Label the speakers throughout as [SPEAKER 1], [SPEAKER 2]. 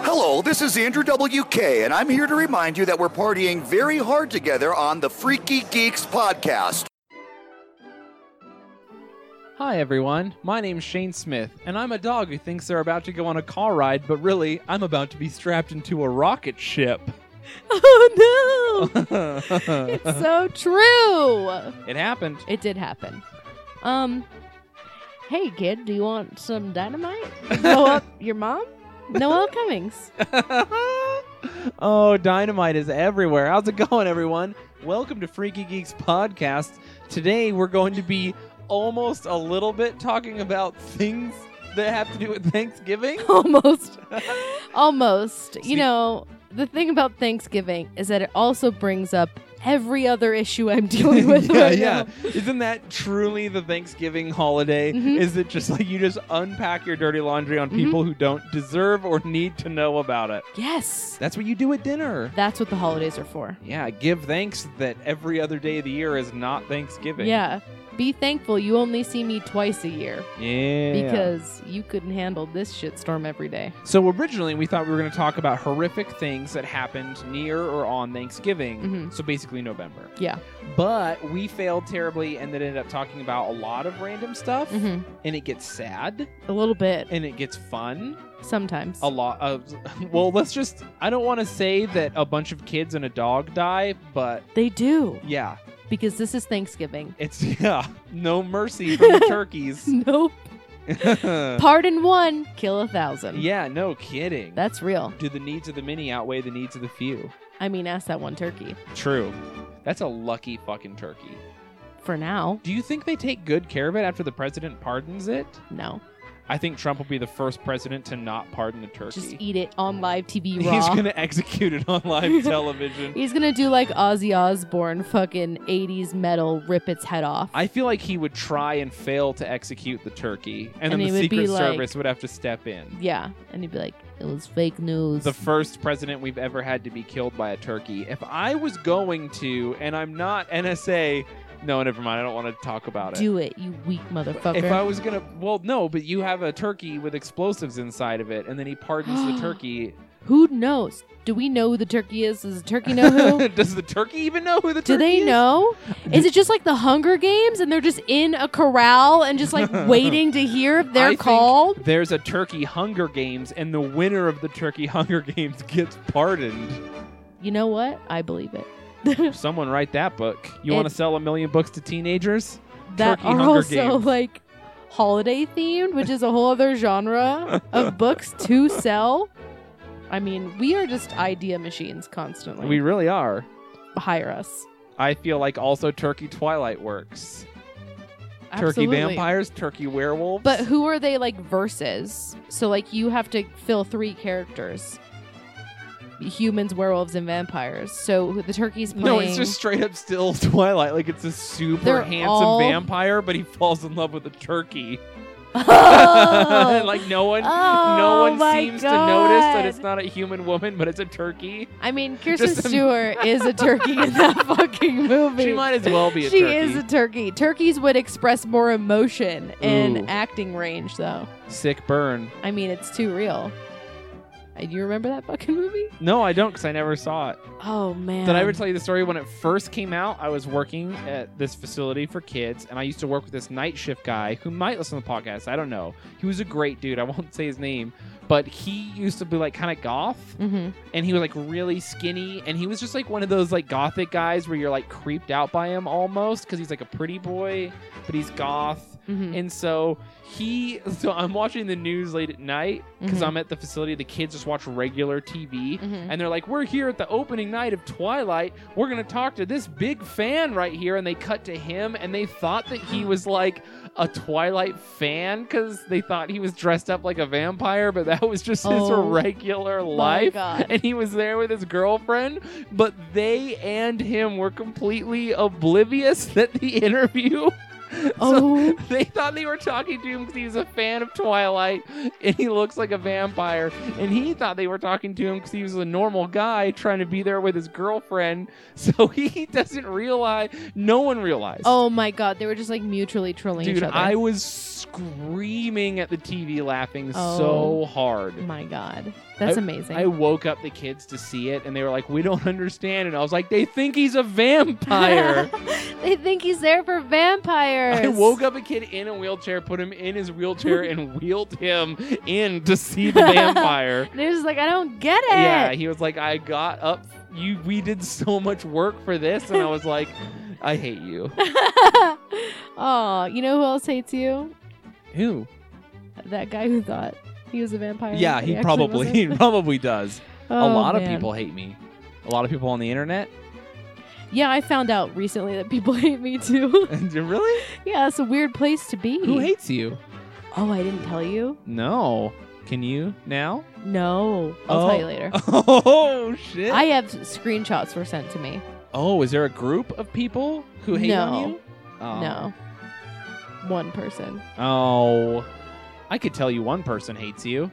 [SPEAKER 1] Hello, this is Andrew WK, and I'm here to remind you that we're partying very hard together on the Freaky Geeks podcast.
[SPEAKER 2] Hi everyone, my name's Shane Smith, and I'm a dog who thinks they're about to go on a car ride, but really, I'm about to be strapped into a rocket ship.
[SPEAKER 3] Oh no!
[SPEAKER 2] it
[SPEAKER 3] It's so true.
[SPEAKER 2] happened.
[SPEAKER 3] It did happen. Um, hey kid, do you want some dynamite? Blow up your mom? Noel Cummings.
[SPEAKER 2] oh, dynamite is everywhere. How's it going, everyone? Welcome to Freaky Geeks Podcast. Today, we're going to be almost a little bit talking about things that have to do with Thanksgiving.
[SPEAKER 3] Almost. Almost.
[SPEAKER 2] See-
[SPEAKER 3] You know, the thing about Thanksgiving is that it also brings up every other issue I'm dealing with
[SPEAKER 2] yeah,
[SPEAKER 3] right
[SPEAKER 2] yeah.
[SPEAKER 3] now.
[SPEAKER 2] Isn't that truly the Thanksgiving holiday?
[SPEAKER 3] Mhm.
[SPEAKER 2] Is it just like you just unpack your dirty laundry on
[SPEAKER 3] Mhm.
[SPEAKER 2] people who don't deserve or need to know about it?
[SPEAKER 3] Yes.
[SPEAKER 2] That's what you do at dinner.
[SPEAKER 3] That's what the holidays are for.
[SPEAKER 2] Yeah, give thanks that every other day of the year is not Thanksgiving.
[SPEAKER 3] Yeah. Be thankful you only see me twice a year
[SPEAKER 2] Yeah.
[SPEAKER 3] because you couldn't handle this shitstorm every day.
[SPEAKER 2] so originally we thought we were going to talk about horrific things that happened near or on Thanksgiving.
[SPEAKER 3] Mhm.
[SPEAKER 2] So basically November.
[SPEAKER 3] Yeah.
[SPEAKER 2] But we failed terribly and then ended up talking about a lot of random stuff
[SPEAKER 3] hmm
[SPEAKER 2] and it gets sad
[SPEAKER 3] A little bit.
[SPEAKER 2] and it gets fun.
[SPEAKER 3] Sometimes.
[SPEAKER 2] a lot of well let's just i don't want to say that a bunch of kids and a dog die but
[SPEAKER 3] They do
[SPEAKER 2] yeah
[SPEAKER 3] because this is Thanksgiving.
[SPEAKER 2] it's yeah no mercy for the turkeys
[SPEAKER 3] Nope. Pardon one, kill a thousand.
[SPEAKER 2] yeah no kidding
[SPEAKER 3] That's real.
[SPEAKER 2] do the needs of the many outweigh the needs of the few
[SPEAKER 3] I mean, ask that one turkey.
[SPEAKER 2] true that's a lucky fucking turkey
[SPEAKER 3] For now,
[SPEAKER 2] do you think they take good care of it after the president pardons it
[SPEAKER 3] no.
[SPEAKER 2] i think trump will be the first president to not pardon the turkey
[SPEAKER 3] Just eat it on live TV raw.
[SPEAKER 2] he's gonna execute it on live television
[SPEAKER 3] He's gonna do like Ozzy Osbourne fucking 80s metal, rip its head off.
[SPEAKER 2] I feel like he would try and fail to execute the turkey, and,
[SPEAKER 3] And
[SPEAKER 2] then
[SPEAKER 3] it
[SPEAKER 2] the
[SPEAKER 3] would be
[SPEAKER 2] Secret
[SPEAKER 3] like-
[SPEAKER 2] Service would have to step in.
[SPEAKER 3] yeah. And he'd be like, it was fake news.
[SPEAKER 2] The first president we've ever had to be killed by a turkey. If I was going to, and I'm not NSA, no, never mind. I don't want to talk about it.
[SPEAKER 3] do it, you weak motherfucker.
[SPEAKER 2] If I was gonna, well, no, but you have a turkey with explosives inside of it, and then he pardons the turkey.
[SPEAKER 3] who knows? Do we know who the turkey is? Does the turkey know who?
[SPEAKER 2] Does the turkey even know who the
[SPEAKER 3] Do
[SPEAKER 2] turkey
[SPEAKER 3] they
[SPEAKER 2] is?
[SPEAKER 3] know? Is it just like the Hunger Games and they're just in a corral and just like waiting to hear
[SPEAKER 2] I
[SPEAKER 3] their
[SPEAKER 2] think
[SPEAKER 3] call?
[SPEAKER 2] There's a turkey Hunger Games, and the winner of the turkey Hunger Games gets pardoned.
[SPEAKER 3] You know what? I believe it.
[SPEAKER 2] Someone write that book. You want to
[SPEAKER 3] It-
[SPEAKER 2] sell a million books to teenagers?
[SPEAKER 3] that
[SPEAKER 2] Turkey
[SPEAKER 3] are
[SPEAKER 2] Hunger
[SPEAKER 3] also
[SPEAKER 2] Games.
[SPEAKER 3] like holiday themed, which is a whole other genre of books to sell. I mean, we are just idea machines constantly.
[SPEAKER 2] We really are.
[SPEAKER 3] hire us.
[SPEAKER 2] I feel like also Turkey Twilight works.
[SPEAKER 3] Absolutely.
[SPEAKER 2] Turkey vampires, turkey werewolves.
[SPEAKER 3] But who are they like versus? So like you have to fill three characters. Humans, werewolves, and vampires. So the turkey's playing.
[SPEAKER 2] no, it's just straight up still Twilight. Like it's a super
[SPEAKER 3] They're
[SPEAKER 2] handsome
[SPEAKER 3] all-
[SPEAKER 2] vampire, but he falls in love with a turkey.
[SPEAKER 3] Oh!
[SPEAKER 2] like no one, no
[SPEAKER 3] Oh
[SPEAKER 2] one
[SPEAKER 3] my
[SPEAKER 2] seems to notice that
[SPEAKER 3] God.
[SPEAKER 2] it's not a human woman, but it's a turkey.
[SPEAKER 3] I mean, Kirsten
[SPEAKER 2] Just a-
[SPEAKER 3] Stewart is a turkey in that fucking movie.
[SPEAKER 2] She might as well be a
[SPEAKER 3] She
[SPEAKER 2] turkey.
[SPEAKER 3] is a turkey. Turkeys would express more emotion and
[SPEAKER 2] Ooh.
[SPEAKER 3] acting range, though.
[SPEAKER 2] Sick burn.
[SPEAKER 3] I mean, it's too real. Uh, Do you remember that fucking movie?
[SPEAKER 2] No, I don't, because I never saw it.
[SPEAKER 3] Oh man!
[SPEAKER 2] Did I ever tell you the story when it first came out? I was working at this facility for kids, and I used to work with this night shift guy who might listen to the podcast. I don't know. He was a great dude. I won't say his name, but he used to be like kind of goth,
[SPEAKER 3] Mhm.
[SPEAKER 2] and he was like really skinny, and he was just like one of those like gothic guys where you're like creeped out by him almost because he's like a pretty boy, but he's goth.
[SPEAKER 3] Mhm.
[SPEAKER 2] And so he, so I'm watching the news late at night because
[SPEAKER 3] Mhm.
[SPEAKER 2] I'm at the facility. The kids just watch regular TV
[SPEAKER 3] Mhm.
[SPEAKER 2] Mm-hmm. and they're like, "We're here at the opening night of Twilight. We're gonna talk to this big fan right here." And they cut to him, and they thought that he was like a Twilight fan because they thought he was dressed up like a vampire, but that was just his
[SPEAKER 3] Oh
[SPEAKER 2] regular life.
[SPEAKER 3] God.
[SPEAKER 2] And he was there with his girlfriend, but they and him were completely oblivious that the interview. So
[SPEAKER 3] Oh.
[SPEAKER 2] they thought they were talking to him because he was a fan of Twilight and he looks like a vampire. And he thought they were talking to him because he was a normal guy trying to be there with his girlfriend. So he doesn't realize, no one realized.
[SPEAKER 3] Oh my god! They were just like mutually trolling each
[SPEAKER 2] Dude,
[SPEAKER 3] other.
[SPEAKER 2] I was screaming at the TV laughing so
[SPEAKER 3] Oh.
[SPEAKER 2] hard.
[SPEAKER 3] my god! That's amazing.
[SPEAKER 2] I woke up the kids to see it, and they were like, "We don't understand." And I was like, "They think he's a vampire."
[SPEAKER 3] they think he's there for vampires.
[SPEAKER 2] I woke up a kid in a wheelchair, put him in his wheelchair, and wheeled him in to see the vampire.
[SPEAKER 3] And he was like, I don't get it.
[SPEAKER 2] yeah, he was like, "I got up. You, we did so much work for this," and I was like, "I hate you."
[SPEAKER 3] oh, you know who else hates you?
[SPEAKER 2] Who?
[SPEAKER 3] That guy who thought he was a vampire.
[SPEAKER 2] Yeah,
[SPEAKER 3] but
[SPEAKER 2] he
[SPEAKER 3] actually
[SPEAKER 2] probably
[SPEAKER 3] wasn't.
[SPEAKER 2] he probably does. a
[SPEAKER 3] Oh,
[SPEAKER 2] lot of
[SPEAKER 3] man.
[SPEAKER 2] people hate me. A lot of people on the internet.
[SPEAKER 3] Yeah, I found out recently that people hate me too.
[SPEAKER 2] really?
[SPEAKER 3] yeah, it's a weird place to be.
[SPEAKER 2] Who hates you?
[SPEAKER 3] Oh, I didn't tell you.
[SPEAKER 2] No. Can you now?
[SPEAKER 3] No, I'll
[SPEAKER 2] Oh.
[SPEAKER 3] tell you later.
[SPEAKER 2] Oh shit.
[SPEAKER 3] I have screenshots were sent to me.
[SPEAKER 2] oh, is there a group of people who hate
[SPEAKER 3] No.
[SPEAKER 2] on you? Oh.
[SPEAKER 3] No, one person.
[SPEAKER 2] Oh. I could tell you one person hates you.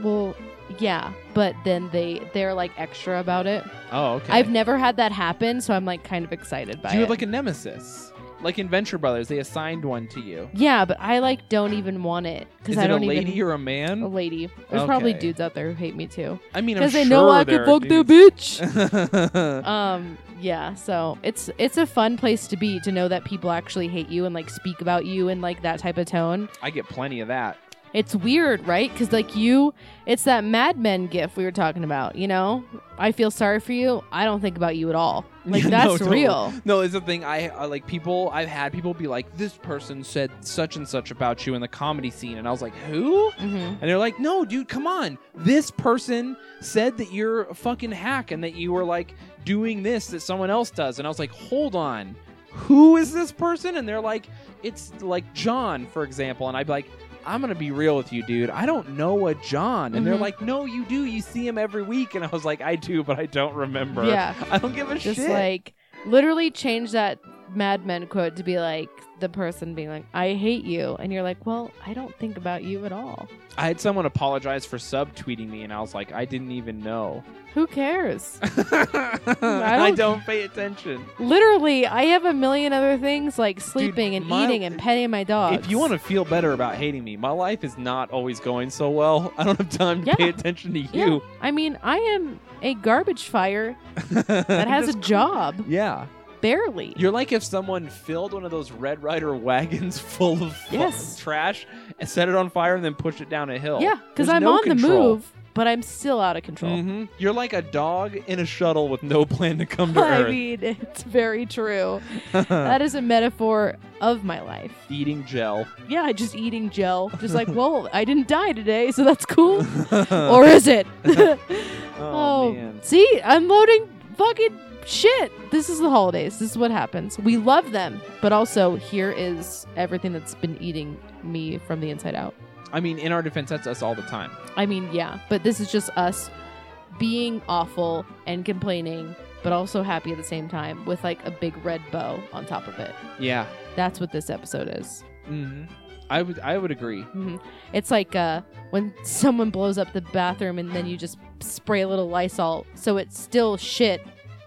[SPEAKER 3] Well, yeah, but then they they're like extra about it.
[SPEAKER 2] Oh, okay.
[SPEAKER 3] I've never had that happen, so I'm like kind of excited by
[SPEAKER 2] Do you
[SPEAKER 3] it.
[SPEAKER 2] have like a nemesis? Like in Venture Brothers, they assigned one to you.
[SPEAKER 3] yeah, but I like don't even want it because
[SPEAKER 2] Is
[SPEAKER 3] I
[SPEAKER 2] it a
[SPEAKER 3] don't
[SPEAKER 2] lady
[SPEAKER 3] even.
[SPEAKER 2] or a
[SPEAKER 3] a
[SPEAKER 2] man?
[SPEAKER 3] lady. There's probably
[SPEAKER 2] Okay.
[SPEAKER 3] dudes out there who hate me too
[SPEAKER 2] I mean, I'm
[SPEAKER 3] because they
[SPEAKER 2] sure
[SPEAKER 3] know I can
[SPEAKER 2] there
[SPEAKER 3] fuck
[SPEAKER 2] are
[SPEAKER 3] their
[SPEAKER 2] dudes.
[SPEAKER 3] bitch. um yeah so it's it's a fun place to be to know that people actually hate you and like speak about you in like that type of tone
[SPEAKER 2] I get plenty of that.
[SPEAKER 3] it's weird right because like you it's that mad men gif we were talking about you know i feel sorry for you i don't think about you at all like
[SPEAKER 2] Yeah, no,
[SPEAKER 3] that's
[SPEAKER 2] totally.
[SPEAKER 3] real
[SPEAKER 2] No, it's the thing. I uh, like people. I've had people be like, "This person said such and such about you in the comedy scene," and I was like, "Who?"
[SPEAKER 3] hmm
[SPEAKER 2] And they're like, "No, dude, come on. This person said that you're a fucking hack and that you were like doing this that someone else does." And I was like, "Hold on, who is this person?" And they're like, "It's like John, for example." And I'd be like. I'm gonna be real with you, dude. I don't know a John, and they're
[SPEAKER 3] Mhm.
[SPEAKER 2] like, "No, you do. You see him every week." And I was like, "I do, but I don't remember.
[SPEAKER 3] yeah
[SPEAKER 2] I don't give a
[SPEAKER 3] just
[SPEAKER 2] Oh, shit."
[SPEAKER 3] like literally change that mad men quote to be like the person being like i hate you and you're like well i don't think about you at all
[SPEAKER 2] I had someone apologize for subtweeting me, and I was like, I didn't even know.
[SPEAKER 3] who cares
[SPEAKER 2] I, don't...
[SPEAKER 3] don't-
[SPEAKER 2] pay attention.
[SPEAKER 3] Literally, I have a million other things like sleeping and
[SPEAKER 2] my-
[SPEAKER 3] eating and petting my dogs.
[SPEAKER 2] If you want to feel better about hating me, my life is not always going so well. I don't have time to
[SPEAKER 3] Yeah.
[SPEAKER 2] pay attention to you.
[SPEAKER 3] I mean, I am a garbage fire that has
[SPEAKER 2] Just-
[SPEAKER 3] a job,
[SPEAKER 2] Yeah.
[SPEAKER 3] barely.
[SPEAKER 2] You're like if someone filled one of those Red Rider wagons full of fu-
[SPEAKER 3] Yes.
[SPEAKER 2] trash and set it on fire and then pushed it down a hill.
[SPEAKER 3] yeah, because
[SPEAKER 2] There's
[SPEAKER 3] I'm
[SPEAKER 2] no
[SPEAKER 3] on the
[SPEAKER 2] control.
[SPEAKER 3] move, but I'm still out of control.
[SPEAKER 2] Mhm. You're like a dog in a shuttle with no plan to come to
[SPEAKER 3] I uh,
[SPEAKER 2] Earth.
[SPEAKER 3] mean, it's very true. that is a metaphor of my life.
[SPEAKER 2] Eating gel.
[SPEAKER 3] Yeah, I just eating gel. Just like, well, I didn't die today, so that's cool. or is it?
[SPEAKER 2] oh, man.
[SPEAKER 3] see, I'm loading fucking shit. This is the holidays. This is what happens. We love them, but also here is everything that's been eating me from the inside out.
[SPEAKER 2] I mean, in our defense, that's us all the time.
[SPEAKER 3] I mean, yeah, but this is just us being awful and complaining, but also happy at the same time with like a big red bow on top of it.
[SPEAKER 2] Yeah.
[SPEAKER 3] That's what this episode is.
[SPEAKER 2] hmm
[SPEAKER 3] Mm-hmm.
[SPEAKER 2] I would. I would agree.
[SPEAKER 3] It's like uh, when someone blows up the bathroom and then you just spray a little Lysol, so it's still shit,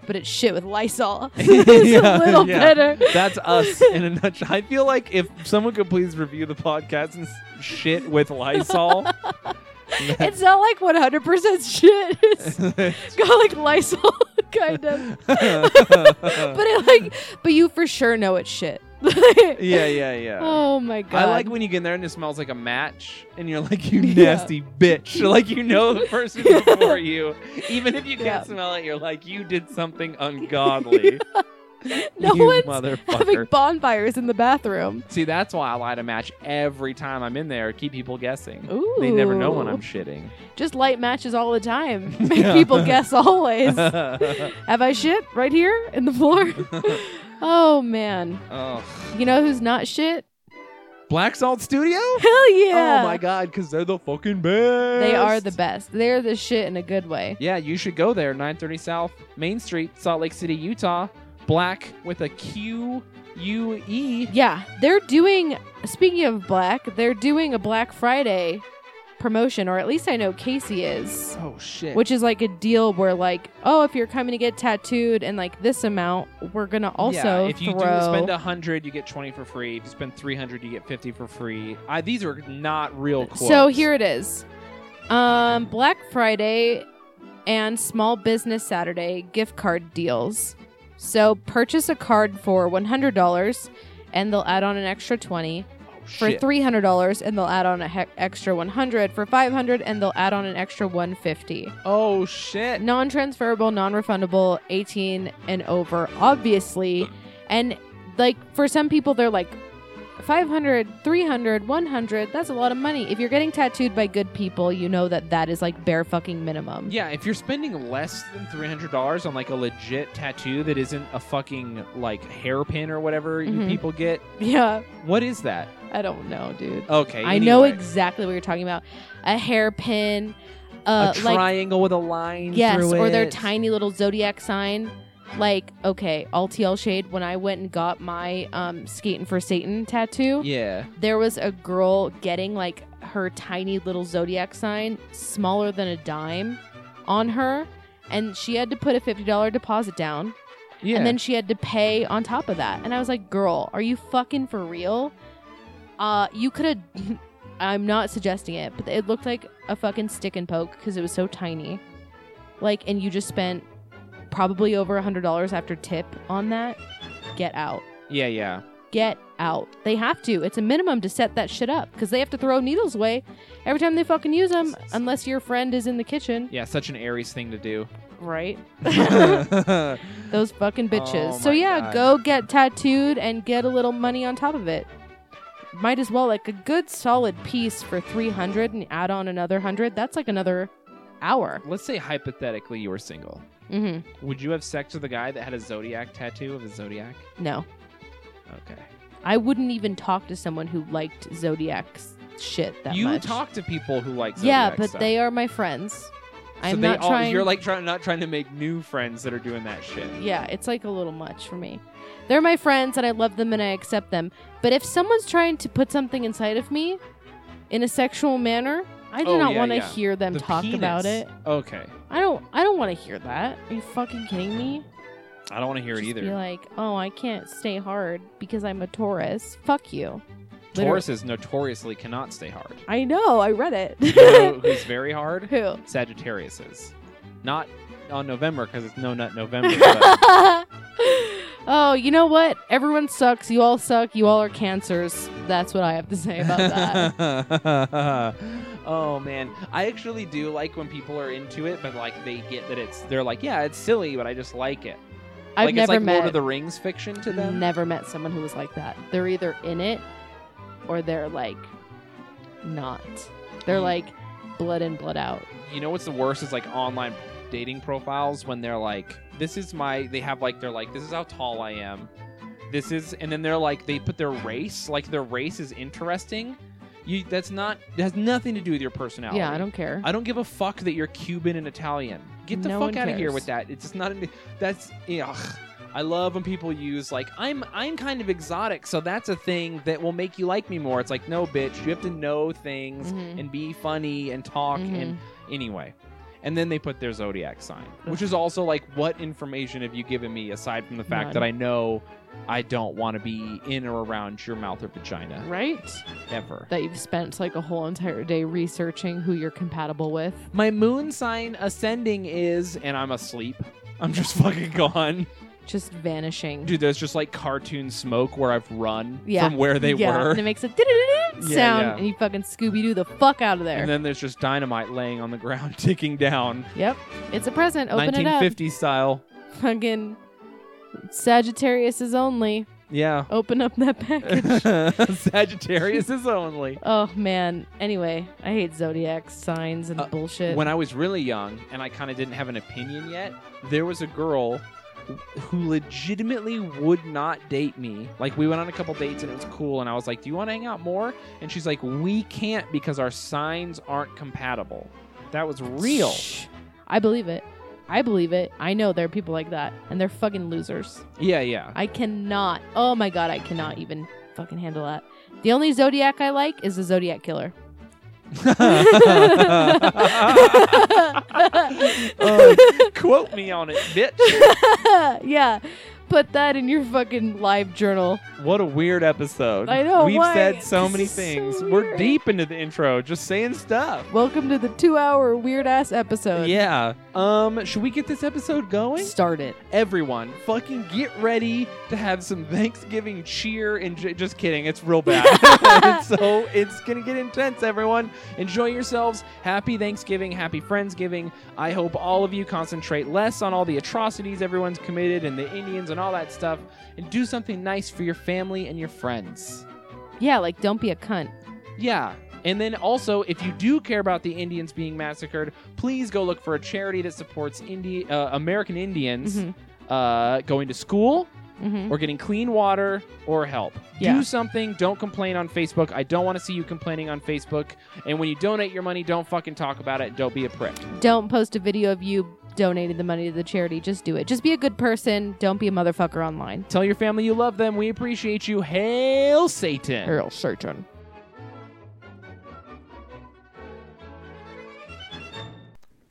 [SPEAKER 3] but it's shit with Lysol. it's
[SPEAKER 2] Yeah,
[SPEAKER 3] a little
[SPEAKER 2] yeah.
[SPEAKER 3] better.
[SPEAKER 2] That's us in a nutshell. I feel like if someone could please review the podcast and s- shit with Lysol,
[SPEAKER 3] It's not like 100% shit. It's got like Lysol, kind of. But it like, but you for sure know it's shit.
[SPEAKER 2] yeah, yeah, yeah.
[SPEAKER 3] Oh my god.
[SPEAKER 2] I like when you get in there and it smells like a match, and you're like, "You
[SPEAKER 3] Yeah.
[SPEAKER 2] nasty bitch!" Like you know the person before you, even if you can't
[SPEAKER 3] Yeah.
[SPEAKER 2] smell it, you're like, "You did something ungodly."
[SPEAKER 3] no
[SPEAKER 2] you
[SPEAKER 3] one's having
[SPEAKER 2] motherfucker.
[SPEAKER 3] bonfires in the bathroom.
[SPEAKER 2] See, that's why I light a match every time I'm in there. Keep people guessing.
[SPEAKER 3] Ooh.
[SPEAKER 2] They never know when I'm shitting.
[SPEAKER 3] Just light matches all the time. Make
[SPEAKER 2] Yeah.
[SPEAKER 3] people guess always. Have I shit right here in the floor? oh man.
[SPEAKER 2] oh.
[SPEAKER 3] You know who's not shit?
[SPEAKER 2] Black Salt Studio?
[SPEAKER 3] Hell yeah.
[SPEAKER 2] Oh my god, because they're the fucking best.
[SPEAKER 3] They are the best. They're the shit in a good way.
[SPEAKER 2] Yeah, you should go there. 930 South Main Street, Salt Lake City, Utah. Black with a Q U E.
[SPEAKER 3] Yeah, they're doing. Speaking of black, they're doing a Black Friday promotion, or at least I know Casey is,
[SPEAKER 2] Oh shit.
[SPEAKER 3] which is like a deal where like, oh, if you're coming to get tattooed and like this amount, we're gonna also
[SPEAKER 2] yeah, if you
[SPEAKER 3] throw.
[SPEAKER 2] do spend a hundred, you get twenty for free. If you spend three hundred, you get fifty for free. I, these are not real quotes.
[SPEAKER 3] so here it is. Um, Black Friday and Small Business Saturday gift card deals. So purchase a card for one hundred dollars, and they'll add on an extra twenty for
[SPEAKER 2] Oh, Shit.
[SPEAKER 3] three hundred dollars, and they'll add on a he- extra one hundred for five hundred, and they'll add on an extra one fifty.
[SPEAKER 2] Oh shit.
[SPEAKER 3] Non-transferable, non-refundable, eighteen and over, obviously, and like for some people, they're like. 500, 300, 100, that's a lot of money. If you're getting tattooed by good people, you know that that is like bare fucking minimum.
[SPEAKER 2] Yeah, if you're spending less than three hundred dollars on like a legit tattoo that isn't a fucking like hairpin or whatever you
[SPEAKER 3] Mhm.
[SPEAKER 2] people get,
[SPEAKER 3] Yeah,
[SPEAKER 2] what is that?
[SPEAKER 3] I don't know, dude.
[SPEAKER 2] Okay,
[SPEAKER 3] I know
[SPEAKER 2] anyway.
[SPEAKER 3] exactly what you're talking about. A hairpin,
[SPEAKER 2] a
[SPEAKER 3] uh, like
[SPEAKER 2] triangle with a line.
[SPEAKER 3] yes,
[SPEAKER 2] through
[SPEAKER 3] or their
[SPEAKER 2] it.
[SPEAKER 3] tiny little zodiac sign. Like okay, all TL shade. When I went and got my um, skating for Satan tattoo,
[SPEAKER 2] Yeah.
[SPEAKER 3] there was a girl getting like her tiny little zodiac sign, smaller than a dime, on her, and she had to put a fifty dollar deposit down.
[SPEAKER 2] Yeah.
[SPEAKER 3] And then she had to pay on top of that. And I was like, girl, are you fucking for real? Uh, you could have. I'm not suggesting it, but it looked like a fucking stick and poke because it was so tiny. Like, and you just spent probably over a $100 after tip on that. Get out.
[SPEAKER 2] yeah, yeah.
[SPEAKER 3] Get out. They have to. It's a minimum to set that shit up because they have to throw needles away every time they fucking use them, unless your friend is in the kitchen.
[SPEAKER 2] Yeah, such an Aries thing to do.
[SPEAKER 3] Right?
[SPEAKER 2] yeah,
[SPEAKER 3] Those fucking bitches.
[SPEAKER 2] Oh
[SPEAKER 3] so
[SPEAKER 2] my
[SPEAKER 3] yeah,
[SPEAKER 2] God.
[SPEAKER 3] go get tattooed and get a little money on top of it. Might as well like a good solid piece for 300 and add on another 100. That's like another hour.
[SPEAKER 2] Let's say hypothetically you were single.
[SPEAKER 3] Mhm.
[SPEAKER 2] Would you have sex with a guy that had a zodiac tattoo of his zodiac?
[SPEAKER 3] No.
[SPEAKER 2] Okay.
[SPEAKER 3] I wouldn't even talk to someone who liked Zodiac's shit that
[SPEAKER 2] you
[SPEAKER 3] much.
[SPEAKER 2] talk to people who like
[SPEAKER 3] yeah,
[SPEAKER 2] zodiac
[SPEAKER 3] but
[SPEAKER 2] stuff.
[SPEAKER 3] they are my friends.
[SPEAKER 2] So
[SPEAKER 3] I'm
[SPEAKER 2] they
[SPEAKER 3] not
[SPEAKER 2] all-
[SPEAKER 3] trying
[SPEAKER 2] You're like trying not trying to make new friends that are doing that shit.
[SPEAKER 3] Yeah, it's like a little much for me. They're my friends and I love them and I accept them. But if someone's trying to put something inside of me in a sexual manner, I do
[SPEAKER 2] Oh,
[SPEAKER 3] not
[SPEAKER 2] yeah,
[SPEAKER 3] want to
[SPEAKER 2] yeah.
[SPEAKER 3] hear them
[SPEAKER 2] The
[SPEAKER 3] talk
[SPEAKER 2] penis.
[SPEAKER 3] about it.
[SPEAKER 2] Okay.
[SPEAKER 3] I don't I don't want to hear that. Are you fucking kidding me?
[SPEAKER 2] I don't want to hear
[SPEAKER 3] Just
[SPEAKER 2] it either.
[SPEAKER 3] Be like, "Oh, I can't stay hard because I'm a Taurus." Fuck you. Literally-
[SPEAKER 2] Tauruses notoriously cannot stay hard.
[SPEAKER 3] I know, I read
[SPEAKER 2] You know
[SPEAKER 3] it.
[SPEAKER 2] who's very hard?
[SPEAKER 3] Who?
[SPEAKER 2] Sagittarius's. Not on November because it's no nut November. But
[SPEAKER 3] oh, you know what? Everyone sucks. You all suck. You all are cancers. That's what I have to say about that.
[SPEAKER 2] oh man, I actually do like when people are into it, but like they get that it's they're like, yeah, it's silly, but I just like it.
[SPEAKER 3] I've
[SPEAKER 2] like
[SPEAKER 3] never
[SPEAKER 2] it's like
[SPEAKER 3] met
[SPEAKER 2] Lord of the Rings fiction to them.
[SPEAKER 3] never met someone who was like that. They're either in it or they're like not. They're
[SPEAKER 2] Mm.
[SPEAKER 3] like blood in, blood out.
[SPEAKER 2] you know what's the worst is like online dating profiles when they're like, this is my. They have like they're like this is how tall I am. This is, and then they're like they put their race like their race is interesting. You that's not that has nothing to do with your personality.
[SPEAKER 3] Yeah, I don't care.
[SPEAKER 2] I don't give a fuck that you're Cuban and Italian. Get the
[SPEAKER 3] No
[SPEAKER 2] fuck
[SPEAKER 3] one
[SPEAKER 2] out of here
[SPEAKER 3] cares.
[SPEAKER 2] with that. It's just not. An, that's ugh. I love when people use like I'm I'm kind of exotic, so that's a thing that will make you like me more. It's like no, bitch, you have to know things
[SPEAKER 3] Mhm.
[SPEAKER 2] and be funny and talk and
[SPEAKER 3] Mm-hmm.
[SPEAKER 2] anyway. And then they put their zodiac sign, which is also like, what information have you given me aside from the fact
[SPEAKER 3] None.
[SPEAKER 2] that I know I don't want to be in or around your mouth or vagina
[SPEAKER 3] Mm-hmm. Right?
[SPEAKER 2] ever.
[SPEAKER 3] That you've spent like a whole entire day researching who you're compatible with.
[SPEAKER 2] My moon sign ascending is, and I'm asleep. I'm just fucking gone.
[SPEAKER 3] Just vanishing.
[SPEAKER 2] Dude, there's just like cartoon smoke where I've run
[SPEAKER 3] Yeah.
[SPEAKER 2] from where they
[SPEAKER 3] yeah,
[SPEAKER 2] were.
[SPEAKER 3] And it makes a sound
[SPEAKER 2] Yeah, yeah.
[SPEAKER 3] and you fucking Scooby Doo the fuck out of there.
[SPEAKER 2] And then there's just dynamite laying on the ground, ticking down.
[SPEAKER 3] yep. It's a present. Open it up.
[SPEAKER 2] 1950 style.
[SPEAKER 3] Fucking Sagittarius is only.
[SPEAKER 2] Yeah.
[SPEAKER 3] Open up that package.
[SPEAKER 2] Sagittarius is only.
[SPEAKER 3] Oh man. Anyway, I hate zodiac signs and bullshit.
[SPEAKER 2] Uh, When I was really young and I kind of didn't have an opinion yet, there was a girl who legitimately would not date me. Like we went on a couple dates and it was cool and I was like, "Do you want to hang out more?" And she's like, "We can't because our signs aren't compatible." That was real.
[SPEAKER 3] Shh. I believe it. I believe it. I know there are people like that, and they're fucking losers.
[SPEAKER 2] Yeah, yeah.
[SPEAKER 3] I cannot. Oh my god, I cannot even fucking handle that. The only zodiac I like is the zodiac killer.
[SPEAKER 2] Oh, quote me on it, bitch.
[SPEAKER 3] yeah, put that in your fucking live journal.
[SPEAKER 2] What a weird episode.
[SPEAKER 3] I know,
[SPEAKER 2] We've
[SPEAKER 3] why?
[SPEAKER 2] said so
[SPEAKER 3] This
[SPEAKER 2] many
[SPEAKER 3] is so
[SPEAKER 2] things.
[SPEAKER 3] weird.
[SPEAKER 2] We're deep into the intro, just saying stuff.
[SPEAKER 3] Welcome to the two hour weird ass episode.
[SPEAKER 2] Yeah. Um, should we get this episode going?
[SPEAKER 3] Start it.
[SPEAKER 2] Everyone, fucking get ready to have some Thanksgiving cheer and j- just kidding, it's real bad. so it's gonna get intense, everyone. Enjoy yourselves. Happy Thanksgiving, happy Friendsgiving. I hope all of you concentrate less on all the atrocities everyone's committed and the Indians and all that stuff, and do something nice for your family and your friends.
[SPEAKER 3] Yeah, like don't be a cunt.
[SPEAKER 2] Yeah. And then also, if you do care about the Indians being massacred, please go look for a charity that supports Indi- uh, American Indians
[SPEAKER 3] Mhm.
[SPEAKER 2] uh, going to school
[SPEAKER 3] Mhm.
[SPEAKER 2] or getting clean water or help.
[SPEAKER 3] Yeah.
[SPEAKER 2] Do something. Don't complain on Facebook. I don't want to see you complaining on Facebook. And when you donate your money, don't fucking talk about it. Don't be a prick.
[SPEAKER 3] Don't post a video of you donating the money to the charity. Just do it. Just be a good person. Don't be a motherfucker online.
[SPEAKER 2] Tell your family you love them. We appreciate you. Hail Satan.
[SPEAKER 3] Earl Surgeon.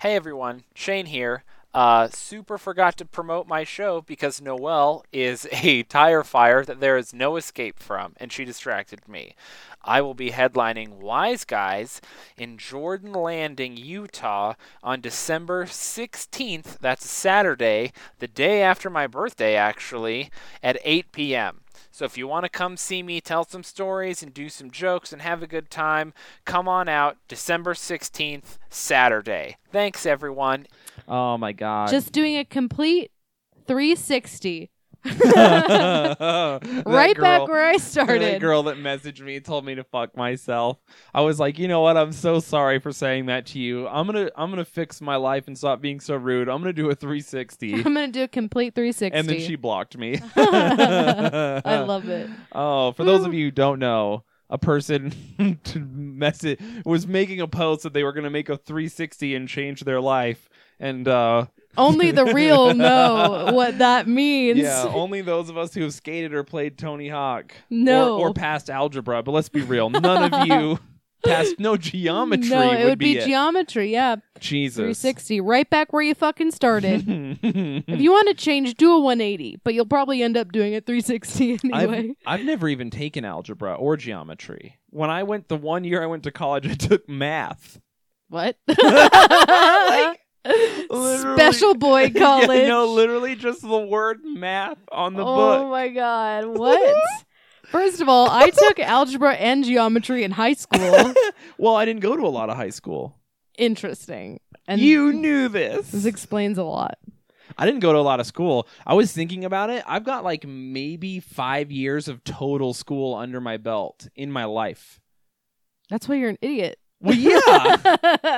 [SPEAKER 4] Hey everyone, Shane here. Uh, super forgot to promote my show because Noelle is a tire fire that there is no escape from, and she distracted me. I will be headlining Wise Guys in Jordan Landing, Utah on December 16th. That's a Saturday, the day after my birthday, actually, at 8 p.m. So if you want to come see me, tell some stories and do some jokes and have a good time, come on out December 16th, Saturday. Thanks, everyone.
[SPEAKER 2] Oh my God.
[SPEAKER 3] Just doing a complete 360.
[SPEAKER 2] That
[SPEAKER 3] right
[SPEAKER 2] girl.
[SPEAKER 3] back where I
[SPEAKER 2] That
[SPEAKER 3] started.
[SPEAKER 2] girl that messaged me and told me to fuck myself. I was like, you know what? I'm so sorry for saying that to you. I'm gonna I'm gonna fix my life and stop being so rude. I'm gonna do a 360.
[SPEAKER 3] I'm gonna do a complete 360.
[SPEAKER 2] and then she uh, blocked me.
[SPEAKER 3] I love it.
[SPEAKER 2] Oh, for those of you who don't know, a person to mess it was making a post that they were gonna make a 360 and change their life. And uh,
[SPEAKER 3] Only the real know what that means.
[SPEAKER 2] yeah, only those of us who have skated or played Tony Hawk.
[SPEAKER 3] no.
[SPEAKER 2] or, or passed algebra. But let's be real, none of you passed no geometry.
[SPEAKER 3] No, it would be,
[SPEAKER 2] it.
[SPEAKER 3] geometry. Yeah,
[SPEAKER 2] Jesus.
[SPEAKER 3] 360, right back where you fucking started. if you want to change, do a 180, but you'll probably end up doing a 360
[SPEAKER 2] I've,
[SPEAKER 3] anyway.
[SPEAKER 2] I've never even taken algebra or geometry. When I went the one year I went to college, I took math.
[SPEAKER 3] What?
[SPEAKER 2] Like, literally-
[SPEAKER 3] Special boy college.
[SPEAKER 2] Yeah, no, literally just the word math on the
[SPEAKER 3] oh
[SPEAKER 2] book.
[SPEAKER 3] my god, what? First of all, I took algebra and geometry in high school.
[SPEAKER 2] Well, I didn't go to a lot of high school.
[SPEAKER 3] Interesting. And
[SPEAKER 2] you knew this.
[SPEAKER 3] this explains a lot.
[SPEAKER 2] I didn't go to a lot of school. I was thinking about it. I've got like maybe five years of total school under my belt in my life.
[SPEAKER 3] That's why you're an idiot.
[SPEAKER 2] Well, yeah.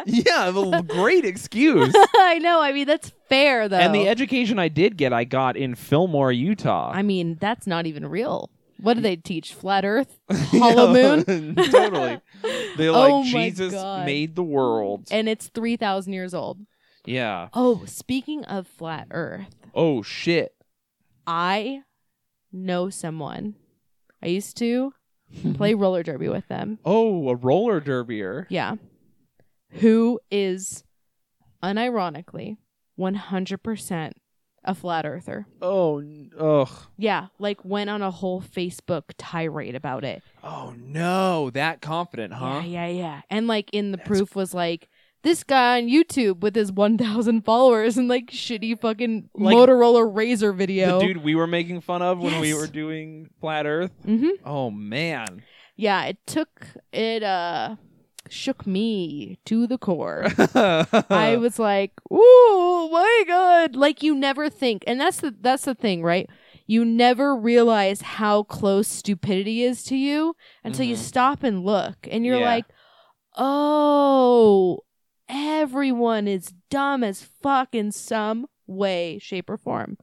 [SPEAKER 2] yeah, the great excuse.
[SPEAKER 3] I know. I mean, that's fair though.
[SPEAKER 2] And the education I did get, I got in Fillmore, Utah.
[SPEAKER 3] I mean, that's not even real. What do they teach? Flat Earth, Hollow Moon,
[SPEAKER 2] totally. They're like,
[SPEAKER 3] Oh my
[SPEAKER 2] Jesus
[SPEAKER 3] God.
[SPEAKER 2] made the world.
[SPEAKER 3] and it's three thousand years old.
[SPEAKER 2] yeah.
[SPEAKER 3] Oh, speaking of flat Earth,
[SPEAKER 2] Oh, shit.
[SPEAKER 3] I know someone. I used to play roller derby with them.
[SPEAKER 2] Oh, a roller derbier.
[SPEAKER 3] Yeah, who is unironically one hundred percent a flat earther.
[SPEAKER 2] Oh, n- ugh.
[SPEAKER 3] Yeah, like went on a whole Facebook tirade about it.
[SPEAKER 2] Oh, no. That confident, huh?
[SPEAKER 3] Yeah, yeah, yeah. And like in the
[SPEAKER 2] That's-
[SPEAKER 3] proof was like this guy on YouTube with his 1,000 followers and like shitty fucking
[SPEAKER 2] Like-
[SPEAKER 3] Motorola
[SPEAKER 2] The
[SPEAKER 3] Razor video.
[SPEAKER 2] dude we were making fun of when we
[SPEAKER 3] Yes.
[SPEAKER 2] were doing Flat Earth.
[SPEAKER 3] hmm
[SPEAKER 2] Oh man.
[SPEAKER 3] Yeah, it took it uh shook me to the core. I was like, "Ooh, my god!" Like you never think, and that's the that's the thing, right? You never realize how close stupidity is to you until you
[SPEAKER 2] Mhm.
[SPEAKER 3] stop and look, and you're
[SPEAKER 2] Yeah.
[SPEAKER 3] like, "Oh, everyone is dumb as fuck in some way, shape, or form."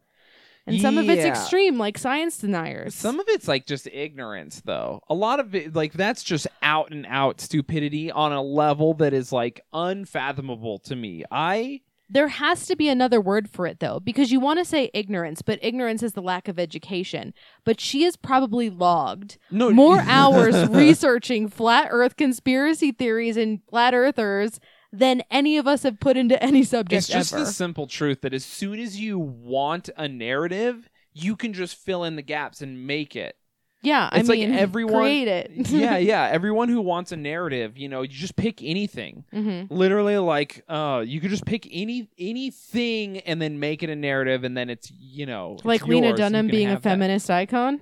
[SPEAKER 3] And some of it's
[SPEAKER 2] Yeah.
[SPEAKER 3] extreme, like science deniers.
[SPEAKER 2] Some of it's like just ignorance though. A lot of it like that's just out and out stupidity on a level that is like unfathomable to me. I
[SPEAKER 3] There has to be another word for it, though, because you want to say ignorance, but ignorance is the lack of education. But she is probably logged
[SPEAKER 2] no
[SPEAKER 3] more hours researching flat earth conspiracy theories and flat earthers than any of us have put into any subject
[SPEAKER 2] It's just
[SPEAKER 3] ever.
[SPEAKER 2] the simple truth that as soon as you want a narrative, you can just fill in the gaps and make it.
[SPEAKER 3] Yeah,
[SPEAKER 2] It's
[SPEAKER 3] I
[SPEAKER 2] like
[SPEAKER 3] mean,
[SPEAKER 2] everyone-
[SPEAKER 3] create it.
[SPEAKER 2] yeah, yeah. Everyone who wants a narrative, you know, you just pick anything.
[SPEAKER 3] hmm
[SPEAKER 2] Literally, like, uh, you could just pick any anything and then make it a narrative, and then it's you know, it's
[SPEAKER 3] Like Lena
[SPEAKER 2] yours. You
[SPEAKER 3] Dunham
[SPEAKER 2] can
[SPEAKER 3] being a
[SPEAKER 2] have that.
[SPEAKER 3] feminist icon.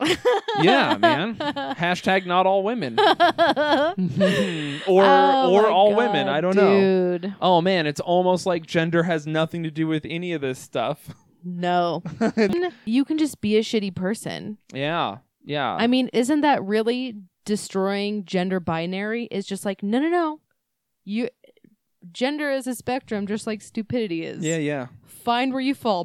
[SPEAKER 2] Yeah, man. Hashtag not all women, or
[SPEAKER 3] Oh
[SPEAKER 2] or
[SPEAKER 3] my
[SPEAKER 2] all women.
[SPEAKER 3] God,
[SPEAKER 2] I don't know.
[SPEAKER 3] Dude,
[SPEAKER 2] Oh man, it's almost like gender has nothing to do with any of this stuff.
[SPEAKER 3] no. you can just be a shitty person.
[SPEAKER 2] yeah, yeah.
[SPEAKER 3] I mean, isn't that really destroying gender binary? Is just like no, no, no. You gender is a spectrum, just like stupidity is.
[SPEAKER 2] yeah, yeah.
[SPEAKER 3] Find where you fall,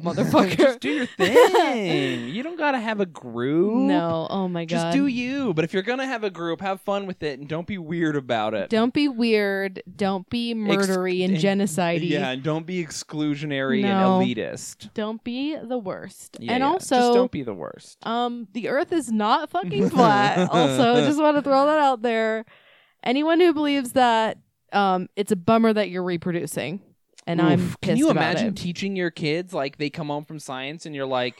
[SPEAKER 3] motherfucker.
[SPEAKER 2] Just do your thing. you don't gotta have a group.
[SPEAKER 3] no, oh my
[SPEAKER 2] Just
[SPEAKER 3] god.
[SPEAKER 2] do you. But if you're gonna have a group, have fun with it and don't be weird about it.
[SPEAKER 3] Don't be weird. Don't be murdery and
[SPEAKER 2] and-
[SPEAKER 3] genocide.
[SPEAKER 2] Yeah, and don't be exclusionary
[SPEAKER 3] No.
[SPEAKER 2] and elitist.
[SPEAKER 3] Don't be the worst.
[SPEAKER 2] Yeah,
[SPEAKER 3] and
[SPEAKER 2] yeah.
[SPEAKER 3] also,
[SPEAKER 2] just don't be the worst.
[SPEAKER 3] um, the Earth is not fucking flat. also, just want to throw that out there. Anyone who believes that, um, it's a bummer that you're reproducing, and I'm
[SPEAKER 2] Oof.
[SPEAKER 3] pissed
[SPEAKER 2] Can you
[SPEAKER 3] about
[SPEAKER 2] imagine
[SPEAKER 3] it.
[SPEAKER 2] teaching your kids like they come home from science and you're like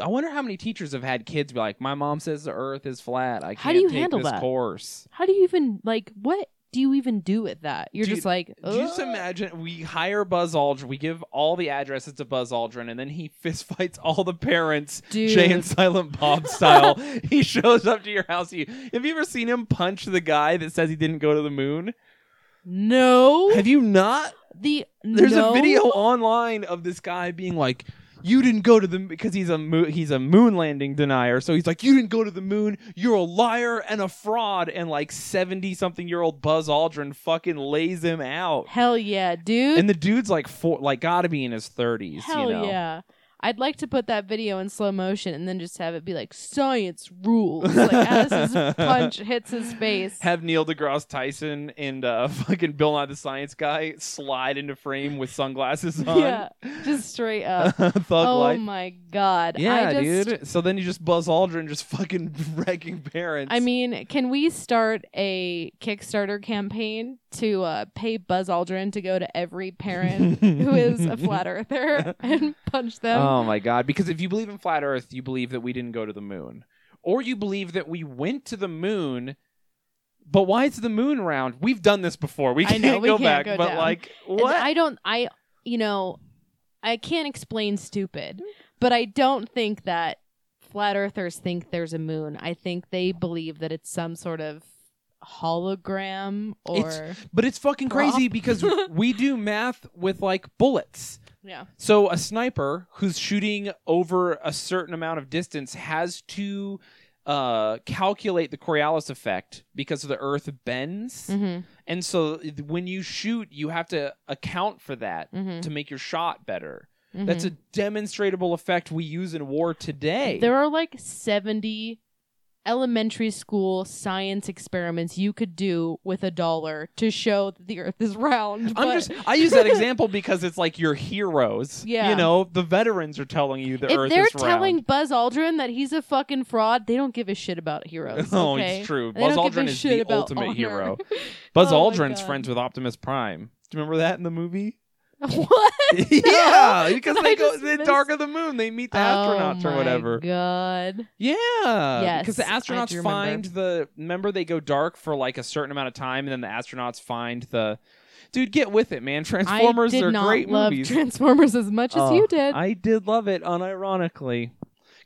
[SPEAKER 2] I wonder how many teachers have had kids be like, My mom says the earth is flat. I can't
[SPEAKER 3] How do you
[SPEAKER 2] take
[SPEAKER 3] handle
[SPEAKER 2] this
[SPEAKER 3] that?
[SPEAKER 2] course.
[SPEAKER 3] How do you even like? What do you even do with that? You're
[SPEAKER 2] Do you-
[SPEAKER 3] just like,
[SPEAKER 2] Do you just
[SPEAKER 3] "Ugh."
[SPEAKER 2] imagine we hire Buzz Aldrin, we give all the addresses to Buzz Aldrin, and then he fist fights all the parents,
[SPEAKER 3] Dude.
[SPEAKER 2] Jay and Silent Bob style. he shows up to your house. You have you ever seen him punch the guy that says he didn't go to the moon?
[SPEAKER 3] no.
[SPEAKER 2] Have you not?
[SPEAKER 3] the
[SPEAKER 2] There's
[SPEAKER 3] no?
[SPEAKER 2] a video online of this guy being like, "You didn't go to the because he's a mo- he's a moon landing denier." So he's like, "You didn't go to the moon. You're a liar and a fraud." And like seventy something year old Buzz Aldrin fucking lays him out.
[SPEAKER 3] Hell yeah, dude.
[SPEAKER 2] And the dude's like four, like gotta be in his thirties.
[SPEAKER 3] Hell
[SPEAKER 2] you know?
[SPEAKER 3] yeah. I'd like to put that video in slow motion and then just have it be like science rules. Like as his punch hits his face.
[SPEAKER 2] Have Neil deGrasse Tyson and uh, fucking Bill Nye the Science Guy slide into frame with sunglasses on.
[SPEAKER 3] Yeah. Just straight up.
[SPEAKER 2] Thug
[SPEAKER 3] oh
[SPEAKER 2] life.
[SPEAKER 3] my god.
[SPEAKER 2] Yeah,
[SPEAKER 3] I just,
[SPEAKER 2] dude. So then you just Buzz Aldrin just fucking wrecking parents.
[SPEAKER 3] I mean, can we start a Kickstarter campaign to uh, pay Buzz Aldrin to go to every parent who is a flat earther and punch them?
[SPEAKER 2] Oh my god! Because if you believe in flat Earth, you believe that we didn't go to the moon, or you believe that we went to the moon. But why is the moon round? We've done this before. We
[SPEAKER 3] I
[SPEAKER 2] can't
[SPEAKER 3] know, we
[SPEAKER 2] go back.
[SPEAKER 3] can't go
[SPEAKER 2] but
[SPEAKER 3] down.
[SPEAKER 2] like,
[SPEAKER 3] And
[SPEAKER 2] what?
[SPEAKER 3] I don't I you know, I can't explain stupid, but I don't think that flat earthers think there's a moon. I think they believe that it's some sort of hologram or
[SPEAKER 2] It's- But it's fucking
[SPEAKER 3] Prop.
[SPEAKER 2] crazy because we do math with like bullets.
[SPEAKER 3] yeah.
[SPEAKER 2] So a sniper who's shooting over a certain amount of distance has to uh, calculate the Coriolis effect because the Earth bends,
[SPEAKER 3] Mm-hmm.
[SPEAKER 2] and so th- when you shoot, you have to account for that
[SPEAKER 3] Mm-hmm.
[SPEAKER 2] to make your shot better. That's a demonstrable effect we use in war today.
[SPEAKER 3] There are like 70 elementary school science experiments you could do with a dollar to show that the earth is round.
[SPEAKER 2] I'm
[SPEAKER 3] but-
[SPEAKER 2] just I use that example because it's like your heroes.
[SPEAKER 3] Yeah.
[SPEAKER 2] You know, the veterans are telling you the
[SPEAKER 3] if
[SPEAKER 2] earth
[SPEAKER 3] they're
[SPEAKER 2] is
[SPEAKER 3] telling
[SPEAKER 2] round.
[SPEAKER 3] Buzz Aldrin that he's a fucking fraud, they don't give a shit about heroes.
[SPEAKER 2] Oh,
[SPEAKER 3] okay?
[SPEAKER 2] it's true.
[SPEAKER 3] They
[SPEAKER 2] Buzz
[SPEAKER 3] don't give a
[SPEAKER 2] Aldrin is
[SPEAKER 3] shit
[SPEAKER 2] the
[SPEAKER 3] about
[SPEAKER 2] ultimate
[SPEAKER 3] honor.
[SPEAKER 2] hero. Buzz
[SPEAKER 3] Oh my
[SPEAKER 2] Aldrin's
[SPEAKER 3] God.
[SPEAKER 2] friends with Optimus Prime. Do you remember that in the movie?
[SPEAKER 3] what?
[SPEAKER 2] yeah, because
[SPEAKER 3] I
[SPEAKER 2] they go
[SPEAKER 3] just
[SPEAKER 2] the
[SPEAKER 3] missed-
[SPEAKER 2] dark of the moon. They meet the astronauts
[SPEAKER 3] oh
[SPEAKER 2] or whatever.
[SPEAKER 3] My God.
[SPEAKER 2] Yeah,
[SPEAKER 3] Yes,
[SPEAKER 2] because the
[SPEAKER 3] I do
[SPEAKER 2] astronauts
[SPEAKER 3] remember.
[SPEAKER 2] find the. Remember, they go dark for like a certain amount of time, and then the astronauts find the. Dude, get with it, man! Transformers
[SPEAKER 3] I did
[SPEAKER 2] are
[SPEAKER 3] not
[SPEAKER 2] great
[SPEAKER 3] love
[SPEAKER 2] movies.
[SPEAKER 3] Transformers as much as
[SPEAKER 2] Oh,
[SPEAKER 3] you did.
[SPEAKER 2] I did love it, unironically.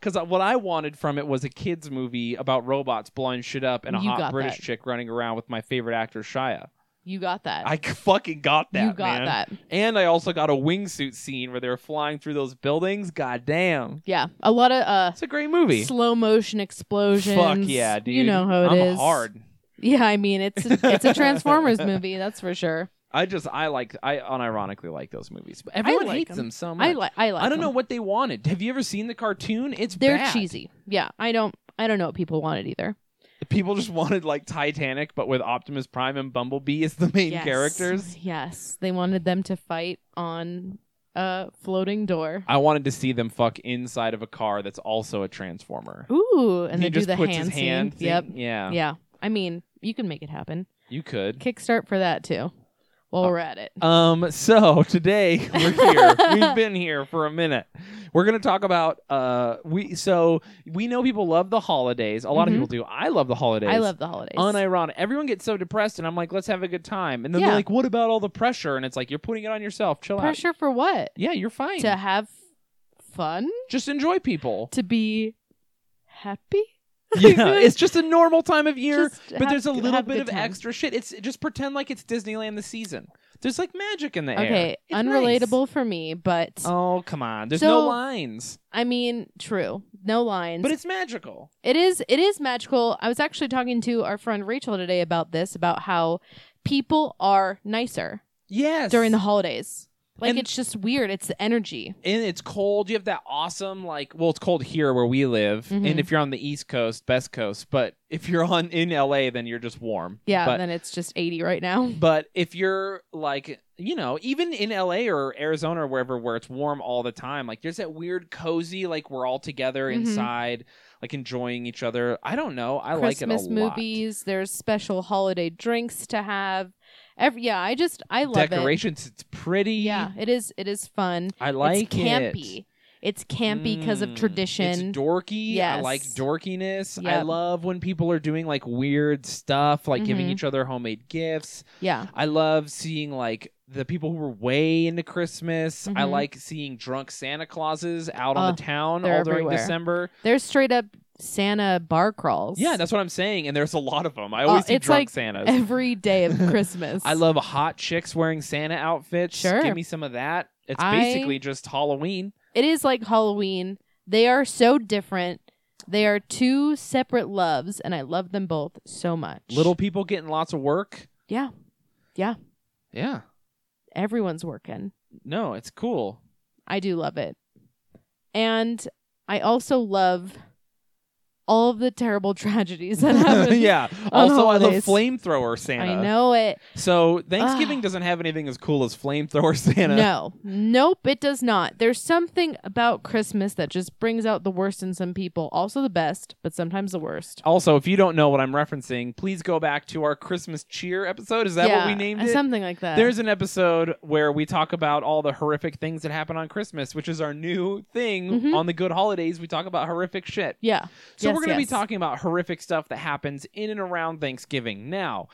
[SPEAKER 2] Because what I wanted from it was a kids' movie about robots blowing shit up and a
[SPEAKER 3] You
[SPEAKER 2] hot
[SPEAKER 3] got
[SPEAKER 2] British
[SPEAKER 3] that.
[SPEAKER 2] chick running around with my favorite actor Shia.
[SPEAKER 3] you got that.
[SPEAKER 2] I c- fucking got that.
[SPEAKER 3] you got
[SPEAKER 2] man.
[SPEAKER 3] that.
[SPEAKER 2] And I also got a wingsuit scene where they were flying through those buildings. God damn,
[SPEAKER 3] Yeah. A lot of uh,
[SPEAKER 2] it's a great movie.
[SPEAKER 3] slow motion explosions.
[SPEAKER 2] Fuck yeah, dude!
[SPEAKER 3] You know how it
[SPEAKER 2] I'm
[SPEAKER 3] is.
[SPEAKER 2] Hard.
[SPEAKER 3] Yeah, I mean it's a, it's a Transformers movie, that's for sure.
[SPEAKER 2] I just I like I unironically like those movies, but everyone
[SPEAKER 3] like
[SPEAKER 2] hates
[SPEAKER 3] them.
[SPEAKER 2] them. so much.
[SPEAKER 3] I like I like
[SPEAKER 2] I don't know
[SPEAKER 3] them.
[SPEAKER 2] what they wanted. Have you ever seen the cartoon? It's
[SPEAKER 3] They're
[SPEAKER 2] bad.
[SPEAKER 3] cheesy. Yeah. I don't I don't know what people wanted either.
[SPEAKER 2] people just wanted like Titanic, but with Optimus Prime and Bumblebee as the main
[SPEAKER 3] Yes.
[SPEAKER 2] characters.
[SPEAKER 3] Yes. They wanted them to fight on a floating door.
[SPEAKER 2] I wanted to see them fuck inside of a car that's also a transformer.
[SPEAKER 3] Ooh, and
[SPEAKER 2] he
[SPEAKER 3] they do
[SPEAKER 2] just
[SPEAKER 3] the
[SPEAKER 2] puts
[SPEAKER 3] hand
[SPEAKER 2] his hand.
[SPEAKER 3] scene. Yep.
[SPEAKER 2] thing- Yeah,
[SPEAKER 3] Yeah. I mean, you can make it happen.
[SPEAKER 2] You could.
[SPEAKER 3] Kickstart for that too. While
[SPEAKER 2] Uh,
[SPEAKER 3] we're at it.
[SPEAKER 2] Um. So today we're here. We've been here for a minute. We're going to talk about uh we so we know people love the holidays. A lot
[SPEAKER 3] Mhm.
[SPEAKER 2] of people do. I love the holidays.
[SPEAKER 3] I love the holidays.
[SPEAKER 2] Unironic. Everyone gets so depressed, and I'm like, let's have a good time. And then
[SPEAKER 3] Yeah.
[SPEAKER 2] they're like, what about all the pressure? And it's like, you're putting it on yourself. Chill out.
[SPEAKER 3] Pressure for what?
[SPEAKER 2] Yeah, you're fine.
[SPEAKER 3] To have fun?
[SPEAKER 2] Just enjoy people.
[SPEAKER 3] To be happy?
[SPEAKER 2] yeah, it's just a normal time of year,
[SPEAKER 3] Just
[SPEAKER 2] but
[SPEAKER 3] have-
[SPEAKER 2] there's a
[SPEAKER 3] have
[SPEAKER 2] little
[SPEAKER 3] a
[SPEAKER 2] bit
[SPEAKER 3] good
[SPEAKER 2] of
[SPEAKER 3] time.
[SPEAKER 2] extra shit. It's just pretend like it's Disneyland this season. There's like magic in the air.
[SPEAKER 3] Okay,
[SPEAKER 2] It's nice.
[SPEAKER 3] unrelatable for me, but
[SPEAKER 2] Oh come on! There's
[SPEAKER 3] So-
[SPEAKER 2] no lines,
[SPEAKER 3] I mean, true. No lines.
[SPEAKER 2] but it's magical.
[SPEAKER 3] It is it is magical. I was actually talking to our friend Rachel today about this, about how people are nicer
[SPEAKER 2] Yes.
[SPEAKER 3] during the holidays. Like
[SPEAKER 2] And-
[SPEAKER 3] it's just weird. It's the energy.
[SPEAKER 2] and it's cold. You have that awesome like well, it's cold here where we live,
[SPEAKER 3] Mhm.
[SPEAKER 2] and if you're on the East Coast, best coast. But if you're on in LA, then you're just warm.
[SPEAKER 3] Yeah,
[SPEAKER 2] But
[SPEAKER 3] then it's just eighty right now.
[SPEAKER 2] But if you're like, you know, even in LA or Arizona or wherever where it's warm all the time, like there's that weird cozy, like we're all together
[SPEAKER 3] Mhm.
[SPEAKER 2] inside, like enjoying each other. I don't know. I
[SPEAKER 3] Christmas
[SPEAKER 2] like it a lot.
[SPEAKER 3] movies. There's special holiday drinks to have. Every yeah, I just I love it.
[SPEAKER 2] Decorations, it's pretty.
[SPEAKER 3] Yeah, it is it is fun.
[SPEAKER 2] I like
[SPEAKER 3] it's campy.
[SPEAKER 2] it.
[SPEAKER 3] It's campy because
[SPEAKER 2] Mm,
[SPEAKER 3] of tradition.
[SPEAKER 2] It's dorky. I
[SPEAKER 3] Yes.
[SPEAKER 2] like dorkiness. I
[SPEAKER 3] Yep.
[SPEAKER 2] love when people are doing like weird stuff, like giving
[SPEAKER 3] Mhm.
[SPEAKER 2] each other homemade gifts.
[SPEAKER 3] yeah.
[SPEAKER 2] I love seeing like the people who were way into Christmas. I
[SPEAKER 3] Mhm.
[SPEAKER 2] like seeing drunk Santa Clauses out on the town all
[SPEAKER 3] they're
[SPEAKER 2] during
[SPEAKER 3] everywhere.
[SPEAKER 2] December.
[SPEAKER 3] There's straight up Santa bar crawls.
[SPEAKER 2] Yeah, that's what I'm saying. And there's a lot of them. I always see
[SPEAKER 3] Oh, it's
[SPEAKER 2] drunk
[SPEAKER 3] like
[SPEAKER 2] Santas.
[SPEAKER 3] every day of Christmas.
[SPEAKER 2] I love hot chicks wearing Santa outfits.
[SPEAKER 3] Sure.
[SPEAKER 2] Give me some of that. It's
[SPEAKER 3] I-
[SPEAKER 2] basically just Halloween.
[SPEAKER 3] it is like Halloween. They are so different. They are two separate loves, and I love them both so much.
[SPEAKER 2] Little people getting lots of work.
[SPEAKER 3] yeah,
[SPEAKER 2] Yeah.
[SPEAKER 3] everyone's working.
[SPEAKER 2] No, it's cool.
[SPEAKER 3] I do love it, and I also love all of the terrible tragedies that happen.
[SPEAKER 2] yeah.
[SPEAKER 3] on
[SPEAKER 2] Also, I love
[SPEAKER 3] holidays.
[SPEAKER 2] flamethrower Santa.
[SPEAKER 3] I know it.
[SPEAKER 2] So Thanksgiving doesn't have anything as cool as flamethrower Santa.
[SPEAKER 3] No, nope, it does not. There's something about Christmas that just brings out the worst in some people, also the best, but sometimes the worst.
[SPEAKER 2] Also, if you don't know what I'm referencing, please go back to our Christmas cheer episode. Is that
[SPEAKER 3] yeah,
[SPEAKER 2] what we named it?
[SPEAKER 3] Something like that.
[SPEAKER 2] There's an episode where we talk about all the horrific things that happen on Christmas, which is our new thing
[SPEAKER 3] Mhm.
[SPEAKER 2] on the Good Holidays. We talk about horrific shit.
[SPEAKER 3] yeah,
[SPEAKER 2] So
[SPEAKER 3] Yes,
[SPEAKER 2] we're going to
[SPEAKER 3] yes.
[SPEAKER 2] be talking about horrific stuff that happens in and around Thanksgiving. Now,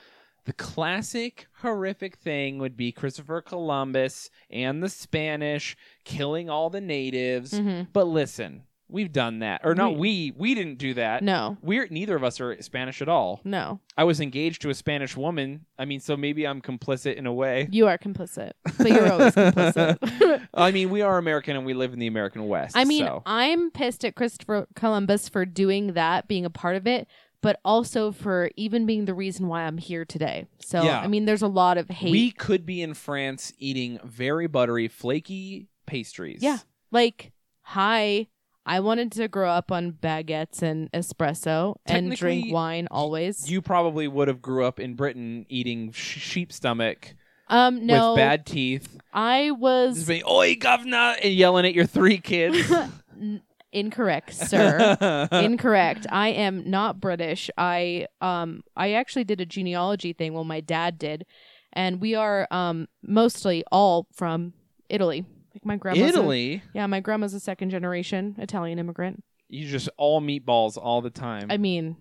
[SPEAKER 2] the classic horrific thing would be Christopher Columbus and the Spanish killing all the natives.
[SPEAKER 3] Mhm.
[SPEAKER 2] But listen, we've done that. Or not we, we didn't do that.
[SPEAKER 3] no,
[SPEAKER 2] We're neither of us are Spanish at all.
[SPEAKER 3] no.
[SPEAKER 2] I was engaged to a Spanish woman. I mean, so maybe I'm complicit in a way.
[SPEAKER 3] You are complicit, but you're always complicit.
[SPEAKER 2] I mean, we are American and we live in the American West.
[SPEAKER 3] I mean,
[SPEAKER 2] so.
[SPEAKER 3] I'm pissed at Christopher Columbus for doing that, being a part of it, but also for even being the reason why I'm here today. So,
[SPEAKER 2] Yeah.
[SPEAKER 3] I mean, there's a lot of hate.
[SPEAKER 2] we could be in France eating very buttery, flaky pastries.
[SPEAKER 3] Yeah. like, hi, I wanted to grow up on baguettes and espresso and
[SPEAKER 2] Technically,
[SPEAKER 3] drink wine always.
[SPEAKER 2] You probably would have grew up in Britain eating sh- sheep stomach
[SPEAKER 3] um, no,
[SPEAKER 2] with bad teeth.
[SPEAKER 3] I
[SPEAKER 2] Just
[SPEAKER 3] was
[SPEAKER 2] being, oi, governor, and yelling at your three kids.
[SPEAKER 3] N- incorrect, sir. incorrect i am not british i um i actually did a genealogy thing well my dad did and we are um mostly all from italy like my grandma's a-
[SPEAKER 2] Italy,
[SPEAKER 3] yeah my grandma's a second generation italian immigrant
[SPEAKER 2] you just all meatballs all the time.
[SPEAKER 3] i mean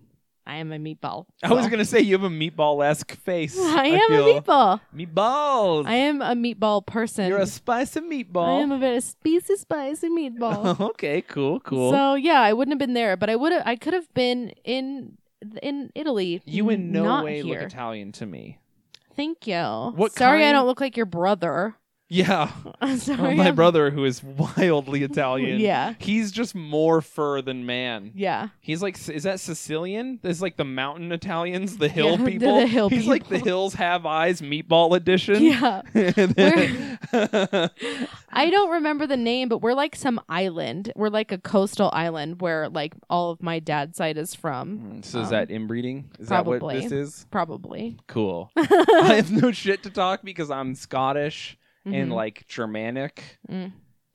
[SPEAKER 3] i am a meatball
[SPEAKER 2] I was
[SPEAKER 3] so.
[SPEAKER 2] gonna say you have a meatball esque face.
[SPEAKER 3] i am
[SPEAKER 2] feel.
[SPEAKER 3] a meatball
[SPEAKER 2] Meatballs.
[SPEAKER 3] i am a meatball person
[SPEAKER 2] You're a spicy
[SPEAKER 3] i
[SPEAKER 2] meatball.
[SPEAKER 3] am a very spicy spicy meatball
[SPEAKER 2] okay, cool, Oh, cool.
[SPEAKER 3] so yeah i wouldn't have been there but i would have i could have been in in italy
[SPEAKER 2] you in no
[SPEAKER 3] not
[SPEAKER 2] way
[SPEAKER 3] here.
[SPEAKER 2] look Italian to me.
[SPEAKER 3] Thank you.
[SPEAKER 2] What
[SPEAKER 3] Sorry, I
[SPEAKER 2] kind-
[SPEAKER 3] don't look like your brother.
[SPEAKER 2] Yeah,
[SPEAKER 3] Sorry,
[SPEAKER 2] Oh, my
[SPEAKER 3] I'm-
[SPEAKER 2] brother who is wildly Italian.
[SPEAKER 3] Yeah,
[SPEAKER 2] He's just more fur than man.
[SPEAKER 3] yeah.
[SPEAKER 2] He's like, is that Sicilian? There's like the mountain Italians, the hill
[SPEAKER 3] Yeah, they're
[SPEAKER 2] people.
[SPEAKER 3] the hill
[SPEAKER 2] He's like the
[SPEAKER 3] people.
[SPEAKER 2] hills have eyes, meatball edition.
[SPEAKER 3] Yeah,
[SPEAKER 2] And then-
[SPEAKER 3] I don't remember the name, but we're like some island. We're like a coastal island where like all of my dad's side is from,
[SPEAKER 2] Mm, so is
[SPEAKER 3] Um,
[SPEAKER 2] that inbreeding? Is that what
[SPEAKER 3] probably.
[SPEAKER 2] this is?
[SPEAKER 3] probably.
[SPEAKER 2] Cool. I have no shit to talk because I'm Scottish and
[SPEAKER 3] Mhm.
[SPEAKER 2] like Germanic.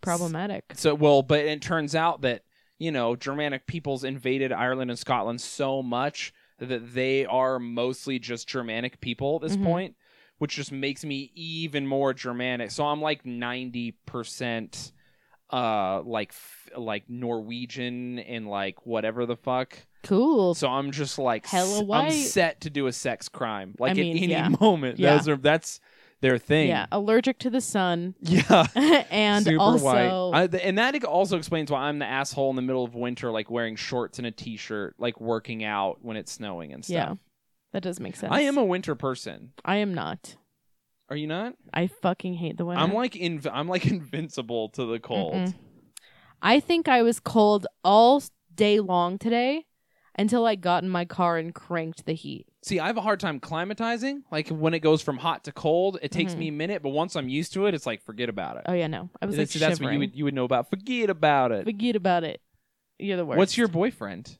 [SPEAKER 3] problematic.
[SPEAKER 2] So well, but it turns out that you know Germanic peoples invaded Ireland and Scotland so much that they are mostly just Germanic people at this
[SPEAKER 3] Mhm.
[SPEAKER 2] point, which just makes me even more Germanic. So I'm like ninety percent uh like f- like Norwegian and like whatever the fuck.
[SPEAKER 3] Cool.
[SPEAKER 2] So I'm just like
[SPEAKER 3] Hella
[SPEAKER 2] s- I'm
[SPEAKER 3] white.
[SPEAKER 2] set to do a sex crime like
[SPEAKER 3] I mean,
[SPEAKER 2] at any
[SPEAKER 3] yeah.
[SPEAKER 2] moment.
[SPEAKER 3] Yeah.
[SPEAKER 2] Those are that's their thing.
[SPEAKER 3] Yeah, allergic to the sun
[SPEAKER 2] Yeah.
[SPEAKER 3] and
[SPEAKER 2] Super
[SPEAKER 3] also
[SPEAKER 2] white. I, th- and that also explains why I'm the asshole in the middle of winter, like wearing shorts and a t shirt, like working out when it's snowing and
[SPEAKER 3] yeah.
[SPEAKER 2] stuff.
[SPEAKER 3] That does make sense.
[SPEAKER 2] I am a winter person.
[SPEAKER 3] I am not.
[SPEAKER 2] Are you not?
[SPEAKER 3] I fucking hate the winter.
[SPEAKER 2] I'm like inv- I'm like invincible to the cold.
[SPEAKER 3] Mm-mm. I think I was cold all s- day long today until I got in my car and cranked the heat.
[SPEAKER 2] See, I have a hard time climatizing. Like when it goes from hot to cold, it takes
[SPEAKER 3] Mhm.
[SPEAKER 2] me a minute, but once I'm used to it, it's like forget about it.
[SPEAKER 3] Oh yeah, no. I was
[SPEAKER 2] that's,
[SPEAKER 3] like
[SPEAKER 2] that's what
[SPEAKER 3] shivering.
[SPEAKER 2] you would you would know about. Forget about it.
[SPEAKER 3] Forget about it. You're the worst.
[SPEAKER 2] What's your boyfriend?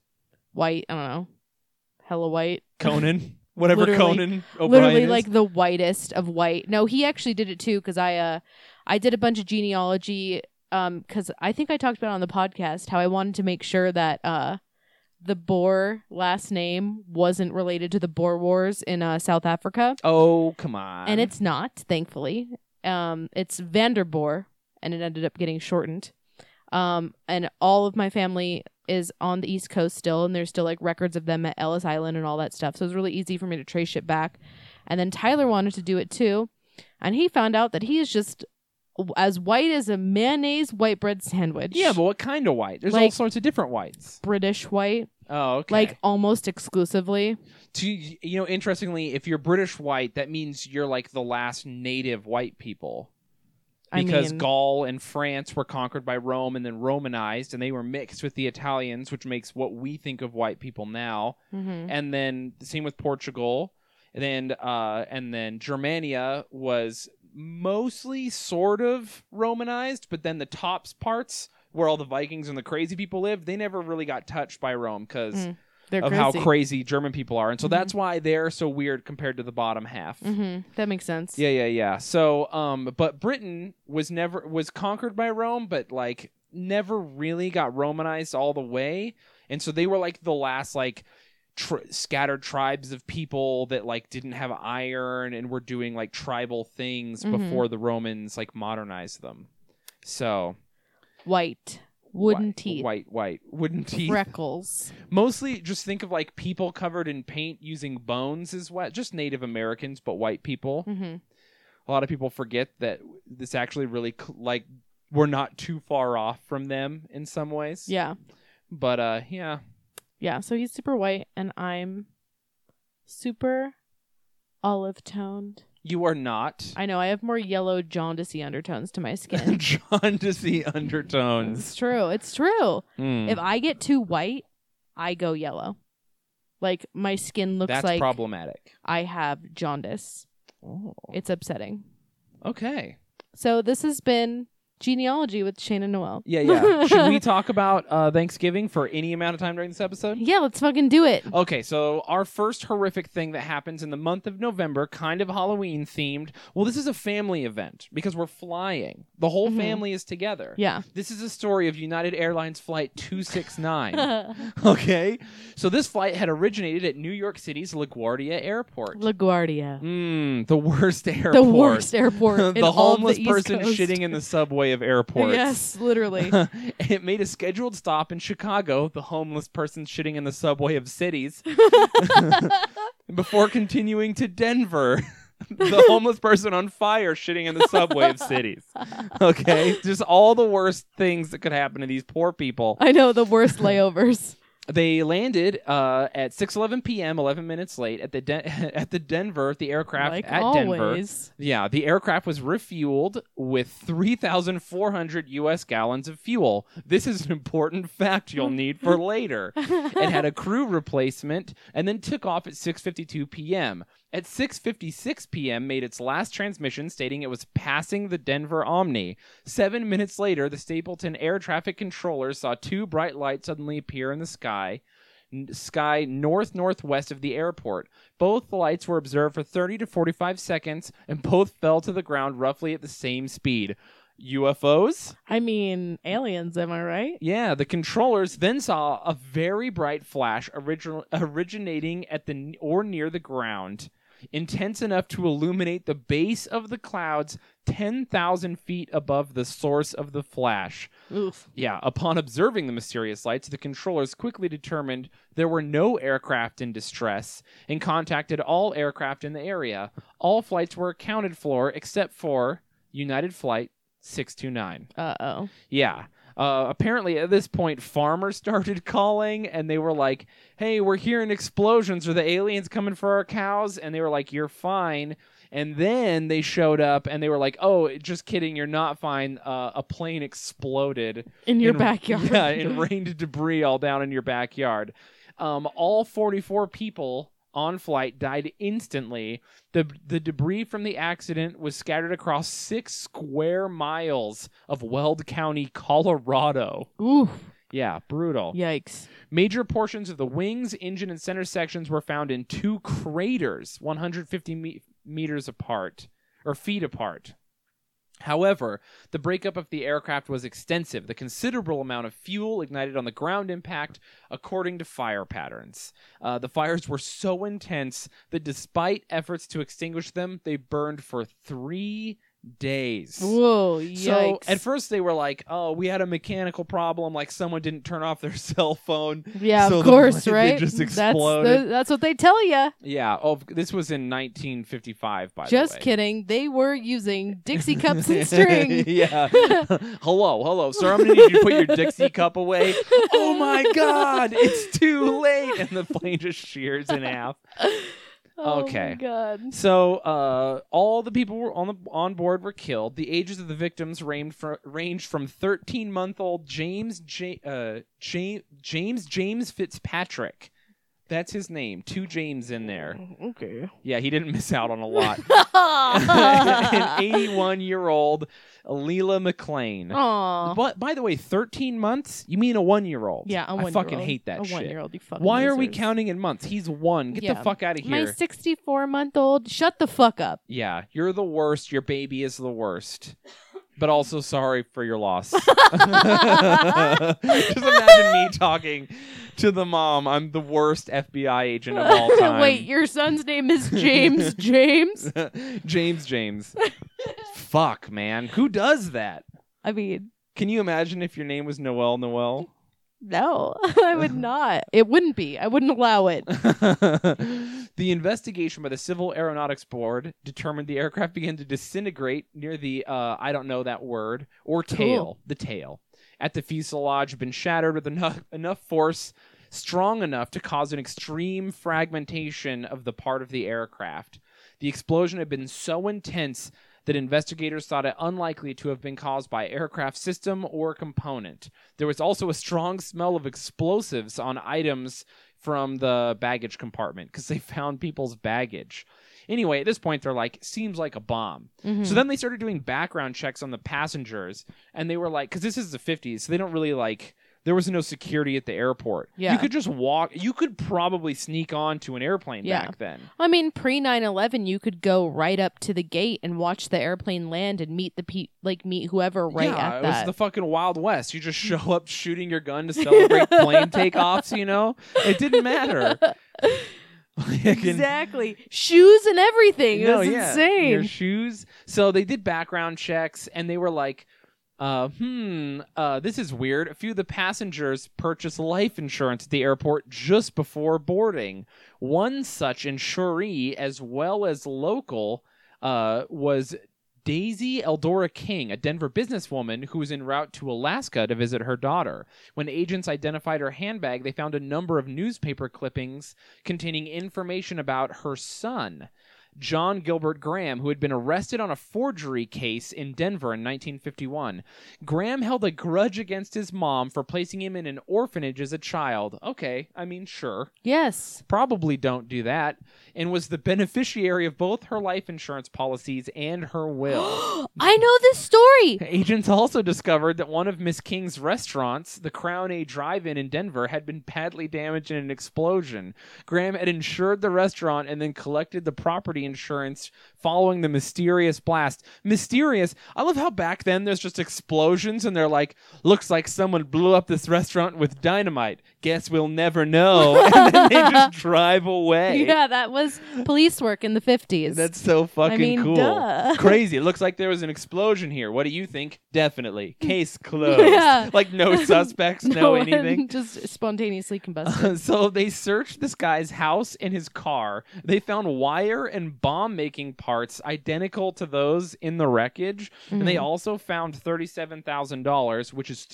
[SPEAKER 3] white? I don't know. Hella white.
[SPEAKER 2] Conan, whatever
[SPEAKER 3] Literally-
[SPEAKER 2] Conan O'Brien
[SPEAKER 3] Literally
[SPEAKER 2] is.
[SPEAKER 3] like the whitest of white. No, he actually did it too because I uh I did a bunch of genealogy um because I think I talked about on the podcast how I wanted to make sure that uh the Boer last name wasn't related to the Boer Wars in uh, South Africa.
[SPEAKER 2] oh come on,
[SPEAKER 3] and it's not thankfully um it's vanderboer and it ended up getting shortened um and all of my family is on the east coast still and there's still like records of them at ellis island and all that stuff so it's really easy for me to trace it back and then tyler wanted to do it too and he found out that he is just w- as white as a mayonnaise white bread sandwich
[SPEAKER 2] yeah, but what kind of white? There's all
[SPEAKER 3] Like-
[SPEAKER 2] sorts of different whites.
[SPEAKER 3] british white
[SPEAKER 2] Oh, okay.
[SPEAKER 3] like almost exclusively
[SPEAKER 2] to you know, interestingly, if you're British white, that means you're like the last native white people. Because
[SPEAKER 3] i mean
[SPEAKER 2] Gaul and France were conquered by Rome and then Romanized, and they were mixed with the Italians, which makes what we think of white people now.
[SPEAKER 3] Mhm.
[SPEAKER 2] And then the same with Portugal, and then uh, and then Germania was mostly sort of Romanized, but then the tops parts where all the Vikings and the crazy people lived, they never really got touched by Rome because
[SPEAKER 3] Mm. they're
[SPEAKER 2] of
[SPEAKER 3] crazy,
[SPEAKER 2] how crazy German people are, and so
[SPEAKER 3] Mhm.
[SPEAKER 2] that's why they're so weird compared to the bottom half.
[SPEAKER 3] hmm that makes sense
[SPEAKER 2] Yeah, yeah, yeah. So, um, but Britain was never was conquered by Rome, but like never really got Romanized all the way, and so they were like the last like tr- scattered tribes of people that like didn't have iron and were doing like tribal things
[SPEAKER 3] Mhm.
[SPEAKER 2] before the Romans like modernized them. So
[SPEAKER 3] white wooden
[SPEAKER 2] white,
[SPEAKER 3] teeth
[SPEAKER 2] white, white, wooden teeth,
[SPEAKER 3] freckles.
[SPEAKER 2] mostly just think of like people covered in paint using bones is what just native americans but white people
[SPEAKER 3] hmm
[SPEAKER 2] a lot of people forget that this actually really cl- like we're not too far off from them in some ways
[SPEAKER 3] Yeah.
[SPEAKER 2] but uh yeah
[SPEAKER 3] Yeah. So he's super white and I'm super olive toned.
[SPEAKER 2] you are not
[SPEAKER 3] I know I have more yellow jaundicey undertones to my skin.
[SPEAKER 2] john to see undertones
[SPEAKER 3] it's true. It's true.
[SPEAKER 2] Hmm.
[SPEAKER 3] If I get too white, I go yellow. Like my skin looks
[SPEAKER 2] that's
[SPEAKER 3] like
[SPEAKER 2] problematic
[SPEAKER 3] I have jaundice.
[SPEAKER 2] oh.
[SPEAKER 3] It's upsetting.
[SPEAKER 2] okay
[SPEAKER 3] So this has been genealogy with Shane and Noel.
[SPEAKER 2] yeah yeah should we talk about uh thanksgiving for any amount of time during this episode
[SPEAKER 3] yeah, let's fucking do it.
[SPEAKER 2] Okay, so our first horrific thing that happens in the month of November, kind of Halloween themed. Well, this is a family event because we're flying. The whole
[SPEAKER 3] Mhm.
[SPEAKER 2] family is together.
[SPEAKER 3] Yeah.
[SPEAKER 2] This is a story of United Airlines Flight 269. okay, so this flight had originated at New York City's LaGuardia Airport.
[SPEAKER 3] LaGuardia.
[SPEAKER 2] Mmm, the worst airport.
[SPEAKER 3] the worst airport. in
[SPEAKER 2] the
[SPEAKER 3] all of
[SPEAKER 2] homeless
[SPEAKER 3] the East
[SPEAKER 2] person
[SPEAKER 3] Coast.
[SPEAKER 2] shitting in the subway of airports.
[SPEAKER 3] Yes, literally.
[SPEAKER 2] And it made a scheduled stop in Chicago, the homeless person shitting in the subway of cities, before continuing to Denver, the homeless person on fire shitting in the subway of cities. Okay? Just all the worst things that could happen to these poor people.
[SPEAKER 3] I know the worst layovers.
[SPEAKER 2] They landed uh, at 6:11 p.m., 11 minutes late at the Den at the Denver, the aircraft
[SPEAKER 3] like
[SPEAKER 2] at Denver.
[SPEAKER 3] always.
[SPEAKER 2] Yeah, the aircraft was refueled with 3,400 U.S. gallons of fuel. This is an important fact you'll need for later. It had a crew replacement and then took off at 6:52 p.m. At 6:56 p.m., made its last transmission stating it was passing the Denver Omni. Seven minutes later, the Stapleton air traffic controller saw two bright lights suddenly appear in the sky. n- Sky north northwest of the airport. Both lights were observed for 30 to 45 seconds and both fell to the ground roughly at the same speed. UFOs?
[SPEAKER 3] I mean, aliens, am I right?
[SPEAKER 2] Yeah, the controllers then saw a very bright flash original originating at the or near the ground. intense enough to illuminate the base of the clouds 10,000 feet above the source of the flash.
[SPEAKER 3] Oof.
[SPEAKER 2] Yeah, upon observing the mysterious lights, the controllers quickly determined there were no aircraft in distress and contacted all aircraft in the area. All flights were accounted for except for United Flight 629.
[SPEAKER 3] Uh oh.
[SPEAKER 2] Yeah. Uh, apparently, at this point, farmers started calling and they were like, Hey, we're hearing explosions. Are the aliens coming for our cows? And they were like, You're fine. And then they showed up and they were like, Oh, just kidding. You're not fine. Uh, a plane exploded
[SPEAKER 3] In your
[SPEAKER 2] and-
[SPEAKER 3] backyard.
[SPEAKER 2] Yeah, and rained debris all down in your backyard. Um, all 44 people on flight died instantly. The the debris from the accident was scattered across 6 square miles of Weld County, Colorado.
[SPEAKER 3] Oof.
[SPEAKER 2] Yeah, brutal.
[SPEAKER 3] Yikes.
[SPEAKER 2] Major portions of the wings, engine, and center sections were found in two craters 150 me- meters apart or feet apart. However, the breakup of the aircraft was extensive. The considerable amount of fuel ignited on the ground impact, according to fire patterns. Uh, the fires were so intense that despite efforts to extinguish them, they burned for three days.
[SPEAKER 3] Whoa. Yikes.
[SPEAKER 2] So at first they were like, "Oh, we had a mechanical problem. Like someone didn't turn off their cell phone."
[SPEAKER 3] yeah,
[SPEAKER 2] so
[SPEAKER 3] of
[SPEAKER 2] the
[SPEAKER 3] course,
[SPEAKER 2] plane
[SPEAKER 3] right?
[SPEAKER 2] just
[SPEAKER 3] That's, the,
[SPEAKER 2] exploded.
[SPEAKER 3] that's what they tell you.
[SPEAKER 2] Yeah. Oh, this was in 1955, by
[SPEAKER 3] Just
[SPEAKER 2] the way.
[SPEAKER 3] kidding. They were using Dixie cups and string.
[SPEAKER 2] yeah. hello, hello, sir. I'm gonna need you to put your Dixie cup away. Oh my God, it's too late, and the plane just shears in half.
[SPEAKER 3] My
[SPEAKER 2] Okay.
[SPEAKER 3] Oh, God.
[SPEAKER 2] So uh, all the people were on the on board were killed. The ages of the victims ranged from ranged from 13 month old James J- uh, Ja- James James Fitzpatrick. That's his name. Two James in there.
[SPEAKER 3] Okay.
[SPEAKER 2] Yeah, he didn't miss out on a lot. An 81 year old Leela McLean.
[SPEAKER 3] Aw.
[SPEAKER 2] But by the way, 13 months? You mean a one year old?
[SPEAKER 3] Yeah, a
[SPEAKER 2] I
[SPEAKER 3] one-year-old.
[SPEAKER 2] fucking hate that
[SPEAKER 3] a
[SPEAKER 2] shit.
[SPEAKER 3] one-year-old. You fucking.
[SPEAKER 2] Why are we
[SPEAKER 3] losers.
[SPEAKER 2] counting in months? He's one. Get
[SPEAKER 3] Yeah.
[SPEAKER 2] the fuck out of here.
[SPEAKER 3] My 64-month-old. Shut the fuck up.
[SPEAKER 2] Yeah, you're the worst. Your baby is the worst. But also sorry for your loss. Just imagine me talking to the mom. I'm the worst FBI agent of all time.
[SPEAKER 3] Wait, your son's name is James. James.
[SPEAKER 2] James James. Fuck, man. Who does that?
[SPEAKER 3] I mean,
[SPEAKER 2] Can you imagine if your name was Noel Noel?
[SPEAKER 3] no, I would not. It wouldn't be. I wouldn't allow it.
[SPEAKER 2] the investigation by the Civil Aeronautics Board determined the aircraft began to disintegrate near the uh, I don't know that word or tail, the tail. At the fuselage had been shattered with enough enough force strong enough to cause an extreme fragmentation of the part of the aircraft. The explosion had been so intense that investigators thought it unlikely to have been caused by aircraft system or component. There was also a strong smell of explosives on items from the baggage compartment because they found people's baggage. Anyway, at this point, they're like, seems like a bomb.
[SPEAKER 3] Hmm.
[SPEAKER 2] So then they started doing background checks on the passengers, and they were like, because this is the 50s, so they don't really like. There was no security at the airport.
[SPEAKER 3] Yeah.
[SPEAKER 2] You could just walk. You could probably sneak on to an airplane
[SPEAKER 3] Yeah.
[SPEAKER 2] back then.
[SPEAKER 3] I mean, pre 9/11, you could go right up to the gate and watch the airplane land and meet the pe- like meet whoever right
[SPEAKER 2] yeah,
[SPEAKER 3] at
[SPEAKER 2] it
[SPEAKER 3] that.
[SPEAKER 2] was the fucking Wild West. You just show up shooting your gun to celebrate plane takeoffs. You know, it didn't matter. Fucking-
[SPEAKER 3] exactly. Shoes and everything. It
[SPEAKER 2] No,
[SPEAKER 3] was
[SPEAKER 2] yeah,
[SPEAKER 3] insane.
[SPEAKER 2] Your shoes. So they did background checks and they were like, uh, hmm, uh, this is weird. A few of the passengers purchased life insurance at the airport just before boarding. One such insuree, as well as local, uh, was Daisy Eldora King, a Denver businesswoman who was en route to Alaska to visit her daughter. When agents identified her handbag, they found a number of newspaper clippings containing information about her son. John Gilbert Graham, who had been arrested on a forgery case in Denver in 1951. Graham held a grudge against his mom for placing him in an orphanage as a child. Okay, I mean, sure
[SPEAKER 3] Yes.
[SPEAKER 2] probably don't do that, and was the beneficiary of both her life insurance policies and her will.
[SPEAKER 3] I know this story.
[SPEAKER 2] Agents also discovered that one of Miss King's restaurants, the Crown A Drive In in Denver, had been badly damaged in an explosion. Graham had insured the restaurant and then collected the property property insurance following the mysterious blast. Mysterious. I love how back then there's just explosions and they're like, looks like someone blew up this restaurant with dynamite. Guess we'll never know. and then they just drive away.
[SPEAKER 3] Yeah, that was police work in the 50s.
[SPEAKER 2] That's so fucking
[SPEAKER 3] mean,
[SPEAKER 2] cool.
[SPEAKER 3] duh.
[SPEAKER 2] Crazy. It looks like there was an explosion here. What do you think? Definitely. Case closed.
[SPEAKER 3] Yeah.
[SPEAKER 2] Like no suspects, no,
[SPEAKER 3] one
[SPEAKER 2] anything.
[SPEAKER 3] Just spontaneously combusted.
[SPEAKER 2] so they searched this guy's house and his car. They found wire and bomb making parts identical to those in the wreckage. And they also found $37,000, which is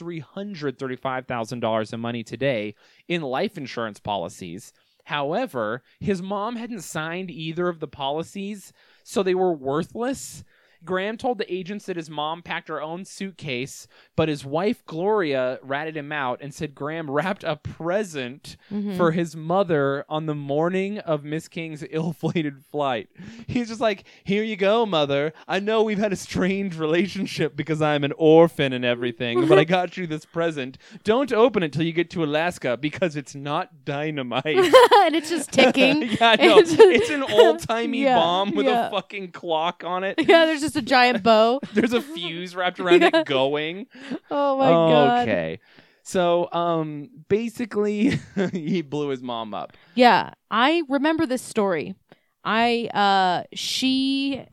[SPEAKER 2] $335,000 in money today, in life insurance policies. However, his mom hadn't signed either of the policies, so they were worthless. Graham told the agents that his mom packed her own suitcase, but his wife Gloria ratted him out and said Graham wrapped a present
[SPEAKER 3] Mhm.
[SPEAKER 2] for his mother on the morning of Miss King's ill-fated flight. He's just like, "Here you go, mother. I know we've had a strange relationship because I'm an orphan and everything, but I got you this present. Don't open it till you get to Alaska because it's not dynamite."
[SPEAKER 3] and it's just ticking.
[SPEAKER 2] yeah, no,
[SPEAKER 3] It's-
[SPEAKER 2] it's, an old-timey
[SPEAKER 3] Yeah,
[SPEAKER 2] bomb with
[SPEAKER 3] yeah.
[SPEAKER 2] a fucking clock on it.
[SPEAKER 3] yeah, there's just a giant bow.
[SPEAKER 2] There's a fuse wrapped around
[SPEAKER 3] Yeah.
[SPEAKER 2] it going.
[SPEAKER 3] Oh my god.
[SPEAKER 2] Okay. So, um, basically, he blew his mom up.
[SPEAKER 3] Yeah, I remember this story. I uh she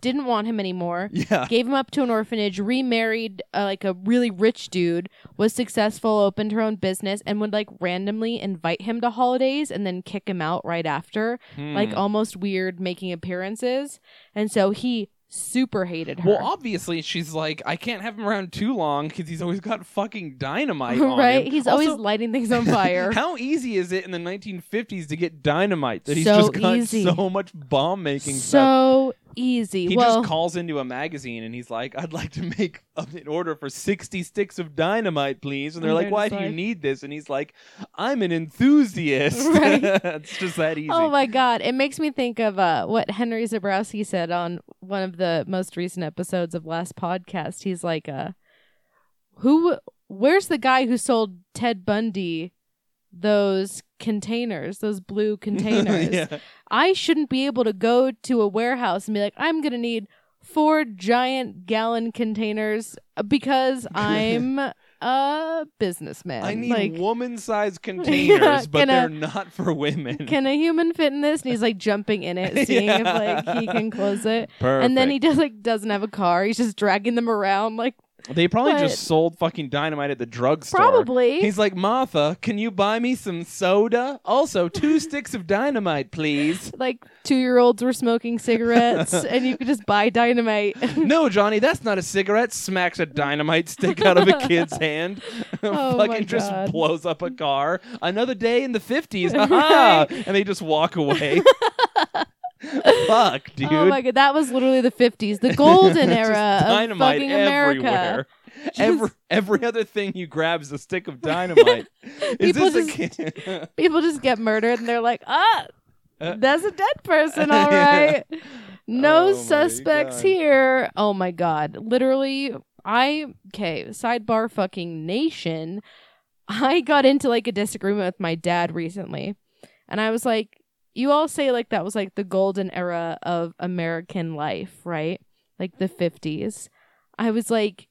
[SPEAKER 3] didn't want him anymore.
[SPEAKER 2] Yeah.
[SPEAKER 3] Gave him up to an orphanage, remarried uh, like a really rich dude, was successful, opened her own business, and would like randomly invite him to holidays and then kick him out right after,
[SPEAKER 2] Hmm.
[SPEAKER 3] like oh, almost weird making appearances. And so he super hated her.
[SPEAKER 2] Well, obviously, she's like, I can't have him around too long because he's always got fucking dynamite on
[SPEAKER 3] right?
[SPEAKER 2] him."
[SPEAKER 3] He's
[SPEAKER 2] Also,
[SPEAKER 3] always lighting things on fire.
[SPEAKER 2] How easy is it in the 1950s to get dynamite that he's
[SPEAKER 3] So
[SPEAKER 2] just got
[SPEAKER 3] easy.
[SPEAKER 2] so much bomb making stuff?
[SPEAKER 3] so easy.
[SPEAKER 2] He
[SPEAKER 3] well,
[SPEAKER 2] just calls into a magazine and he's like, "I'd like to make a- an order for 60 sticks of dynamite, please." And they're
[SPEAKER 3] And
[SPEAKER 2] like,
[SPEAKER 3] they're
[SPEAKER 2] "Why
[SPEAKER 3] just
[SPEAKER 2] do you
[SPEAKER 3] like-
[SPEAKER 2] need this?" And he's like, "I'm an enthusiast."
[SPEAKER 3] Right.
[SPEAKER 2] it's just that easy.
[SPEAKER 3] Oh my god, it makes me think of uh, what Henry Zabrowski said on one of the most recent episodes of last podcast. He's like, uh, "Who? Where's the guy who sold Ted Bundy those containers, those blue containers?
[SPEAKER 2] yeah.
[SPEAKER 3] I shouldn't be able to go to a warehouse and be like, I'm gonna need four giant gallon containers because I'm a businessman.
[SPEAKER 2] I need
[SPEAKER 3] like,
[SPEAKER 2] woman-sized containers, but
[SPEAKER 3] can a-
[SPEAKER 2] they're not for women.
[SPEAKER 3] can a human fit in this? And he's like jumping in it, seeing if like he can close it.
[SPEAKER 2] Perfect.
[SPEAKER 3] And then he does like doesn't have a car. He's just dragging them around like
[SPEAKER 2] They probably
[SPEAKER 3] But-
[SPEAKER 2] just sold fucking dynamite at the drugstore.
[SPEAKER 3] probably.
[SPEAKER 2] He's like, Martha, can you buy me some soda? Also, two sticks of dynamite, please.
[SPEAKER 3] like two year olds were smoking cigarettes and you could just buy dynamite. Oh
[SPEAKER 2] No, Johnny, that's not a cigarette. Smacks a dynamite stick out of a kid's hand.
[SPEAKER 3] Oh my
[SPEAKER 2] fucking just
[SPEAKER 3] God.
[SPEAKER 2] blows up a car. Another day in the 50s. Ha-ha! And they just walk away. Fuck, dude.
[SPEAKER 3] Oh my god, that was literally the fifties, the golden era
[SPEAKER 2] Just
[SPEAKER 3] of fucking America.
[SPEAKER 2] everywhere. Every, every other thing you grab is a stick of dynamite. is
[SPEAKER 3] People
[SPEAKER 2] this a kid?
[SPEAKER 3] People just get murdered and they're like, ah,
[SPEAKER 2] Uh,
[SPEAKER 3] that's a dead person, all
[SPEAKER 2] yeah.
[SPEAKER 3] right. No
[SPEAKER 2] Oh my
[SPEAKER 3] suspects
[SPEAKER 2] God.
[SPEAKER 3] here. Oh my god. Literally, I okay, sidebar fucking nation. I got into like a disagreement with my dad recently. And I was like, you all say like that was like the golden era of American life, right? Like the 50s. I was like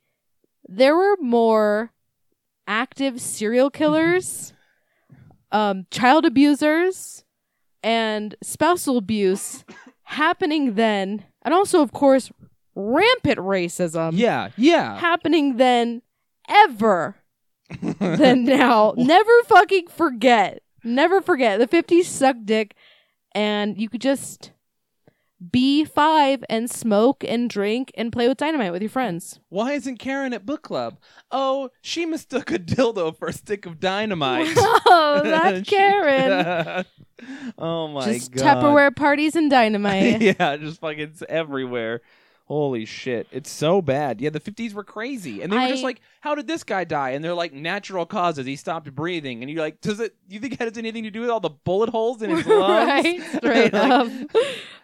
[SPEAKER 3] there were more active serial killers, um child abusers, and spousal abuse happening then, and also, of course, rampant racism
[SPEAKER 2] yeah, yeah.
[SPEAKER 3] happening then ever than now. Never fucking forget. Never forget. The 50s sucked dick, and you could just be five and smoke and drink and play with dynamite with your friends.
[SPEAKER 2] Why isn't Karen at book club? Oh, she mistook a dildo for a stick of dynamite.
[SPEAKER 3] Oh, that
[SPEAKER 2] She-
[SPEAKER 3] Karen.
[SPEAKER 2] oh my
[SPEAKER 3] Just
[SPEAKER 2] god.
[SPEAKER 3] Tupperware parties and dynamite.
[SPEAKER 2] yeah, just fucking it's everywhere. Holy shit. It's so bad. Yeah, the 50s were crazy. And they were just
[SPEAKER 3] I-
[SPEAKER 2] like, how did this guy die? And they're like, natural causes. He stopped breathing. And you're like, does it, you think that has anything to do with all the bullet holes in his lungs?
[SPEAKER 3] right,
[SPEAKER 2] Like-
[SPEAKER 3] straight up.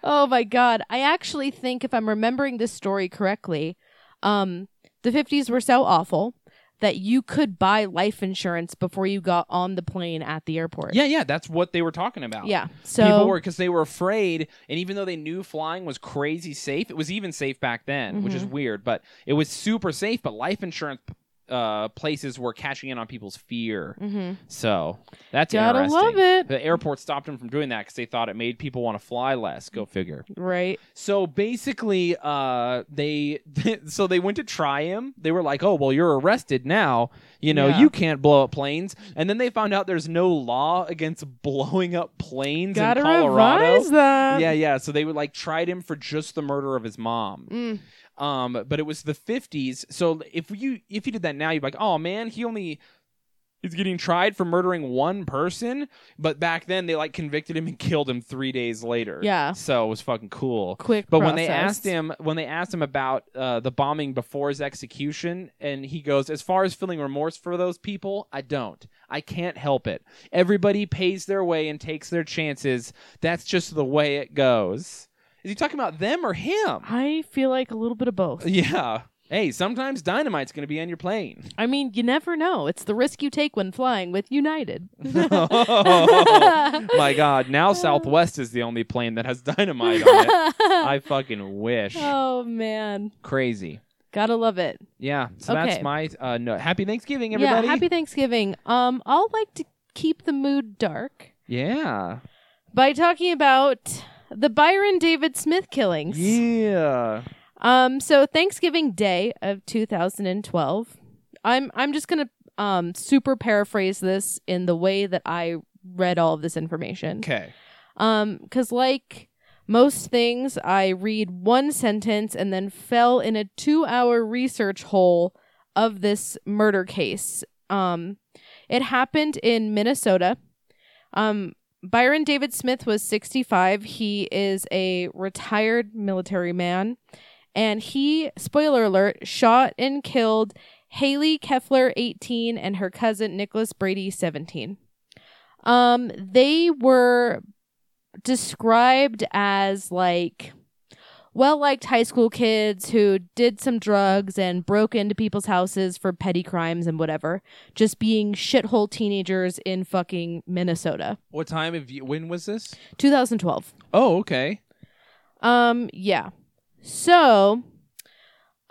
[SPEAKER 3] Oh my god! I actually think if I'm remembering this story correctly, um, the 50s were so awful that you could buy life insurance before you got on the plane at the airport.
[SPEAKER 2] Yeah, yeah, that's what they were talking about.
[SPEAKER 3] Yeah. So
[SPEAKER 2] people were because they were afraid, and even though they knew flying was crazy safe, it was even safe back then, which
[SPEAKER 3] Mm-hmm.
[SPEAKER 2] is weird. But it was super safe. But life insurance uh, places were cashing in on people's fear,
[SPEAKER 3] Mhm.
[SPEAKER 2] so that's
[SPEAKER 3] Gotta
[SPEAKER 2] interesting.
[SPEAKER 3] love it.
[SPEAKER 2] The airport stopped them from doing that because they thought it made people want to fly less. Go figure.
[SPEAKER 3] Right.
[SPEAKER 2] So basically, uh, they so they went to try him. They were like, "Oh, well, you're arrested now. You know,
[SPEAKER 3] Yeah.
[SPEAKER 2] you can't blow up planes." And then they found out there's no law against blowing up planes
[SPEAKER 3] Gotta
[SPEAKER 2] in Colorado.
[SPEAKER 3] revise that.
[SPEAKER 2] Yeah, yeah. So they would like tried him for just the murder of his mom.
[SPEAKER 3] Mm.
[SPEAKER 2] Um, but it was the 50s. So if you if you did that now, you'd be like, "Oh man, he only." is getting tried for murdering one person, but back then they like convicted him and killed him three days later.
[SPEAKER 3] Yeah.
[SPEAKER 2] so it was fucking cool.
[SPEAKER 3] Quick.
[SPEAKER 2] But when they
[SPEAKER 3] process.
[SPEAKER 2] asked him, when they asked him about uh, the bombing before his execution, and he goes, "As far as feeling remorse for those people, I don't. I can't help it. Everybody pays their way and takes their chances. That's just the way it goes." Is he talking about them or him?
[SPEAKER 3] I feel like a little bit of both.
[SPEAKER 2] Yeah. Hey, sometimes dynamite's gonna be on your plane.
[SPEAKER 3] I mean, you never know. It's the risk you take when flying with United.
[SPEAKER 2] My God! Now Southwest is the only plane that has dynamite on it. I fucking wish.
[SPEAKER 3] oh man,
[SPEAKER 2] Crazy.
[SPEAKER 3] gotta love it.
[SPEAKER 2] Yeah. So
[SPEAKER 3] Okay.
[SPEAKER 2] that's my uh, no. Happy Thanksgiving, everybody.
[SPEAKER 3] Yeah, happy Thanksgiving. Um, I'll like to keep the mood dark
[SPEAKER 2] Yeah.
[SPEAKER 3] by talking about the Byron David Smith killings.
[SPEAKER 2] Yeah.
[SPEAKER 3] Um, so Thanksgiving Day of 2012. I'm I'm just gonna um super paraphrase this in the way that I read all of this information.
[SPEAKER 2] Okay.
[SPEAKER 3] Um, because like most things, I read one sentence and then fell in a two-hour research hole of this murder case. Um, it happened in Minnesota. Um, Byron David Smith was 65. He is a retired military man, and he, spoiler alert, shot and killed Haley Keffler, 18, and her cousin Nicholas Brady, 17. Um, they were described as like well liked high school kids who did some drugs and broke into people's houses for petty crimes and whatever, just being shithole teenagers in fucking Minnesota.
[SPEAKER 2] What time of you? When was this?
[SPEAKER 3] 2012.
[SPEAKER 2] Oh, okay.
[SPEAKER 3] Um, yeah. So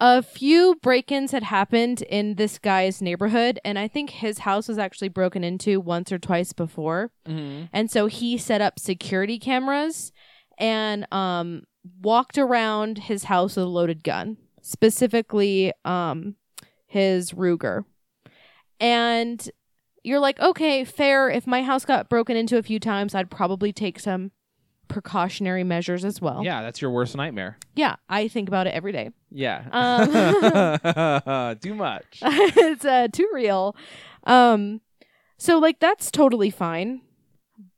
[SPEAKER 3] a few break-ins had happened in this guy's neighborhood, and I think his house was actually broken into once or twice before.
[SPEAKER 2] Mm-hmm.
[SPEAKER 3] And so he set up security cameras and um, walked around his house with a loaded gun, specifically um, his Ruger. And you're like, okay, fair. If my house got broken into a few times, I'd probably take some precautionary measures as well.
[SPEAKER 2] Yeah, that's your worst nightmare.
[SPEAKER 3] Yeah, I think about it every day.
[SPEAKER 2] Yeah.
[SPEAKER 3] Um.
[SPEAKER 2] Too much.
[SPEAKER 3] it's uh, too real. Um, so like that's totally fine,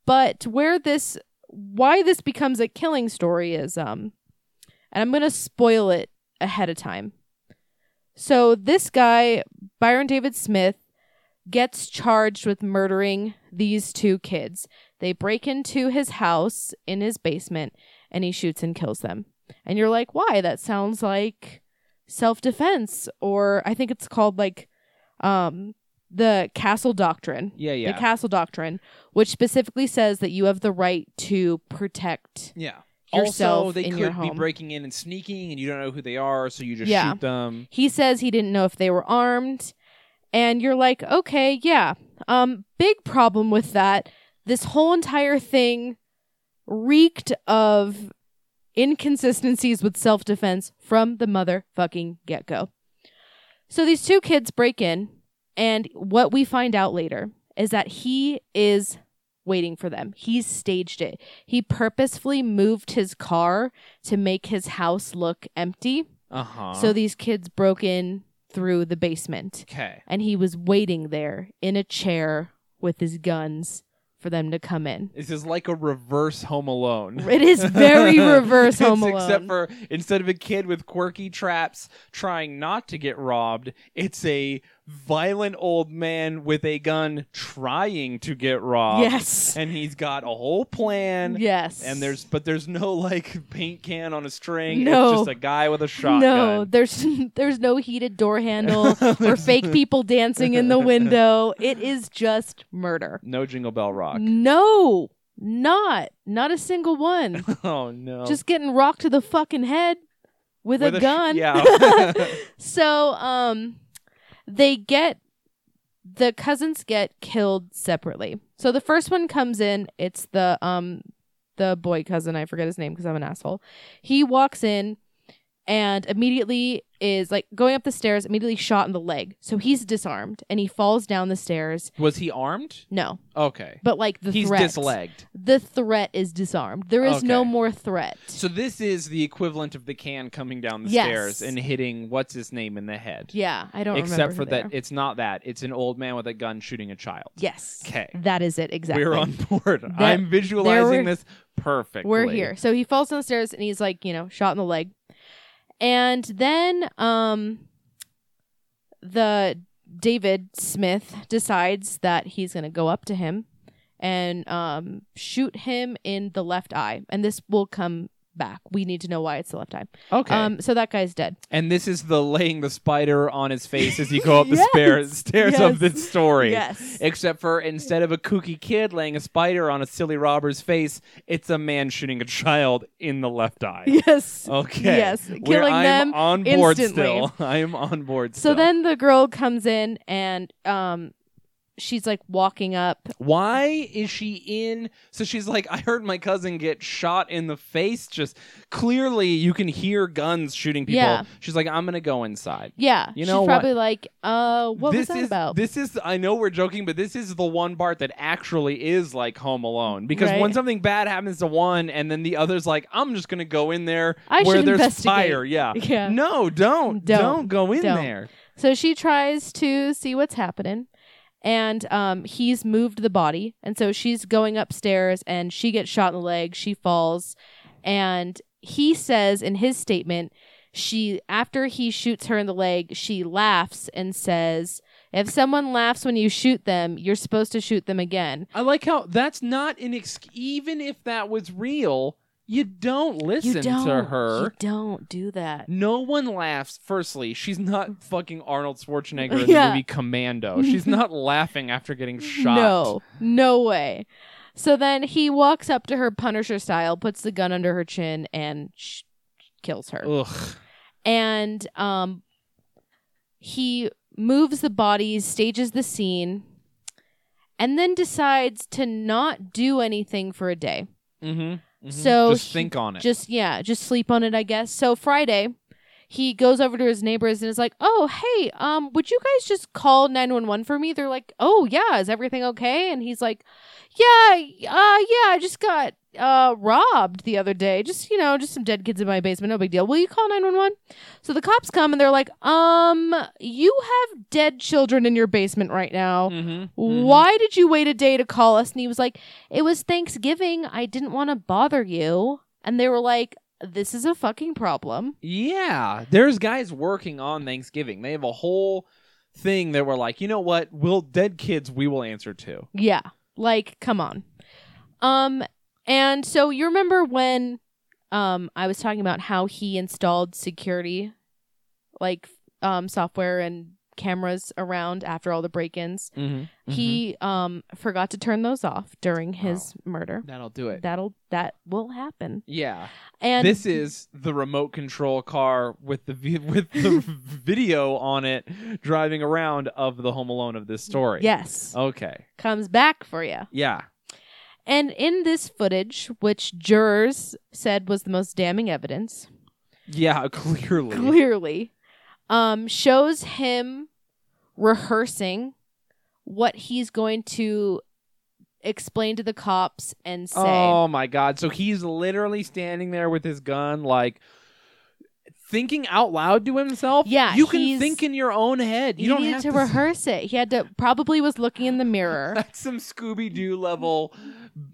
[SPEAKER 3] but where this why this becomes a killing story is um, and I'm gonna spoil it ahead of time. So this guy Byron David Smith gets charged with murdering these two kids. They break into his house in his basement and he shoots and kills them. And you're like, why? That sounds like self defense, or I think it's called like um, the Castle Doctrine.
[SPEAKER 2] Yeah, yeah.
[SPEAKER 3] The Castle Doctrine, which specifically says that you have the right to protect
[SPEAKER 2] yeah.
[SPEAKER 3] yourself
[SPEAKER 2] also, they
[SPEAKER 3] in
[SPEAKER 2] could
[SPEAKER 3] your
[SPEAKER 2] be
[SPEAKER 3] home.
[SPEAKER 2] breaking in and sneaking, and you don't know who they are, so you just
[SPEAKER 3] Yeah.
[SPEAKER 2] shoot them.
[SPEAKER 3] He says he didn't know if they were armed. And you're like, okay, yeah. Um, big problem with that. This whole entire thing reeked of inconsistencies with self defense from the motherfucking get go. So these two kids break in, and what we find out later is that he is waiting for them. He's staged it. He purposefully moved his car to make his house look empty.
[SPEAKER 2] Uh huh.
[SPEAKER 3] So these kids broke in through the basement,
[SPEAKER 2] okay.
[SPEAKER 3] and he was waiting there in a chair with his guns, for them to come in.
[SPEAKER 2] This is like a reverse Home Alone.
[SPEAKER 3] It is very reverse
[SPEAKER 2] It's
[SPEAKER 3] Home Alone.
[SPEAKER 2] Except for instead of a kid with quirky traps trying not to get robbed, it's a violent old man with a gun trying to get robbed.
[SPEAKER 3] yes,
[SPEAKER 2] And he's got a whole plan.
[SPEAKER 3] yes.
[SPEAKER 2] And there's but there's no like paint can on a string.
[SPEAKER 3] No.
[SPEAKER 2] It's just a guy with a
[SPEAKER 3] no,
[SPEAKER 2] shotgun.
[SPEAKER 3] there's there's no heated door handle or fake people dancing in the window. It is just murder.
[SPEAKER 2] No jingle bell rock.
[SPEAKER 3] No, not not a single one.
[SPEAKER 2] Oh no.
[SPEAKER 3] Just getting rocked to the fucking head with, a,
[SPEAKER 2] sh-
[SPEAKER 3] gun.
[SPEAKER 2] yeah.
[SPEAKER 3] So, um, they get the cousins get killed separately. So the first one comes in. It's the um the boy cousin. I forget his name because I'm an asshole. He walks in and immediately is like going up the stairs. Immediately shot in the leg. So he's disarmed and he falls down the stairs.
[SPEAKER 2] Was he armed?
[SPEAKER 3] No,
[SPEAKER 2] Okay.
[SPEAKER 3] but like the
[SPEAKER 2] he's
[SPEAKER 3] threat,
[SPEAKER 2] dislegged.
[SPEAKER 3] the threat is disarmed. There is no
[SPEAKER 2] Okay.
[SPEAKER 3] more threat.
[SPEAKER 2] So this is the equivalent of the can coming down the
[SPEAKER 3] Yes.
[SPEAKER 2] stairs and hitting what's his name in the head.
[SPEAKER 3] yeah, I don't remember
[SPEAKER 2] Except
[SPEAKER 3] who
[SPEAKER 2] for
[SPEAKER 3] they
[SPEAKER 2] that
[SPEAKER 3] are.
[SPEAKER 2] it's not that. It's an old man with a gun shooting a child.
[SPEAKER 3] Yes,
[SPEAKER 2] Okay.
[SPEAKER 3] that is it exactly.
[SPEAKER 2] We're on board. I'm visualizing
[SPEAKER 3] were-
[SPEAKER 2] this perfectly.
[SPEAKER 3] We're here. So he falls down the stairs and he's like, you know, shot in the leg. And then um the David Smith decides that he's going to go up to him and um shoot him in the left eye. And this will come back. We need to know why it's the left eye.
[SPEAKER 2] Okay.
[SPEAKER 3] Um so that guy's dead.
[SPEAKER 2] and this is the laying the spider on his face as you go up the
[SPEAKER 3] Yes.
[SPEAKER 2] stairs, stairs of
[SPEAKER 3] Yes.
[SPEAKER 2] this story.
[SPEAKER 3] Yes.
[SPEAKER 2] Except for instead of a kooky kid laying a spider on a silly robber's face, it's a man shooting a child in the left eye. Oh,
[SPEAKER 3] yes.
[SPEAKER 2] Okay.
[SPEAKER 3] Yes,
[SPEAKER 2] We're-
[SPEAKER 3] killing
[SPEAKER 2] I'm
[SPEAKER 3] them
[SPEAKER 2] on board
[SPEAKER 3] instantly.
[SPEAKER 2] still. I am on board
[SPEAKER 3] So
[SPEAKER 2] still.
[SPEAKER 3] then the girl comes in and um she's like walking up.
[SPEAKER 2] why is she in so she's like I heard my cousin get shot in the face just clearly you can hear guns shooting people.
[SPEAKER 3] Yeah.
[SPEAKER 2] She's like I'm going to go inside.
[SPEAKER 3] Yeah.
[SPEAKER 2] You know
[SPEAKER 3] she's
[SPEAKER 2] what?
[SPEAKER 3] probably like, uh what
[SPEAKER 2] this
[SPEAKER 3] was that
[SPEAKER 2] is,
[SPEAKER 3] about?
[SPEAKER 2] This is I know we're joking, but this is the one part that actually is like Home Alone because
[SPEAKER 3] Right.
[SPEAKER 2] when something bad happens to one, and then the other's like, I'm just gonna go in there
[SPEAKER 3] I
[SPEAKER 2] where
[SPEAKER 3] should
[SPEAKER 2] there's
[SPEAKER 3] investigate.
[SPEAKER 2] fire. Yeah.
[SPEAKER 3] Yeah.
[SPEAKER 2] No, don't,
[SPEAKER 3] Don't.
[SPEAKER 2] don't, go in
[SPEAKER 3] Don't.
[SPEAKER 2] there.
[SPEAKER 3] So she tries to see what's happening, and um, he's moved the body, and so she's going upstairs, and she gets shot in the leg. She falls, and he says in his statement, she after he shoots her in the leg, she laughs and says, "If someone laughs when you shoot them, you're supposed to shoot them again."
[SPEAKER 2] I like how that's not an ex. Even if that was real, you don't listen
[SPEAKER 3] you don't,
[SPEAKER 2] to her.
[SPEAKER 3] You don't do that.
[SPEAKER 2] No one laughs. Firstly, she's not fucking Arnold Schwarzenegger in
[SPEAKER 3] Yeah.
[SPEAKER 2] the movie Commando. She's not laughing after getting shot.
[SPEAKER 3] No, no way. So then he walks up to her Punisher style, puts the gun under her chin, and sh- kills her.
[SPEAKER 2] Ugh.
[SPEAKER 3] And um, he moves the bodies, stages the scene, and then decides to not do anything for a day.
[SPEAKER 2] Mm-hmm.
[SPEAKER 3] So
[SPEAKER 2] just
[SPEAKER 3] he-
[SPEAKER 2] think on it.
[SPEAKER 3] Just yeah, just sleep on it, I guess. So Friday, he goes over to his neighbors and is like, "Oh, hey, um, would you guys just call nine one one for me?" They're like, "Oh yeah, is everything okay?" And he's like, "Yeah, uh, yeah, I just got uh robbed the other day. Just you know, just some dead kids in my basement. No big deal. Will you call nine one one?" So the cops come and they're like, "Um, you have dead children in your basement right now."
[SPEAKER 2] mm-hmm.
[SPEAKER 3] Why did you wait a day to call us? And he was like, It was Thanksgiving. I didn't want to bother you. And they were like, This is a fucking problem.
[SPEAKER 2] Yeah, there's guys working on Thanksgiving. They have a whole thing that we're like, you know what? Will dead kids we will answer to.
[SPEAKER 3] Yeah. Like, come on. Um, and so you remember when um I was talking about how he installed security like um software and cameras around after all the break ins.
[SPEAKER 2] Mm-hmm.
[SPEAKER 3] He um forgot to turn those off during his murder.
[SPEAKER 2] that'll do it.
[SPEAKER 3] That'll that will happen.
[SPEAKER 2] yeah,
[SPEAKER 3] And
[SPEAKER 2] this is the remote control car with the vi- with the video on it driving around of the Home Alone of this story.
[SPEAKER 3] yes.
[SPEAKER 2] Okay.
[SPEAKER 3] comes back for you.
[SPEAKER 2] Yeah.
[SPEAKER 3] And in this footage, which jurors said was the most damning evidence,
[SPEAKER 2] Yeah. Clearly.
[SPEAKER 3] clearly, um, shows him rehearsing what he's going to explain to the cops and say.
[SPEAKER 2] Oh my god. So he's literally standing there with his gun like thinking out loud to himself.
[SPEAKER 3] Yeah,
[SPEAKER 2] you can
[SPEAKER 3] he's-
[SPEAKER 2] think in your own head. You,
[SPEAKER 3] You,
[SPEAKER 2] don't
[SPEAKER 3] needed
[SPEAKER 2] have
[SPEAKER 3] to
[SPEAKER 2] to s-
[SPEAKER 3] rehearse it. He had to probably was looking in the mirror.
[SPEAKER 2] That's some Scooby Doo level,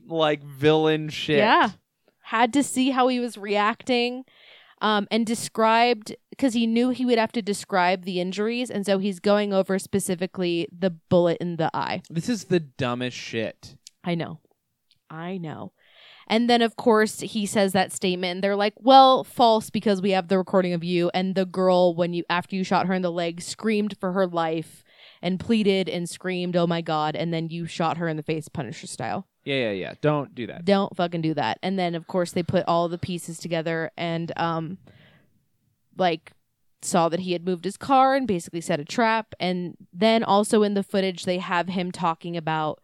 [SPEAKER 2] like villain shit.
[SPEAKER 3] Yeah. Had to see how he was reacting um, and described because he knew he would have to describe the injuries. And so he's going over specifically the bullet in the eye.
[SPEAKER 2] This is the dumbest shit.
[SPEAKER 3] I know. I know. And then, of course, he says that statement, and they're like, "Well, false because we have the recording of you." And the girl, when you after you shot her in the leg, screamed for her life and pleaded and screamed, "Oh my god!" And then you shot her in the face, Punisher style.
[SPEAKER 2] Yeah, yeah, yeah. Don't do that.
[SPEAKER 3] Don't fucking do that. And then of course they put all the pieces together and um like saw that he had moved his car and basically set a trap and then also in the footage they have him talking about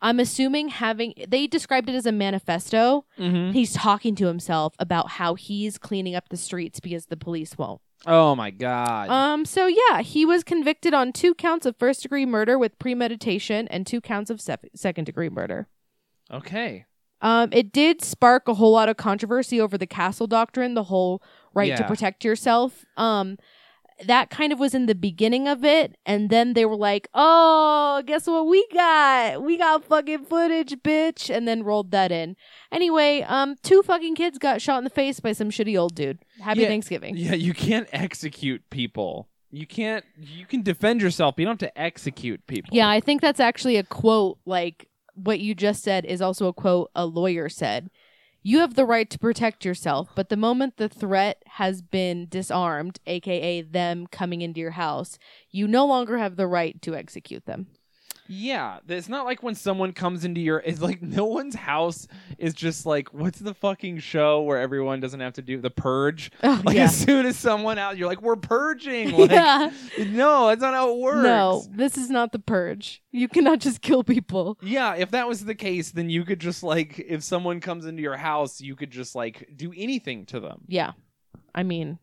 [SPEAKER 3] I'm assuming having they described it as a manifesto.
[SPEAKER 2] Mm-hmm.
[SPEAKER 3] He's talking to himself about how he's cleaning up the streets because the police won't.
[SPEAKER 2] Oh my god.
[SPEAKER 3] Um so yeah, he was convicted on two counts of first degree murder with premeditation and two counts of sef- second degree murder.
[SPEAKER 2] okay.
[SPEAKER 3] Um, it did spark a whole lot of controversy over the castle doctrine, the whole right to
[SPEAKER 2] Yeah.
[SPEAKER 3] protect yourself. Um, that kind of was in the beginning of it, and then they were like, "Oh, guess what we got? We got fucking footage, bitch!" And then rolled that in. Anyway, um, two fucking kids got shot in the face by some shitty old dude. Happy
[SPEAKER 2] Yeah.
[SPEAKER 3] Thanksgiving.
[SPEAKER 2] Yeah, you can't execute people. You can't. You can defend yourself. But you don't have to execute people.
[SPEAKER 3] Yeah, I think that's actually a quote. Like what you just said is also a quote a lawyer said. You have the right to protect yourself, but the moment the threat has been disarmed, aka them coming into your house, you no longer have the right to execute them.
[SPEAKER 2] Yeah, th- it's not like when someone comes into your it's like no one's house is just like what's the fucking show where everyone doesn't have to do the purge.
[SPEAKER 3] Oh,
[SPEAKER 2] Like
[SPEAKER 3] yeah.
[SPEAKER 2] as soon as someone out, you're like we're purging. Like,
[SPEAKER 3] yeah.
[SPEAKER 2] No, that's not how it works.
[SPEAKER 3] No, this is not the purge. You cannot just kill people.
[SPEAKER 2] Yeah, if that was the case, then you could just like if someone comes into your house, you could just like do anything to them.
[SPEAKER 3] Yeah. I mean,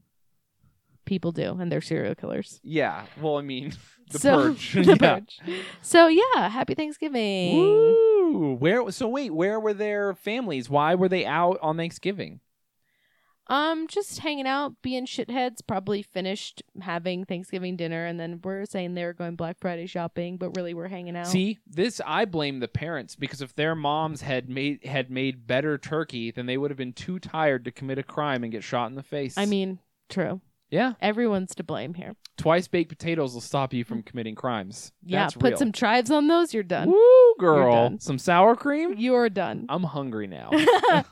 [SPEAKER 3] people do, and they're serial killers.
[SPEAKER 2] Yeah. Well, I mean, the
[SPEAKER 3] So-
[SPEAKER 2] purge.
[SPEAKER 3] the
[SPEAKER 2] yeah.
[SPEAKER 3] purge. So, yeah, happy Thanksgiving.
[SPEAKER 2] Woo! Where? So wait, where were their families? Why were they out on Thanksgiving?
[SPEAKER 3] Um, just hanging out, being shitheads. Probably finished having Thanksgiving dinner, and then we're saying they were going Black Friday shopping, but really we're hanging out.
[SPEAKER 2] See, this I blame the parents because if their moms had made had made better turkey, then they would have been too tired to commit a crime and get shot in the face.
[SPEAKER 3] I mean, true.
[SPEAKER 2] yeah,
[SPEAKER 3] Everyone's to blame here.
[SPEAKER 2] twice baked potatoes will stop you from committing crimes.
[SPEAKER 3] Yeah,
[SPEAKER 2] That's
[SPEAKER 3] put
[SPEAKER 2] real.
[SPEAKER 3] some chives on those. You're done.
[SPEAKER 2] woo, Uh, girl,
[SPEAKER 3] done.
[SPEAKER 2] some sour cream.
[SPEAKER 3] You're done.
[SPEAKER 2] I'm hungry now.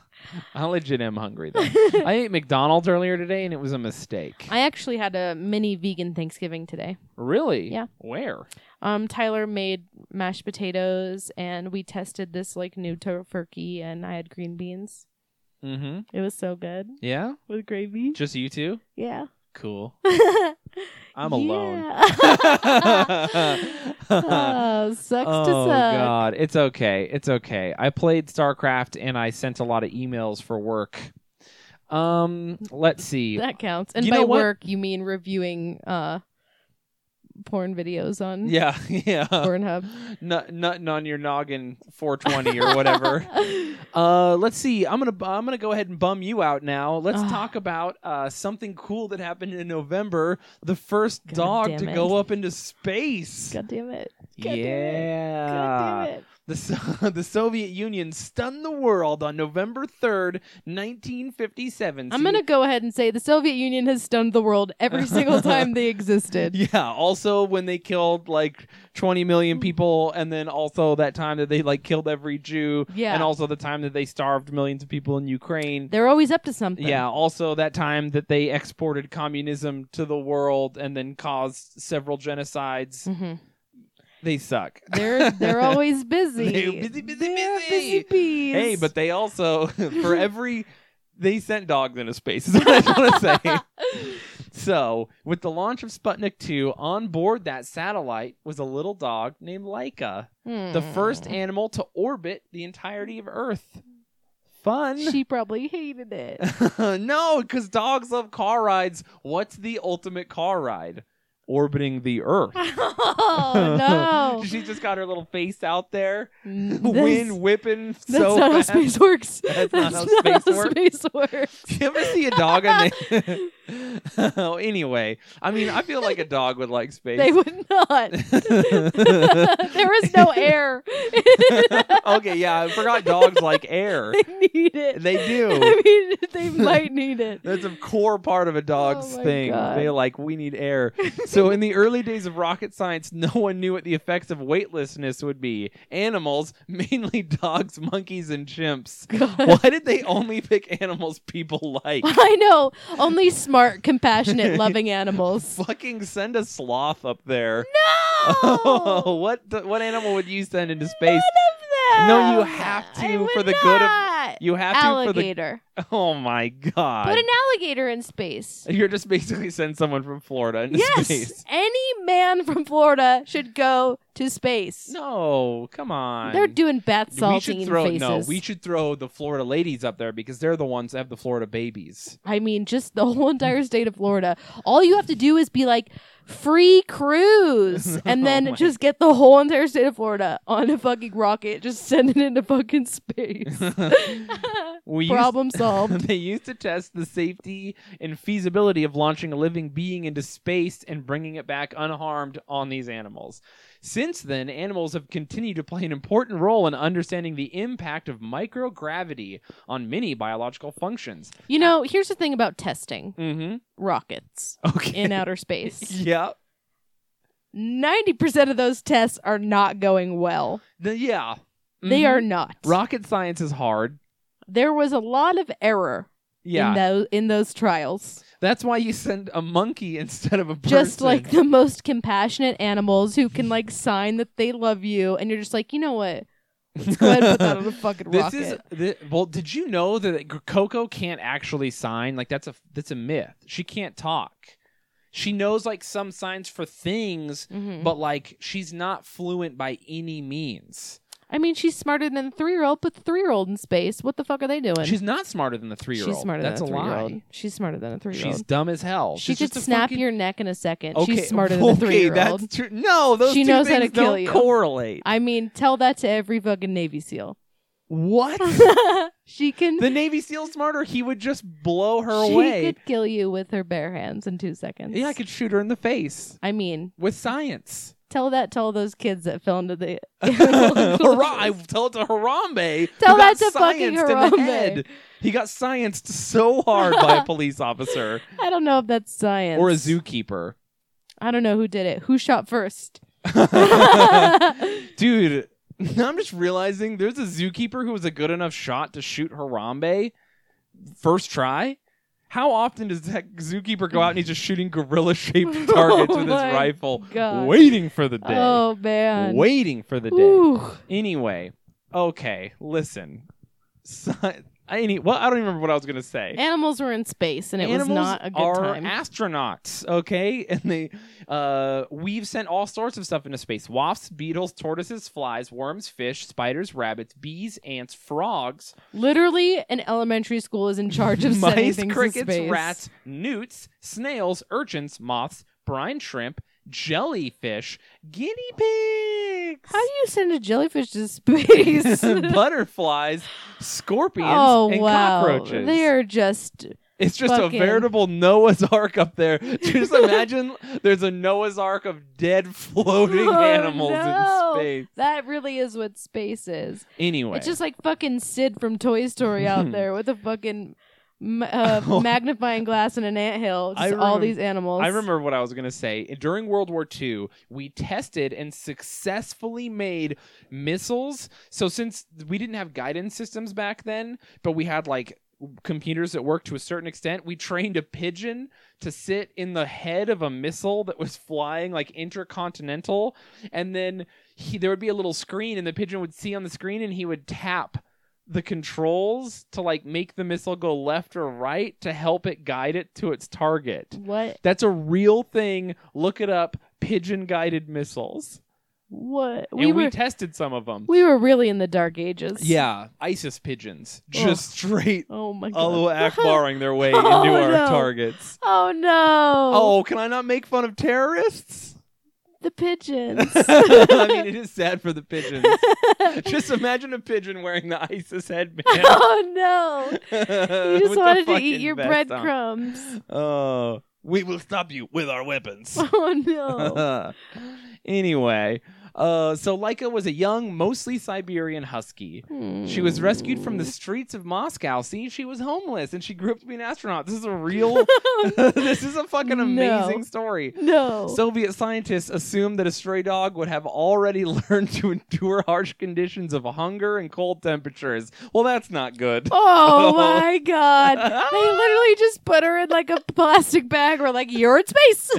[SPEAKER 2] I legit am hungry though. I ate McDonald's earlier today and it was a mistake.
[SPEAKER 3] I actually had a mini vegan Thanksgiving today.
[SPEAKER 2] really?
[SPEAKER 3] Yeah.
[SPEAKER 2] Where?
[SPEAKER 3] Um, Tyler made mashed potatoes, and we tested this like new tofurkey, and I had green beans.
[SPEAKER 2] Mm-hmm.
[SPEAKER 3] It was so good
[SPEAKER 2] Yeah.
[SPEAKER 3] with gravy.
[SPEAKER 2] Just you two?
[SPEAKER 3] Yeah,
[SPEAKER 2] Cool. I'm alone.
[SPEAKER 3] oh, sucks to
[SPEAKER 2] oh
[SPEAKER 3] suck.
[SPEAKER 2] god, it's okay. It's okay. I played StarCraft and I sent a lot of emails for work. Um, let's see.
[SPEAKER 3] That counts. And
[SPEAKER 2] You
[SPEAKER 3] by
[SPEAKER 2] know what?
[SPEAKER 3] work, you mean reviewing uh, porn videos on
[SPEAKER 2] Yeah, yeah.
[SPEAKER 3] Pornhub.
[SPEAKER 2] Nut, nutting on your noggin 420 or whatever. uh, let's see. I'm gonna I'm gonna go ahead and bum you out now. Let's
[SPEAKER 3] Ugh.
[SPEAKER 2] talk about uh something cool that happened in November. The first
[SPEAKER 3] God
[SPEAKER 2] dog
[SPEAKER 3] damn
[SPEAKER 2] to
[SPEAKER 3] it.
[SPEAKER 2] go up into space.
[SPEAKER 3] God damn it. God damn it.
[SPEAKER 2] yeah.
[SPEAKER 3] God damn it.
[SPEAKER 2] The, so- the Soviet Union stunned the world on November 3rd, 1957.
[SPEAKER 3] I'm
[SPEAKER 2] See-
[SPEAKER 3] going to go ahead and say the Soviet Union has stunned the world every single time they existed.
[SPEAKER 2] Yeah, also when they killed like 20
[SPEAKER 3] Mm.
[SPEAKER 2] million people, and then also that time that they like killed every Jew,
[SPEAKER 3] Yeah.
[SPEAKER 2] and also the time that they starved millions of people in Ukraine.
[SPEAKER 3] They're always up to something.
[SPEAKER 2] Yeah, also that time that they exported communism to the world and then caused several genocides.
[SPEAKER 3] hmm
[SPEAKER 2] They suck.
[SPEAKER 3] They're they're always busy.
[SPEAKER 2] They're busy, busy,
[SPEAKER 3] They're
[SPEAKER 2] busy.
[SPEAKER 3] busy bees.
[SPEAKER 2] Hey, but they also for every they sent dogs into space. Is what I want to say. So, with the launch of Sputnik 2, on board that satellite was a little dog named Laika, the
[SPEAKER 3] Hmm.
[SPEAKER 2] first animal to orbit the entirety of Earth. Fun.
[SPEAKER 3] She probably hated it.
[SPEAKER 2] no, because dogs love car rides. What's the ultimate car ride? Orbiting the Earth.
[SPEAKER 3] oh, no. no.
[SPEAKER 2] She just got her little face out there,
[SPEAKER 3] Mm, this-
[SPEAKER 2] wind whipping
[SPEAKER 3] That's
[SPEAKER 2] so
[SPEAKER 3] not
[SPEAKER 2] fast.
[SPEAKER 3] how space works.
[SPEAKER 2] That's not how space works.
[SPEAKER 3] space works.
[SPEAKER 2] you ever see a dog on the? oh, anyway, I mean, I feel like a dog would like space.
[SPEAKER 3] They would not. there is no air.
[SPEAKER 2] okay, yeah, I forgot dogs like air.
[SPEAKER 3] they need it.
[SPEAKER 2] They do.
[SPEAKER 3] I mean, they might need it.
[SPEAKER 2] That's a core part of a dog's
[SPEAKER 3] Oh my
[SPEAKER 2] thing.
[SPEAKER 3] God.
[SPEAKER 2] They like we need air. so in the early days of rocket science, no one knew what the effects of weightlessness would be. Animals, mainly dogs, monkeys, and chimps. Why did they only pick animals people like?
[SPEAKER 3] I know. Only smart, compassionate, loving animals.
[SPEAKER 2] Fucking send a sloth up there. Oh,
[SPEAKER 3] No!
[SPEAKER 2] what the- what animal would you send into space?
[SPEAKER 3] None of
[SPEAKER 2] No, you
[SPEAKER 3] them.
[SPEAKER 2] have to
[SPEAKER 3] I would
[SPEAKER 2] for the good of-
[SPEAKER 3] not.
[SPEAKER 2] You have
[SPEAKER 3] alligator.
[SPEAKER 2] to for the Oh my god.
[SPEAKER 3] Put an alligator in space.
[SPEAKER 2] You're just basically send someone from Florida into
[SPEAKER 3] Yes,
[SPEAKER 2] space.
[SPEAKER 3] any man from Florida should go to space.
[SPEAKER 2] No, come on.
[SPEAKER 3] They're doing bath
[SPEAKER 2] we
[SPEAKER 3] salting
[SPEAKER 2] should throw
[SPEAKER 3] faces.
[SPEAKER 2] no. We should throw the Florida ladies up there because they're the ones that have the Florida babies.
[SPEAKER 3] I mean, just the whole entire state of Florida. All you have to do is be like free cruise, and then
[SPEAKER 2] Oh my-
[SPEAKER 3] just get the whole entire state of Florida on a fucking rocket, just send it into fucking space.
[SPEAKER 2] we used-
[SPEAKER 3] Problem solved.
[SPEAKER 2] they used to test the safety and feasibility of launching a living being into space and bringing it back unharmed on these animals. Since then, animals have continued to play an important role in understanding the impact of microgravity on many biological functions.
[SPEAKER 3] You know, here's the thing about testing
[SPEAKER 2] Mm-hmm.
[SPEAKER 3] rockets
[SPEAKER 2] Okay.
[SPEAKER 3] in outer space.
[SPEAKER 2] yeah.
[SPEAKER 3] Ninety percent of those tests are not going well.
[SPEAKER 2] The- yeah.
[SPEAKER 3] They
[SPEAKER 2] Mhm.
[SPEAKER 3] are not.
[SPEAKER 2] Rocket science is hard.
[SPEAKER 3] there was a lot of error
[SPEAKER 2] Yeah.
[SPEAKER 3] in those in those trials.
[SPEAKER 2] That's why you send a monkey instead of a person.
[SPEAKER 3] Just like the most compassionate animals who can like sign that they love you, and you're just like, you know what?
[SPEAKER 2] let's
[SPEAKER 3] Go ahead and put that on a fucking
[SPEAKER 2] This
[SPEAKER 3] rocket.
[SPEAKER 2] is thi- well. Did you know that G- Coco can't actually sign? Like that's a that's a myth. She can't talk. She knows like some signs for things,
[SPEAKER 3] Mhm.
[SPEAKER 2] but like she's not fluent by any means.
[SPEAKER 3] I mean, she's smarter than the three year old. Put the three year old in space. What the fuck are they doing?
[SPEAKER 2] She's not smarter than the three year old.
[SPEAKER 3] She's smarter
[SPEAKER 2] that's
[SPEAKER 3] than a
[SPEAKER 2] a
[SPEAKER 3] three year
[SPEAKER 2] lie.
[SPEAKER 3] old. She's smarter than a three year
[SPEAKER 2] She's
[SPEAKER 3] old.
[SPEAKER 2] dumb as hell.
[SPEAKER 3] She
[SPEAKER 2] she's
[SPEAKER 3] could
[SPEAKER 2] just a
[SPEAKER 3] snap
[SPEAKER 2] fucking-
[SPEAKER 3] your neck in a second.
[SPEAKER 2] Okay,
[SPEAKER 3] She's smarter than a three year
[SPEAKER 2] Okay,
[SPEAKER 3] old.
[SPEAKER 2] that's true. No, those
[SPEAKER 3] She
[SPEAKER 2] two
[SPEAKER 3] knows how to
[SPEAKER 2] things
[SPEAKER 3] kill
[SPEAKER 2] don't
[SPEAKER 3] you.
[SPEAKER 2] correlate.
[SPEAKER 3] I mean, tell that to every fucking Navy SEAL.
[SPEAKER 2] what?
[SPEAKER 3] she can.
[SPEAKER 2] the Navy SEAL's smarter. He would just blow her
[SPEAKER 3] she
[SPEAKER 2] away.
[SPEAKER 3] could kill you with her bare hands in two seconds.
[SPEAKER 2] Yeah, I could shoot her in the face
[SPEAKER 3] I mean,
[SPEAKER 2] with science.
[SPEAKER 3] tell that to all those kids that fell into the.
[SPEAKER 2] Hurrah! I tell it to Harambe.
[SPEAKER 3] Tell
[SPEAKER 2] who got
[SPEAKER 3] that to fucking
[SPEAKER 2] scienced in the
[SPEAKER 3] Harambe.
[SPEAKER 2] head. He got scienced so hard by a police officer
[SPEAKER 3] I don't know if that's science
[SPEAKER 2] or a zookeeper.
[SPEAKER 3] I don't know who did it. Who shot first?
[SPEAKER 2] Dude, now I'm just realizing there's a zookeeper who was a good enough shot to shoot Harambe first try. How often does that zookeeper go out and he's just shooting gorilla shaped
[SPEAKER 3] Oh
[SPEAKER 2] targets with his
[SPEAKER 3] my
[SPEAKER 2] rifle,
[SPEAKER 3] God.
[SPEAKER 2] waiting for the day?
[SPEAKER 3] oh man.
[SPEAKER 2] waiting for the day.
[SPEAKER 3] Ooh.
[SPEAKER 2] Anyway, okay, listen. Sci- I any well, I don't even remember what I was gonna say.
[SPEAKER 3] Animals were in space, and it
[SPEAKER 2] Animals
[SPEAKER 3] was not a good
[SPEAKER 2] are
[SPEAKER 3] time.
[SPEAKER 2] astronauts, okay? And they, uh, we've sent all sorts of stuff into space: wasps, beetles, tortoises, flies, worms, fish, spiders, rabbits, bees, ants, frogs,
[SPEAKER 3] Literally, an elementary school is in charge of sending
[SPEAKER 2] mice,
[SPEAKER 3] things to
[SPEAKER 2] crickets,
[SPEAKER 3] space.
[SPEAKER 2] rats, newts, snails, urchins, moths, brine shrimp, jellyfish, guinea pigs.
[SPEAKER 3] How do you send a jellyfish to space?
[SPEAKER 2] butterflies, scorpions,
[SPEAKER 3] oh
[SPEAKER 2] and
[SPEAKER 3] wow,
[SPEAKER 2] cockroaches.
[SPEAKER 3] they are just
[SPEAKER 2] it's just a
[SPEAKER 3] fucking-
[SPEAKER 2] veritable Noah's Ark up there. Just imagine there's a Noah's Ark of dead floating
[SPEAKER 3] Oh,
[SPEAKER 2] animals
[SPEAKER 3] no.
[SPEAKER 2] in space.
[SPEAKER 3] that. Really, is what space is.
[SPEAKER 2] Anyway,
[SPEAKER 3] It's just like fucking Sid from Toy Story out there with a fucking m- uh,
[SPEAKER 2] Oh.
[SPEAKER 3] magnifying glass and an anthill. Just
[SPEAKER 2] I
[SPEAKER 3] all
[SPEAKER 2] remem-
[SPEAKER 3] these animals.
[SPEAKER 2] I remember what I was going to say. During World War II, we tested and successfully made missiles. So since we didn't have guidance systems back then, but we had like computers that worked to a certain extent, we trained a pigeon to sit in the head of a missile that was flying like intercontinental and then he, there would be a little screen and the pigeon would see on the screen and he would tap the controls to like make the missile go left or right to help it guide it to its target.
[SPEAKER 3] What?
[SPEAKER 2] That's a real thing. Look it up. Pigeon guided missiles.
[SPEAKER 3] What?
[SPEAKER 2] We
[SPEAKER 3] We
[SPEAKER 2] and
[SPEAKER 3] were
[SPEAKER 2] we tested some of them.
[SPEAKER 3] we were really in the dark ages.
[SPEAKER 2] yeah, ISIS pigeons just straight
[SPEAKER 3] Oh my god.
[SPEAKER 2] Allah Akbaring their way
[SPEAKER 3] Oh,
[SPEAKER 2] into our
[SPEAKER 3] no.
[SPEAKER 2] targets.
[SPEAKER 3] Oh no.
[SPEAKER 2] Oh, can I not make fun of terrorists?
[SPEAKER 3] The pigeons.
[SPEAKER 2] I mean, it is sad for the pigeons. Just imagine a pigeon wearing the ISIS headband.
[SPEAKER 3] oh no. You just
[SPEAKER 2] With the
[SPEAKER 3] wanted to
[SPEAKER 2] fucking
[SPEAKER 3] eat your
[SPEAKER 2] vest on.
[SPEAKER 3] breadcrumbs.
[SPEAKER 2] Oh, we will stop you with our weapons.
[SPEAKER 3] Oh no.
[SPEAKER 2] anyway, uh, so Laika was a young, mostly Siberian husky. She was rescued from the streets of Moscow. See, she was homeless and she grew up to be an astronaut. This is a real, this is a fucking
[SPEAKER 3] No.
[SPEAKER 2] amazing story.
[SPEAKER 3] Hmm. No.
[SPEAKER 2] Soviet scientists assumed that a stray dog would have already learned to endure harsh conditions of hunger and cold temperatures. Well, that's not good.
[SPEAKER 3] Oh my god. They literally just put her in like a plastic bag or like you're in space.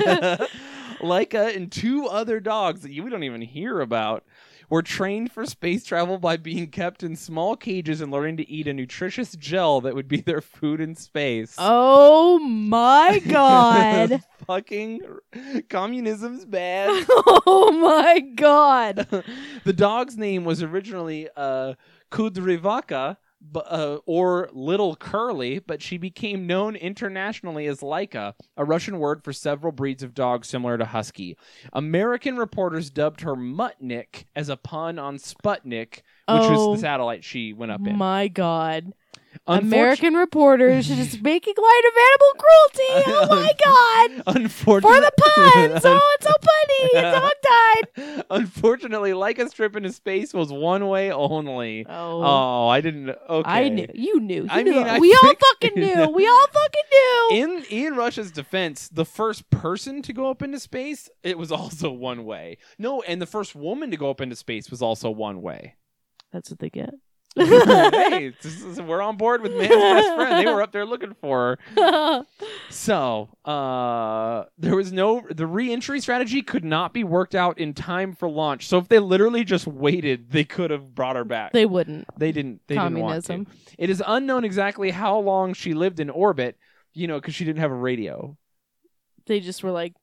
[SPEAKER 2] Leica and two other dogs that you we don't even hear about were trained for space travel by being kept in small cages and learning to eat a nutritious gel that would be their food in space.
[SPEAKER 3] oh my god.
[SPEAKER 2] Fucking communism's bad.
[SPEAKER 3] oh my god.
[SPEAKER 2] the dog's name was originally uh, Kudrivaka bu- uh, or Little Curly, but she became known internationally as Laika, a Russian word for several breeds of dogs similar to Husky. American reporters dubbed her Muttnik as a pun on Sputnik, which
[SPEAKER 3] Oh.
[SPEAKER 2] was the satellite she went up in.
[SPEAKER 3] My god.
[SPEAKER 2] Unfortu-
[SPEAKER 3] American reporters just making light of animal cruelty. Oh my god.
[SPEAKER 2] Unfortunately,
[SPEAKER 3] For the puns. Oh, it's so funny. It's all died.
[SPEAKER 2] Unfortunately, Laika's trip into space was one way only.
[SPEAKER 3] Oh.
[SPEAKER 2] Oh, I didn't. Okay,
[SPEAKER 3] I knew. You knew. You
[SPEAKER 2] I
[SPEAKER 3] knew.
[SPEAKER 2] mean, I
[SPEAKER 3] we all
[SPEAKER 2] figured-
[SPEAKER 3] fucking knew. We all fucking knew.
[SPEAKER 2] in in Russia's defense, the first person to go up into space, it was also one way. No, and the first woman to go up into space was also one way.
[SPEAKER 3] That's what they get.
[SPEAKER 2] hey, this is- we're on board with man's best friend. They were up there looking for her. So, uh, there was no the re-entry strategy could not be worked out in time for launch. So if they literally just waited, they could have brought her back.
[SPEAKER 3] they wouldn't.
[SPEAKER 2] They didn't. They didn't
[SPEAKER 3] Communism.
[SPEAKER 2] want to. It is unknown exactly how long she lived in orbit. You know, because she didn't have a radio.
[SPEAKER 3] They just were like,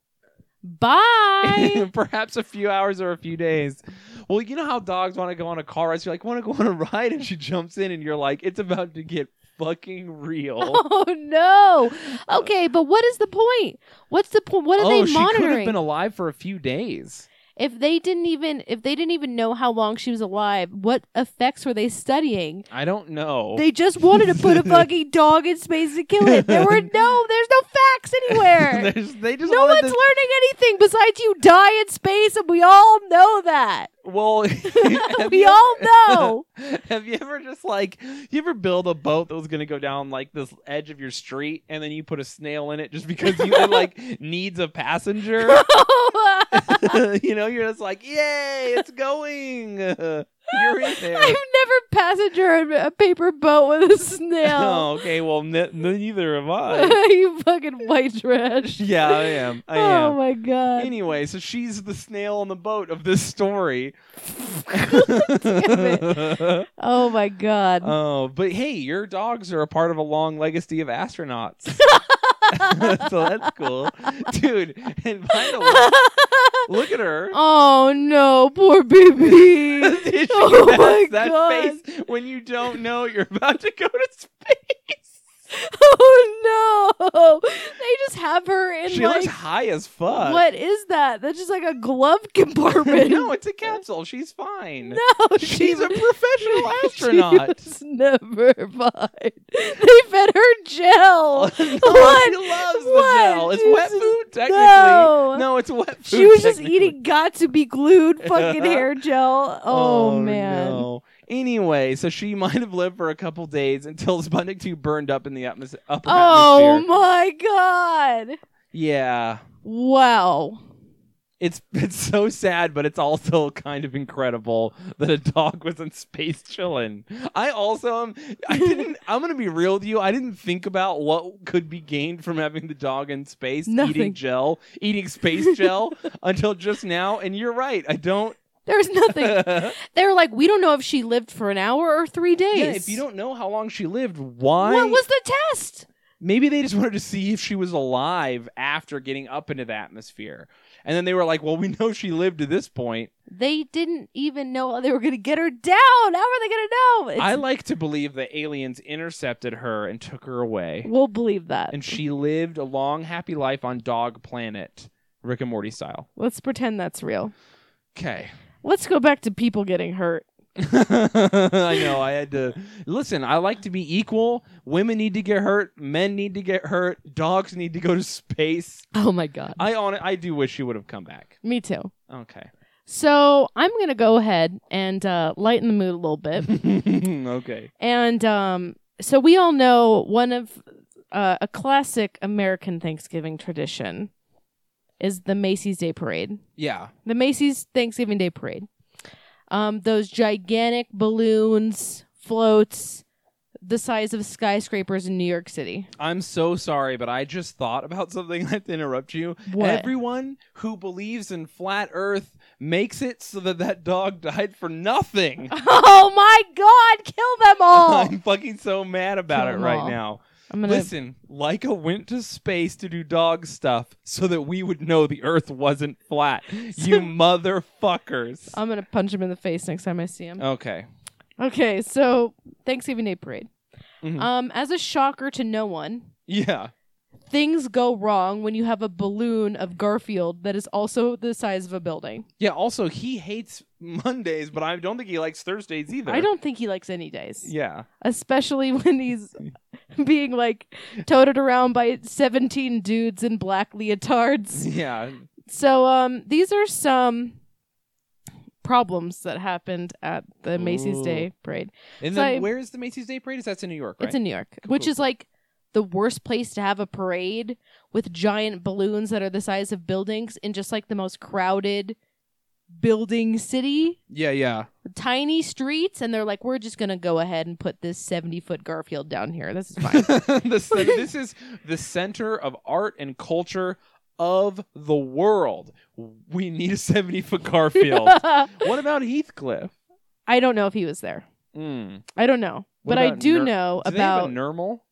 [SPEAKER 3] bye.
[SPEAKER 2] perhaps a few hours or a few days. Well, you know how dogs want to go on a car ride. So you're like, want to go on a ride, and she jumps in, and you're like, it's about to get fucking real.
[SPEAKER 3] oh no. Okay, but what is the point? What's the point? What are
[SPEAKER 2] oh,
[SPEAKER 3] they
[SPEAKER 2] she could
[SPEAKER 3] monitoring?
[SPEAKER 2] have been alive for a few days.
[SPEAKER 3] if they didn't even if they didn't even know how long she was alive, what effects were they studying?
[SPEAKER 2] I don't know.
[SPEAKER 3] They just wanted to put a fucking dog in space to kill it. There were no, there's no facts anywhere.
[SPEAKER 2] There's- they just
[SPEAKER 3] no one's
[SPEAKER 2] wanted to-
[SPEAKER 3] learning anything besides you die in space, and we all know that.
[SPEAKER 2] well. have
[SPEAKER 3] we
[SPEAKER 2] you-
[SPEAKER 3] all know.
[SPEAKER 2] Have you ever just like you ever build a boat that was gonna go down like this edge of your street, and then you put a snail in it just because you it, like needs a passenger? you know, you're just like, yay, it's going. you're in
[SPEAKER 3] I've
[SPEAKER 2] there.
[SPEAKER 3] never passenger a paper boat with a snail.
[SPEAKER 2] Oh, okay. Well, ne- neither have I.
[SPEAKER 3] you fucking white trash.
[SPEAKER 2] yeah, I am. I
[SPEAKER 3] oh
[SPEAKER 2] am.
[SPEAKER 3] my god.
[SPEAKER 2] Anyway, so she's the snail on the boat of this story.
[SPEAKER 3] oh my god.
[SPEAKER 2] Oh, but hey, your dogs are a part of a long legacy of astronauts. so that's cool. Dude, and by the way, look at her.
[SPEAKER 3] oh no, poor baby.
[SPEAKER 2] She
[SPEAKER 3] oh
[SPEAKER 2] has
[SPEAKER 3] my
[SPEAKER 2] that
[SPEAKER 3] god.
[SPEAKER 2] face when you don't know you're about to go to space.
[SPEAKER 3] Oh no. They just have her in
[SPEAKER 2] She
[SPEAKER 3] like
[SPEAKER 2] looks high as fuck.
[SPEAKER 3] what is that? That's just like a glove compartment.
[SPEAKER 2] no, it's a capsule. She's fine.
[SPEAKER 3] No,
[SPEAKER 2] she's,
[SPEAKER 3] she-
[SPEAKER 2] a professional
[SPEAKER 3] She
[SPEAKER 2] astronaut.
[SPEAKER 3] was never fine. They fed her gel.
[SPEAKER 2] Oh, No, she
[SPEAKER 3] What?
[SPEAKER 2] loves the
[SPEAKER 3] What?
[SPEAKER 2] gel. It's wet
[SPEAKER 3] Jesus.
[SPEAKER 2] food, technically.
[SPEAKER 3] No.
[SPEAKER 2] it's wet food.
[SPEAKER 3] She was just
[SPEAKER 2] technically.
[SPEAKER 3] eating got to be glued fucking hair gel. Oh, man.
[SPEAKER 2] no. Anyway, so she might have lived for a couple days until Sputnik 2 burned up in the atmos- upper
[SPEAKER 3] Oh
[SPEAKER 2] atmosphere.
[SPEAKER 3] my god.
[SPEAKER 2] Yeah.
[SPEAKER 3] Wow.
[SPEAKER 2] It's it's so sad, but it's also kind of incredible that a dog was in space chilling. I also am. I didn't. I'm gonna be real with you. I didn't think about what could be gained from having the dog in space eating
[SPEAKER 3] Nothing.
[SPEAKER 2] gel, eating space gel until just now. And you're right. I don't.
[SPEAKER 3] There's nothing.
[SPEAKER 2] yeah,
[SPEAKER 3] they were like, we don't know if she lived for an hour or three days.
[SPEAKER 2] if you don't know how long she lived, why?
[SPEAKER 3] What was the test?
[SPEAKER 2] Maybe they just wanted to see if she was alive after getting up into the atmosphere, and then they were like, "Well, we know she lived to this point."
[SPEAKER 3] They didn't even know they were going to get her down. How are they going to know? It's,
[SPEAKER 2] I like to believe that aliens intercepted her and took her away.
[SPEAKER 3] we'll believe that.
[SPEAKER 2] And she lived a long, happy life on Dog Planet. Rick and Morty style.
[SPEAKER 3] Let's pretend that's real.
[SPEAKER 2] Okay.
[SPEAKER 3] Let's go back to people getting hurt.
[SPEAKER 2] I know. I had to listen. I like to be equal. Women need to get hurt. Men need to get hurt. Dogs need to go to space.
[SPEAKER 3] Oh my god.
[SPEAKER 2] I on I do wish she would have come back.
[SPEAKER 3] Me too.
[SPEAKER 2] Okay.
[SPEAKER 3] So I'm gonna go ahead and uh, lighten the mood a little bit.
[SPEAKER 2] okay.
[SPEAKER 3] And um, so we all know one of uh, a classic American Thanksgiving tradition is the Macy's Day Parade.
[SPEAKER 2] Yeah.
[SPEAKER 3] The Macy's Thanksgiving Day Parade. Um, those gigantic balloons, floats, the size of skyscrapers in New York City.
[SPEAKER 2] I'm so sorry, but I just thought about something. I have to interrupt you.
[SPEAKER 3] What?
[SPEAKER 2] Everyone who believes in flat Earth makes it so that that dog died for nothing.
[SPEAKER 3] oh my God! Kill them all.
[SPEAKER 2] I'm fucking so mad about
[SPEAKER 3] Kill
[SPEAKER 2] it
[SPEAKER 3] them
[SPEAKER 2] right
[SPEAKER 3] all.
[SPEAKER 2] now.
[SPEAKER 3] Oh. I'm gonna.
[SPEAKER 2] Listen, Leica went to space to do dog stuff so that we would know the Earth wasn't flat. you motherfuckers.
[SPEAKER 3] I'm gonna punch him in the face next time I see him.
[SPEAKER 2] okay.
[SPEAKER 3] Okay, so Thanksgiving Day Parade.
[SPEAKER 2] Mhm.
[SPEAKER 3] Um, as a shocker to no one,
[SPEAKER 2] Yeah.
[SPEAKER 3] things go wrong when you have a balloon of Garfield that is also the size of a building.
[SPEAKER 2] Yeah. Also, he hates Mondays, but I don't think he likes Thursdays either.
[SPEAKER 3] I don't think he likes any days,
[SPEAKER 2] Yeah.
[SPEAKER 3] especially when he's being like toted around by 17 dudes in black leotards.
[SPEAKER 2] Yeah.
[SPEAKER 3] So, um, these are some problems that happened at the Macy's
[SPEAKER 2] Ooh.
[SPEAKER 3] Day Parade.
[SPEAKER 2] And
[SPEAKER 3] So
[SPEAKER 2] then
[SPEAKER 3] I-
[SPEAKER 2] where's the Macy's Day Parade? Is that's in New York, right?
[SPEAKER 3] It's in New York,
[SPEAKER 2] Cool,
[SPEAKER 3] which
[SPEAKER 2] cool,
[SPEAKER 3] is like the worst place to have a parade with giant balloons that are the size of buildings in just like the most crowded building city.
[SPEAKER 2] yeah, yeah.
[SPEAKER 3] Tiny streets, and they're like, we're just going to go ahead and put this 70 foot Garfield down here. This is fine.
[SPEAKER 2] The cen- this is the center of art and culture of the world. We need a 70 foot Garfield. what about Heathcliff?
[SPEAKER 3] I don't know if he was there.
[SPEAKER 2] Mm.
[SPEAKER 3] I don't know.
[SPEAKER 2] What
[SPEAKER 3] but I
[SPEAKER 2] about
[SPEAKER 3] do
[SPEAKER 2] Ner- Mm.
[SPEAKER 3] know
[SPEAKER 2] Do they have a Hmm.
[SPEAKER 3] about.
[SPEAKER 2] normal?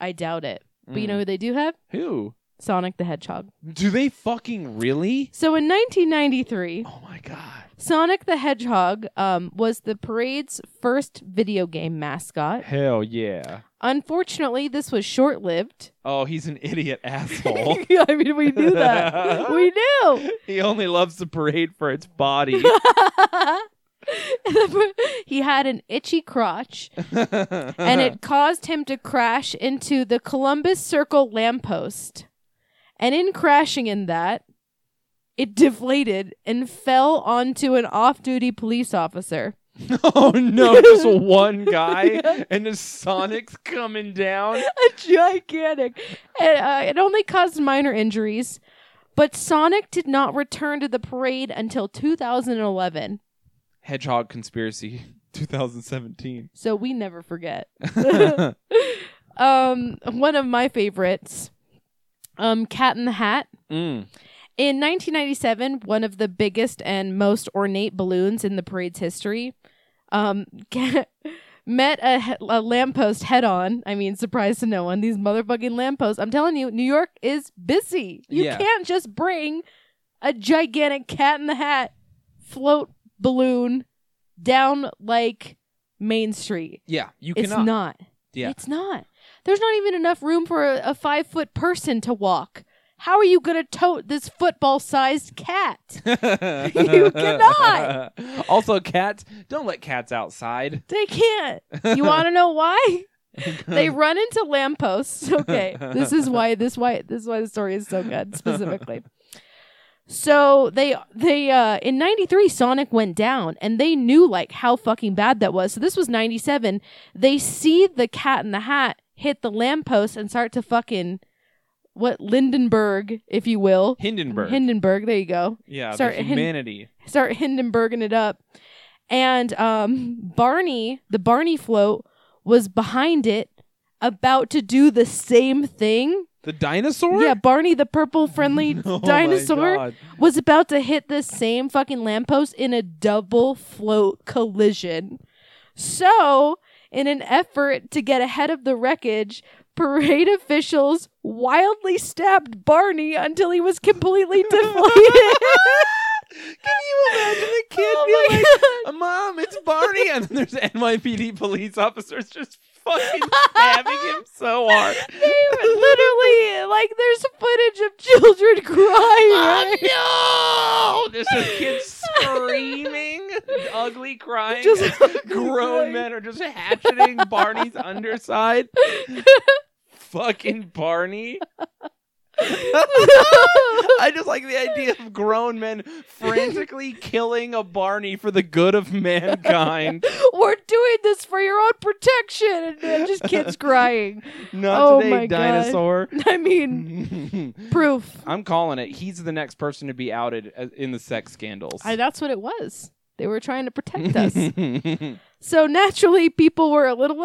[SPEAKER 3] I doubt it. But you know who they do have?
[SPEAKER 2] who?
[SPEAKER 3] Sonic the Hedgehog.
[SPEAKER 2] Do they fucking really?
[SPEAKER 3] So in 1993,
[SPEAKER 2] Oh my god.
[SPEAKER 3] Sonic the Hedgehog um, was the parade's first video game mascot.
[SPEAKER 2] Hell yeah.
[SPEAKER 3] Unfortunately, this was short lived.
[SPEAKER 2] Oh, he's an idiot asshole.
[SPEAKER 3] I mean, we knew that. we knew.
[SPEAKER 2] he only loves the parade for its body.
[SPEAKER 3] he had an itchy crotch, and it caused him to crash into the Columbus Circle lamppost. And in crashing in that, it deflated and fell onto an off duty police officer.
[SPEAKER 2] Oh no, just one guy and the Sonic's coming down.
[SPEAKER 3] gigantic. And, uh, it only caused minor injuries, but Sonic did not return to the parade until 2011.
[SPEAKER 2] Hedgehog Conspiracy 2017.
[SPEAKER 3] So we never forget. Um, one of my favorites, um, Cat in the Hat.
[SPEAKER 2] Mm.
[SPEAKER 3] In 1997, one of the biggest and most ornate balloons in the parade's history um, met a, he- a lamppost head on. I mean, surprise to no one. These motherfucking lampposts. I'm telling you, New York is busy. You
[SPEAKER 2] Yeah.
[SPEAKER 3] can't just bring a gigantic cat in the hat float balloon down like Main Street.
[SPEAKER 2] Yeah, you
[SPEAKER 3] it's
[SPEAKER 2] cannot.
[SPEAKER 3] not.
[SPEAKER 2] yeah.
[SPEAKER 3] It's not. There's not even enough room for a, a five foot person to walk. How are you going to tote this football sized cat? You cannot.
[SPEAKER 2] Also, cats, don't let cats outside.
[SPEAKER 3] They can't. You want to know why? they run into lampposts. Okay, this is why this why this is why the story is so good specifically. So they they uh in 93 Sonic went down and they knew like how fucking bad that was. So this was 97. They see the cat in the hat hit the lamppost and start to fucking what Lindenberg, if you will.
[SPEAKER 2] Hindenburg.
[SPEAKER 3] Hindenburg, there you go
[SPEAKER 2] yeah,
[SPEAKER 3] Sorry,
[SPEAKER 2] the
[SPEAKER 3] Hin-
[SPEAKER 2] humanity.
[SPEAKER 3] start Hindenburging it up. And um, Barney, the Barney float, was behind it, about to do the same thing.
[SPEAKER 2] the dinosaur?
[SPEAKER 3] Yeah, Barney, the purple friendly
[SPEAKER 2] Oh my
[SPEAKER 3] dinosaur,
[SPEAKER 2] God.
[SPEAKER 3] was about to hit the same fucking lamppost in a double float collision. So, in an effort to get ahead of the wreckage, parade officials wildly stabbed Barney until he was completely deflated.
[SPEAKER 2] Can you imagine a kid
[SPEAKER 3] Oh
[SPEAKER 2] being
[SPEAKER 3] my
[SPEAKER 2] like, Mom, it's Barney party, and then there's NYPD police officers just fucking stabbing him so hard.
[SPEAKER 3] They were literally like there's footage of children
[SPEAKER 2] Uh,
[SPEAKER 3] crying.
[SPEAKER 2] Oh, there's just kids screaming, ugly crying.
[SPEAKER 3] Just
[SPEAKER 2] as grown
[SPEAKER 3] crying.
[SPEAKER 2] men are just hatcheting Barney's underside. Fucking Barney. I just like the idea of grown men frantically killing a Barney for the good of mankind.
[SPEAKER 3] We're doing this for your own protection, and then just kids crying.
[SPEAKER 2] Not
[SPEAKER 3] Oh
[SPEAKER 2] today,
[SPEAKER 3] my God.
[SPEAKER 2] dinosaur.
[SPEAKER 3] I mean, proof.
[SPEAKER 2] I'm calling it. He's the next person to be outed as- in the sex scandals.
[SPEAKER 3] I, that's what it was. They were trying to protect us. so naturally, people were a little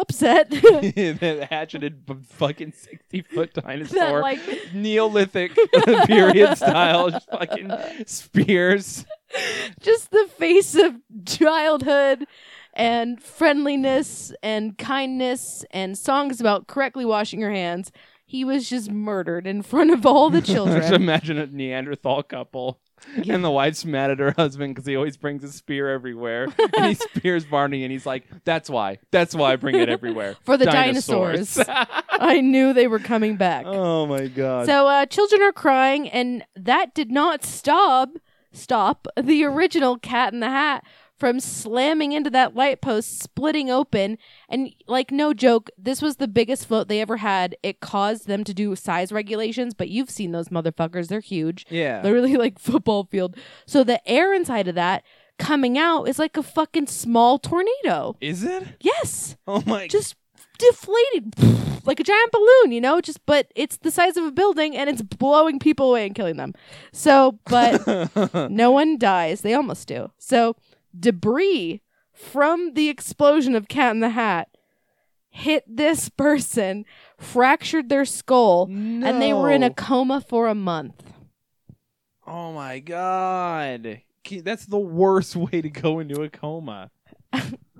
[SPEAKER 3] upset that
[SPEAKER 2] the hatcheted b- fucking 60 foot dinosaur.
[SPEAKER 3] like
[SPEAKER 2] Neolithic period style fucking spears.
[SPEAKER 3] just the face of childhood and friendliness and kindness and songs about correctly washing your hands. He was just murdered in front of all the
[SPEAKER 2] Just
[SPEAKER 3] children.
[SPEAKER 2] imagine a Neanderthal couple. And the wife's mad at her husband because he always brings a spear everywhere. and he spears Barney and he's like, That's why. That's why I bring it everywhere.
[SPEAKER 3] For the I knew they were coming back.
[SPEAKER 2] oh my god.
[SPEAKER 3] So uh, children are crying, and that did not stop stop the original Cat in the Hat from slamming into that light post, splitting open, and like no joke, this was the biggest float they ever had. It caused them to do size regulations, but you've seen those motherfuckers; they're huge,
[SPEAKER 2] yeah.
[SPEAKER 3] literally like football field. So the air inside of that coming out is like a fucking small tornado.
[SPEAKER 2] Is it?
[SPEAKER 3] Yes
[SPEAKER 2] Oh my
[SPEAKER 3] just deflated like a giant balloon you know just but it's the size of a building and it's blowing people away and killing them so but no one dies they almost do so debris from the explosion of cat in the hat hit this person fractured their skull and they were in a
[SPEAKER 2] No.
[SPEAKER 3] coma for a month
[SPEAKER 2] Oh my god. K- That's the worst way to go into a coma.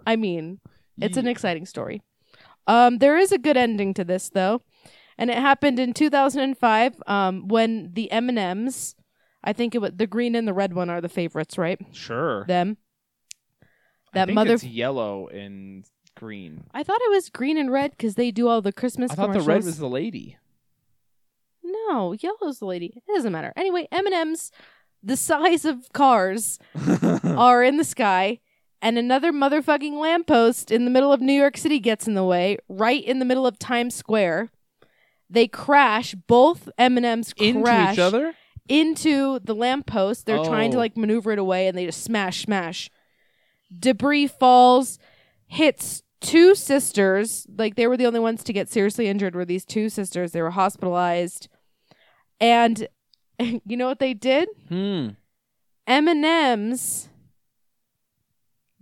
[SPEAKER 3] i mean It's an
[SPEAKER 2] Ye-
[SPEAKER 3] exciting story. Um, there is a good ending to this though, and it happened in 2005 um, when the M and M's, I think it was the green and the red one are the favorites, right?
[SPEAKER 2] sure.
[SPEAKER 3] Them.
[SPEAKER 2] I
[SPEAKER 3] that
[SPEAKER 2] think
[SPEAKER 3] mother-
[SPEAKER 2] it's yellow and green.
[SPEAKER 3] I thought it was green and red because they do all the Christmas.
[SPEAKER 2] I thought the
[SPEAKER 3] commercials.
[SPEAKER 2] red was the lady.
[SPEAKER 3] No, yellow's the lady. It doesn't matter. Anyway, M and M's, the size of cars, are in the sky. And another motherfucking lamppost in the middle of New York City gets in the way, right in the middle of Times Square. They crash. Both M&Ms
[SPEAKER 2] Into
[SPEAKER 3] crash
[SPEAKER 2] each other?
[SPEAKER 3] into the lamppost. They're trying to
[SPEAKER 2] Oh.
[SPEAKER 3] like maneuver it away and they just smash, smash. Debris falls, hits two sisters. Like they were the only ones to get seriously injured were these two sisters. They were hospitalized. And you know what they did?
[SPEAKER 2] Hmm.
[SPEAKER 3] M&Ms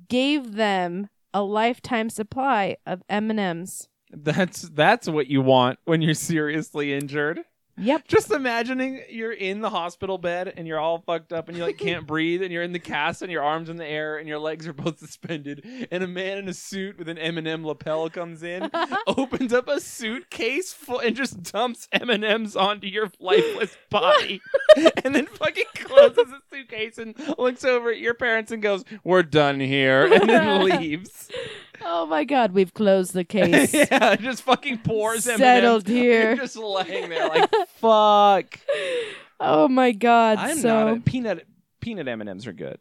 [SPEAKER 3] gave them a lifetime supply of M&Ms.
[SPEAKER 2] That's that's what you want when you're seriously injured.
[SPEAKER 3] Yep.
[SPEAKER 2] Just imagining you're in the hospital bed and you're all fucked up and you like can't breathe and you're in the cast and your arms in the air and your legs are both suspended and a man in a suit with an M&M lapel comes in, opens up a suitcase full and just dumps M&Ms onto your lifeless body and then fucking closes the suitcase and looks over at your parents and goes, "We're done here." and then leaves.
[SPEAKER 3] Oh my god, we've closed the case.
[SPEAKER 2] yeah, just fucking pours M&Ms
[SPEAKER 3] Settled here.
[SPEAKER 2] Just laying there like, "Fuck."
[SPEAKER 3] Oh my god.
[SPEAKER 2] I'm
[SPEAKER 3] so
[SPEAKER 2] not a peanut. Peanut M and M's are good.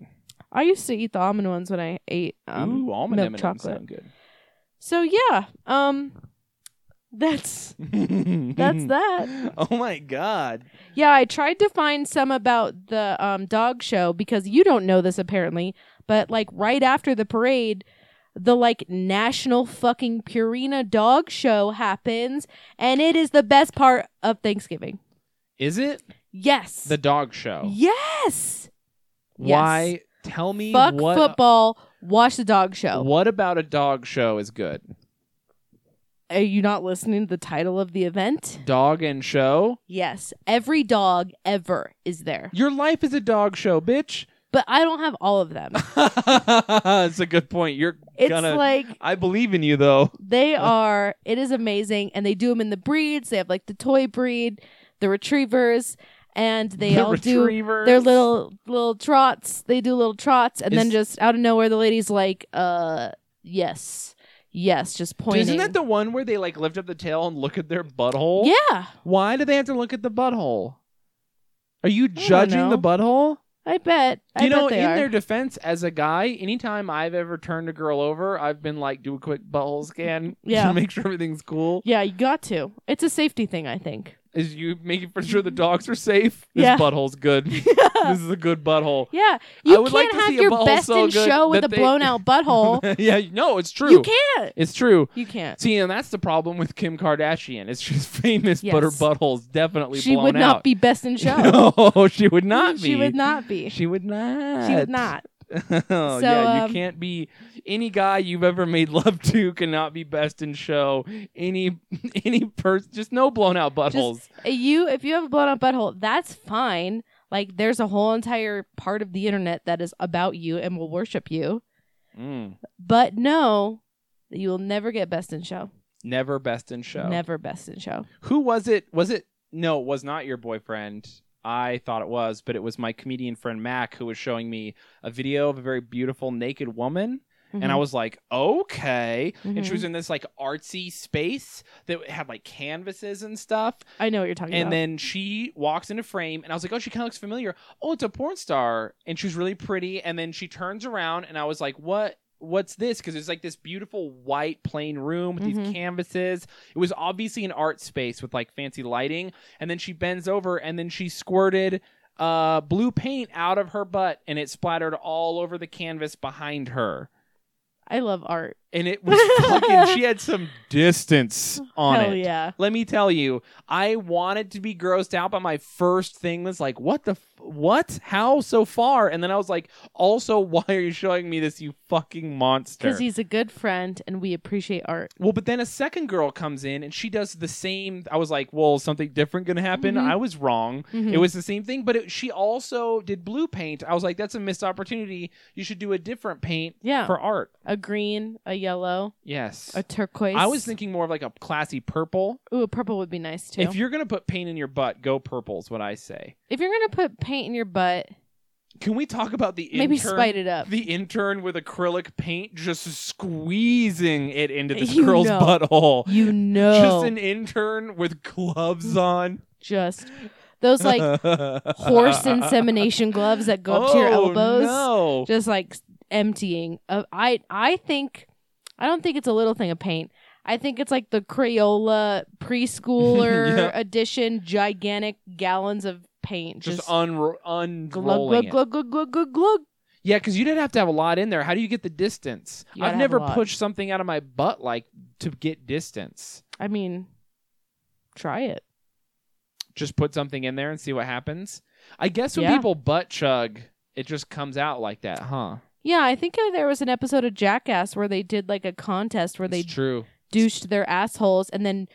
[SPEAKER 3] I used to eat the almond ones when I ate um,
[SPEAKER 2] Ooh, almond
[SPEAKER 3] milk
[SPEAKER 2] M and M's
[SPEAKER 3] chocolate.
[SPEAKER 2] sound good.
[SPEAKER 3] So yeah, um, that's that's that.
[SPEAKER 2] Oh my god!
[SPEAKER 3] Yeah, I tried to find some about the um, dog show because you don't know this apparently, but like right after the parade, the like national fucking Purina dog show happens, and it is the best part of Thanksgiving.
[SPEAKER 2] Is it
[SPEAKER 3] Yes.
[SPEAKER 2] the dog show?
[SPEAKER 3] yes.
[SPEAKER 2] Why? Tell me
[SPEAKER 3] Fuck
[SPEAKER 2] what.
[SPEAKER 3] football. Watch the dog show.
[SPEAKER 2] What about a dog show is good?
[SPEAKER 3] Are you not listening to the title of the event?
[SPEAKER 2] Dog and show.
[SPEAKER 3] Yes, every dog ever is there.
[SPEAKER 2] Your life is a dog show, bitch.
[SPEAKER 3] But I don't have all of them.
[SPEAKER 2] That's a good point. You're
[SPEAKER 3] It's
[SPEAKER 2] gonna.
[SPEAKER 3] like
[SPEAKER 2] I believe in you though.
[SPEAKER 3] they are it is amazing and they do them in the breeds. They have like the toy breed, the retrievers, and they
[SPEAKER 2] The
[SPEAKER 3] all do
[SPEAKER 2] retrievers.
[SPEAKER 3] their little little trots. They do little trots and then
[SPEAKER 2] Is-
[SPEAKER 3] just out of nowhere the lady's like, uh Yes. Yes. Just pointing.
[SPEAKER 2] Isn't that the one where they like lift up the tail and look at their butthole?
[SPEAKER 3] Yeah.
[SPEAKER 2] Why do they have to look at the butthole? Are you
[SPEAKER 3] don't
[SPEAKER 2] judging the
[SPEAKER 3] know.
[SPEAKER 2] butthole?
[SPEAKER 3] I bet. I
[SPEAKER 2] you know,
[SPEAKER 3] bet they
[SPEAKER 2] in
[SPEAKER 3] are.
[SPEAKER 2] their defense, as a guy, anytime I've ever turned a girl over, I've been like, do a quick butthole scan
[SPEAKER 3] Yeah.
[SPEAKER 2] to make sure everything's cool.
[SPEAKER 3] Yeah, you got to. It's a safety thing, I think.
[SPEAKER 2] Is you making for sure the dogs are safe? This
[SPEAKER 3] Yeah.
[SPEAKER 2] butthole's good. this is a good butthole.
[SPEAKER 3] Yeah,
[SPEAKER 2] I
[SPEAKER 3] you
[SPEAKER 2] would like
[SPEAKER 3] can't
[SPEAKER 2] to
[SPEAKER 3] have
[SPEAKER 2] see a
[SPEAKER 3] your
[SPEAKER 2] butthole
[SPEAKER 3] best
[SPEAKER 2] so
[SPEAKER 3] in
[SPEAKER 2] good
[SPEAKER 3] show with
[SPEAKER 2] that
[SPEAKER 3] a
[SPEAKER 2] they-
[SPEAKER 3] blown out butthole.
[SPEAKER 2] yeah, no, it's true.
[SPEAKER 3] you can't.
[SPEAKER 2] It's true.
[SPEAKER 3] You can't.
[SPEAKER 2] See, and that's the problem with Kim Kardashian. It's she's famous, but her
[SPEAKER 3] Yes.
[SPEAKER 2] butthole's definitely
[SPEAKER 3] She
[SPEAKER 2] blown
[SPEAKER 3] would not
[SPEAKER 2] out.
[SPEAKER 3] be best in show.
[SPEAKER 2] No, she would not be.
[SPEAKER 3] She would not be.
[SPEAKER 2] She would not.
[SPEAKER 3] She would not.
[SPEAKER 2] oh,
[SPEAKER 3] So,
[SPEAKER 2] yeah, you
[SPEAKER 3] um,
[SPEAKER 2] can't be any guy you've ever made love to cannot be best in show. Any any person, just no blown out buttholes.
[SPEAKER 3] uh, You, if you have a blown out butthole, that's fine. Like, there's a whole entire part of the internet that is about you and will worship you.
[SPEAKER 2] Mm.
[SPEAKER 3] But know that you will never get best in show.
[SPEAKER 2] Never best in show.
[SPEAKER 3] Never best in show.
[SPEAKER 2] Who was it? Was it? No, it was not your boyfriend. I thought it was, but it was my comedian friend Mac who was showing me a video of a very beautiful naked woman.
[SPEAKER 3] Mm-hmm,
[SPEAKER 2] And I was like, okay. And she was in this like artsy space that had like canvases and stuff.
[SPEAKER 3] mm-hmm. I know what you're talking
[SPEAKER 2] And
[SPEAKER 3] about.
[SPEAKER 2] then she walks into frame, and I was like, "Oh, she kind of looks familiar. Oh, it's a porn star, and she's really pretty." And then she turns around, and I was like, "What? What's this?" Because it's like this beautiful white plain room with
[SPEAKER 3] Mhm.
[SPEAKER 2] these canvases. It was obviously an art space with like fancy lighting. And then she bends over, and then she squirted uh, blue paint out of her butt, and it splattered all over the canvas behind her.
[SPEAKER 3] I love art.
[SPEAKER 2] And it was fucking. She had some distance on
[SPEAKER 3] Hell
[SPEAKER 2] it.
[SPEAKER 3] yeah.
[SPEAKER 2] Let me tell you, I wanted to be grossed out by my first thing was like, what the, f- what, how so far? And then I was like, also, why are you showing me this, you fucking monster?
[SPEAKER 3] Because he's a good friend and we appreciate art.
[SPEAKER 2] well, but then a second girl comes in and she does the same. I was like, well, is something different gonna happen.
[SPEAKER 3] Mhm.
[SPEAKER 2] I was wrong.
[SPEAKER 3] Mhm.
[SPEAKER 2] It was the same thing, but it, she also did blue paint. I was like, that's a missed opportunity. You should do a different paint
[SPEAKER 3] Yeah.
[SPEAKER 2] for art.
[SPEAKER 3] a green, a yellow,
[SPEAKER 2] Yes.
[SPEAKER 3] a turquoise.
[SPEAKER 2] I was thinking more of like a classy purple.
[SPEAKER 3] Ooh, a purple would be nice too.
[SPEAKER 2] If you're gonna put paint in your butt, go purple is what I say.
[SPEAKER 3] if you're gonna put paint in your butt,
[SPEAKER 2] Can we talk about the
[SPEAKER 3] maybe
[SPEAKER 2] intern?
[SPEAKER 3] spite it up.
[SPEAKER 2] The intern with acrylic paint just squeezing it into this
[SPEAKER 3] You
[SPEAKER 2] girl's
[SPEAKER 3] know.
[SPEAKER 2] butthole.
[SPEAKER 3] you know,
[SPEAKER 2] Just an intern with gloves on.
[SPEAKER 3] just those like horse insemination gloves that go up to your
[SPEAKER 2] Oh,
[SPEAKER 3] elbows,
[SPEAKER 2] No.
[SPEAKER 3] just like s- emptying. Of I, I think, I don't think it's a little thing of paint. I think it's like the Crayola preschooler
[SPEAKER 2] Yeah.
[SPEAKER 3] edition, gigantic gallons of paint.
[SPEAKER 2] Just,
[SPEAKER 3] Just,
[SPEAKER 2] unro-
[SPEAKER 3] glug
[SPEAKER 2] unrolling
[SPEAKER 3] glug
[SPEAKER 2] it.
[SPEAKER 3] glug glug glug glug glug.
[SPEAKER 2] Yeah, because you didn't have to have a lot in there. How do you get the distance?
[SPEAKER 3] You gotta
[SPEAKER 2] I've
[SPEAKER 3] have
[SPEAKER 2] never
[SPEAKER 3] a lot.
[SPEAKER 2] pushed something out of my butt like to get distance.
[SPEAKER 3] I mean, try it.
[SPEAKER 2] Just put something in there and see what happens. I guess when
[SPEAKER 3] Yeah.
[SPEAKER 2] people butt chug, it just comes out like that, huh?
[SPEAKER 3] Yeah, I think uh, there was an episode of Jackass where they did like a contest where they
[SPEAKER 2] it's true.
[SPEAKER 3] douched their assholes and then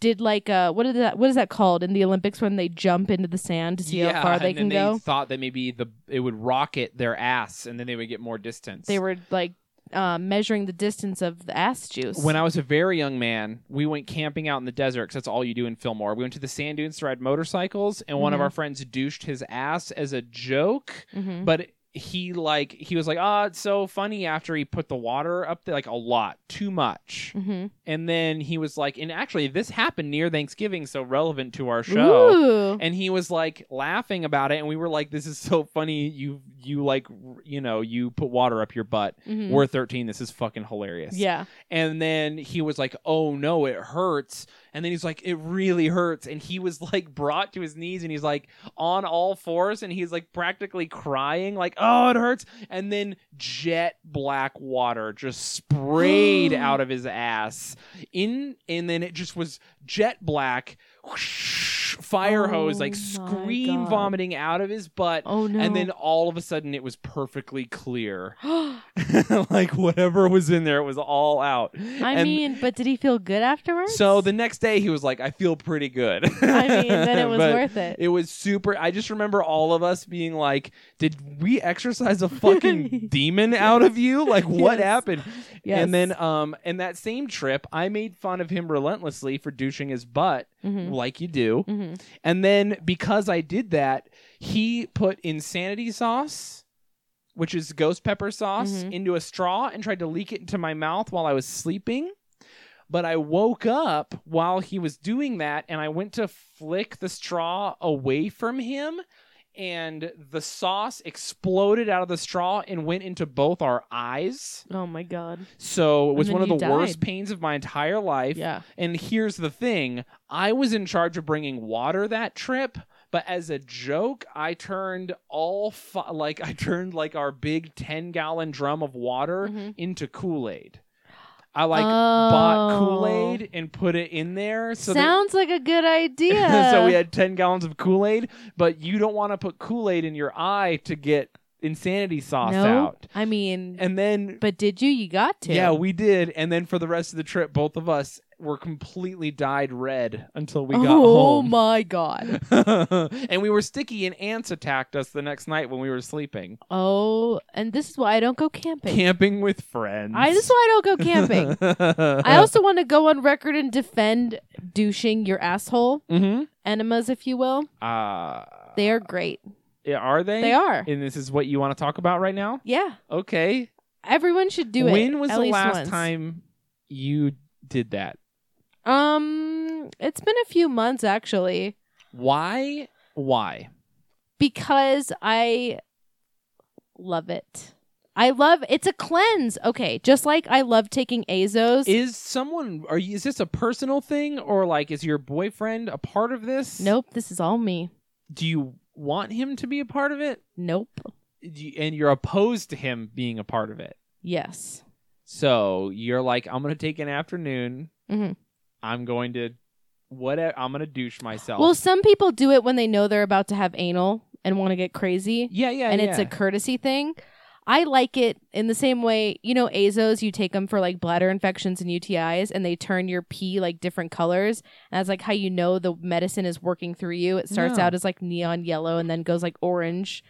[SPEAKER 3] did like uh what is that what is that called in the Olympics when they jump into the sand to see how far they
[SPEAKER 2] and
[SPEAKER 3] can
[SPEAKER 2] then
[SPEAKER 3] go?
[SPEAKER 2] They thought that maybe the it would rocket their ass, and then they would get more distance.
[SPEAKER 3] They were like uh, measuring the distance of the ass juice.
[SPEAKER 2] When I was a very young man, we went camping out in the desert 'cause that's all you do in Fillmore. We went to the sand dunes to ride motorcycles, and one of
[SPEAKER 3] Mhm.
[SPEAKER 2] our friends douched his ass as a joke,
[SPEAKER 3] Mhm.
[SPEAKER 2] but he like he was like, "Ah, it's so funny." After he put the water up there, like a lot, too much,
[SPEAKER 3] Mhm.
[SPEAKER 2] and then he was like, "And actually, this happened near Thanksgiving, so relevant to our show."
[SPEAKER 3] Ooh.
[SPEAKER 2] and he was like laughing about it and we were like this is so funny you you like r- you know you put water up your butt
[SPEAKER 3] Mhm.
[SPEAKER 2] we're 13 this is fucking hilarious
[SPEAKER 3] yeah.
[SPEAKER 2] and then he was like oh no it hurts and then he's like it really hurts and he was like brought to his knees and he's like on all fours and he's like practically crying like oh it hurts and then jet black water just sprayed out of his ass in and then it just was jet black whoosh, fire hose
[SPEAKER 3] Oh
[SPEAKER 2] like
[SPEAKER 3] my
[SPEAKER 2] scream
[SPEAKER 3] God.
[SPEAKER 2] vomiting out of his butt
[SPEAKER 3] Oh no.
[SPEAKER 2] and then all of a sudden it was perfectly clear like whatever was in there it was all out
[SPEAKER 3] I
[SPEAKER 2] And
[SPEAKER 3] mean, but did he feel good afterwards?
[SPEAKER 2] so the next day he was like, I feel pretty good.
[SPEAKER 3] I mean, then it was
[SPEAKER 2] But
[SPEAKER 3] worth it.
[SPEAKER 2] It was super. I just remember all of us being like, Did we exercise a fucking demon out of you? Like, what
[SPEAKER 3] Yes.
[SPEAKER 2] happened?
[SPEAKER 3] Yes.
[SPEAKER 2] And then, um, and that same trip, I made fun of him relentlessly for douching his butt,
[SPEAKER 3] Mhm.
[SPEAKER 2] like you do.
[SPEAKER 3] Mhm.
[SPEAKER 2] And then because I did that, he put insanity sauce which is ghost pepper sauce,
[SPEAKER 3] Mhm.
[SPEAKER 2] into a straw and tried to leak it into my mouth while I was sleeping. But I woke up while he was doing that and I went to flick the straw away from him. And the sauce exploded out of the straw and went into both our eyes.
[SPEAKER 3] Oh my god.
[SPEAKER 2] So it
[SPEAKER 3] And
[SPEAKER 2] was
[SPEAKER 3] then
[SPEAKER 2] one of the
[SPEAKER 3] you
[SPEAKER 2] worst
[SPEAKER 3] died.
[SPEAKER 2] pains of my entire life.
[SPEAKER 3] Yeah.
[SPEAKER 2] And here's the thing I was in charge of bringing water that trip. But as a joke, I turned all fi- like I turned like our big ten gallon drum of water
[SPEAKER 3] Mhm.
[SPEAKER 2] into Kool Aid. I like bought
[SPEAKER 3] Oh.
[SPEAKER 2] Kool Aid and put it in there. So that-
[SPEAKER 3] Sounds like a good idea.
[SPEAKER 2] so we had ten gallons of Kool Aid. But you don't want to put Kool Aid in your eye to get insanity sauce
[SPEAKER 3] no,
[SPEAKER 2] out.
[SPEAKER 3] I mean,
[SPEAKER 2] And then
[SPEAKER 3] but did you? You got to.
[SPEAKER 2] yeah, we did. And then for the rest of the trip, both of us were completely dyed red until we
[SPEAKER 3] oh
[SPEAKER 2] got home.
[SPEAKER 3] my god.
[SPEAKER 2] and we were sticky, and ants attacked us the next night when we were sleeping.
[SPEAKER 3] Oh, and this is why I don't go camping.
[SPEAKER 2] Camping with friends.
[SPEAKER 3] I this is why I don't go camping. I also want to go on record and defend douching your asshole
[SPEAKER 2] hmm
[SPEAKER 3] enemas, if you will.
[SPEAKER 2] Uh,
[SPEAKER 3] They are great.
[SPEAKER 2] yeah, are they?
[SPEAKER 3] They are.
[SPEAKER 2] And this is what you want to talk about right now?
[SPEAKER 3] Yeah,
[SPEAKER 2] Okay.
[SPEAKER 3] everyone should do it.
[SPEAKER 2] When was
[SPEAKER 3] at
[SPEAKER 2] the
[SPEAKER 3] least
[SPEAKER 2] last
[SPEAKER 3] once.
[SPEAKER 2] time you did that?
[SPEAKER 3] Um, it's been a few months actually
[SPEAKER 2] Why? Why?
[SPEAKER 3] because I love it. I love it's a cleanse. Okay, just like I love taking Azos.
[SPEAKER 2] Is someone are you is this a personal thing or like is your boyfriend a part of this?
[SPEAKER 3] nope, this is all me.
[SPEAKER 2] Do you want him to be a part of it?
[SPEAKER 3] Nope.
[SPEAKER 2] Do you- and you're opposed to him being a part of it.
[SPEAKER 3] Yes.
[SPEAKER 2] So you're like, I'm gonna take an afternoon.
[SPEAKER 3] Mhm.
[SPEAKER 2] I'm going to what I'm gonna douche myself.
[SPEAKER 3] Well, some people do it when they know they're about to have anal and want to get crazy.
[SPEAKER 2] yeah, yeah,
[SPEAKER 3] and it's a
[SPEAKER 2] Oh, yeah.
[SPEAKER 3] courtesy thing. I like it in the same way, you know, Azos, you take them for like bladder infections and UTIs, and they turn your pee like different colors. And that's like how you know the medicine is working through you. It starts
[SPEAKER 2] Yeah.
[SPEAKER 3] out as like neon yellow and then goes like orange,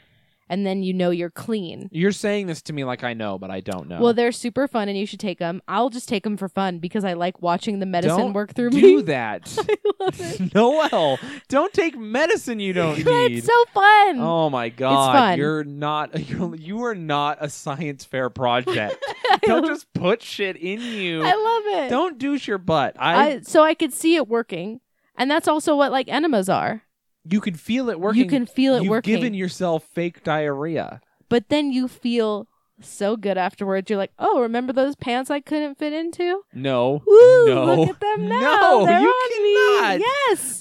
[SPEAKER 3] and then you know you're clean.
[SPEAKER 2] You're saying this to me like I know, but I don't know.
[SPEAKER 3] Well, they're super fun, and you should take them. I'll just take them for fun because I like watching the medicine
[SPEAKER 2] Don't
[SPEAKER 3] work through
[SPEAKER 2] do
[SPEAKER 3] me.
[SPEAKER 2] that.
[SPEAKER 3] Love it.
[SPEAKER 2] Noel, don't take medicine you don't need.
[SPEAKER 3] it's so fun.
[SPEAKER 2] Oh my god,
[SPEAKER 3] fun.
[SPEAKER 2] you're not you're, you are not a science fair project. don't just put shit in you.
[SPEAKER 3] I love it.
[SPEAKER 2] Don't douche your butt. I,
[SPEAKER 3] I, so I could see it working, and that's also what like enemas are.
[SPEAKER 2] you can feel it working.
[SPEAKER 3] You can feel it
[SPEAKER 2] You've
[SPEAKER 3] working,
[SPEAKER 2] given yourself fake diarrhea.
[SPEAKER 3] but then you feel so good afterwards. You're like, oh, remember those pants I couldn't fit into?
[SPEAKER 2] No.
[SPEAKER 3] Woo!
[SPEAKER 2] no.
[SPEAKER 3] Look at them now.
[SPEAKER 2] No,
[SPEAKER 3] They're
[SPEAKER 2] you
[SPEAKER 3] on
[SPEAKER 2] cannot.
[SPEAKER 3] Me. Yes,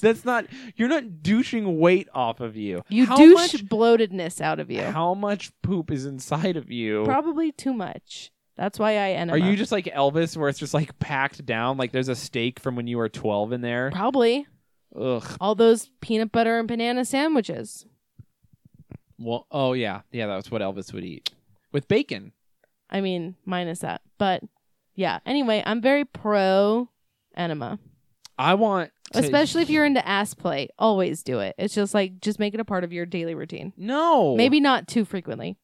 [SPEAKER 2] That's not you're not douching weight off of you.
[SPEAKER 3] you
[SPEAKER 2] how
[SPEAKER 3] douche
[SPEAKER 2] much,
[SPEAKER 3] bloatedness out of you.
[SPEAKER 2] how much poop is inside of you?
[SPEAKER 3] Probably too much. That's why I enema.
[SPEAKER 2] Are you just like Elvis where it's just like packed down like there's a steak from when you were 12 in there?
[SPEAKER 3] probably
[SPEAKER 2] Ugh.
[SPEAKER 3] all those peanut butter and banana sandwiches?
[SPEAKER 2] Well, oh yeah. Yeah, that's what Elvis would eat. With bacon.
[SPEAKER 3] I mean, minus that, but yeah. Anyway, I'm very pro enema.
[SPEAKER 2] I want to-
[SPEAKER 3] Especially if you're into ass play, always do it. It's just like just make it a part of your daily routine.
[SPEAKER 2] No.
[SPEAKER 3] Maybe not too frequently,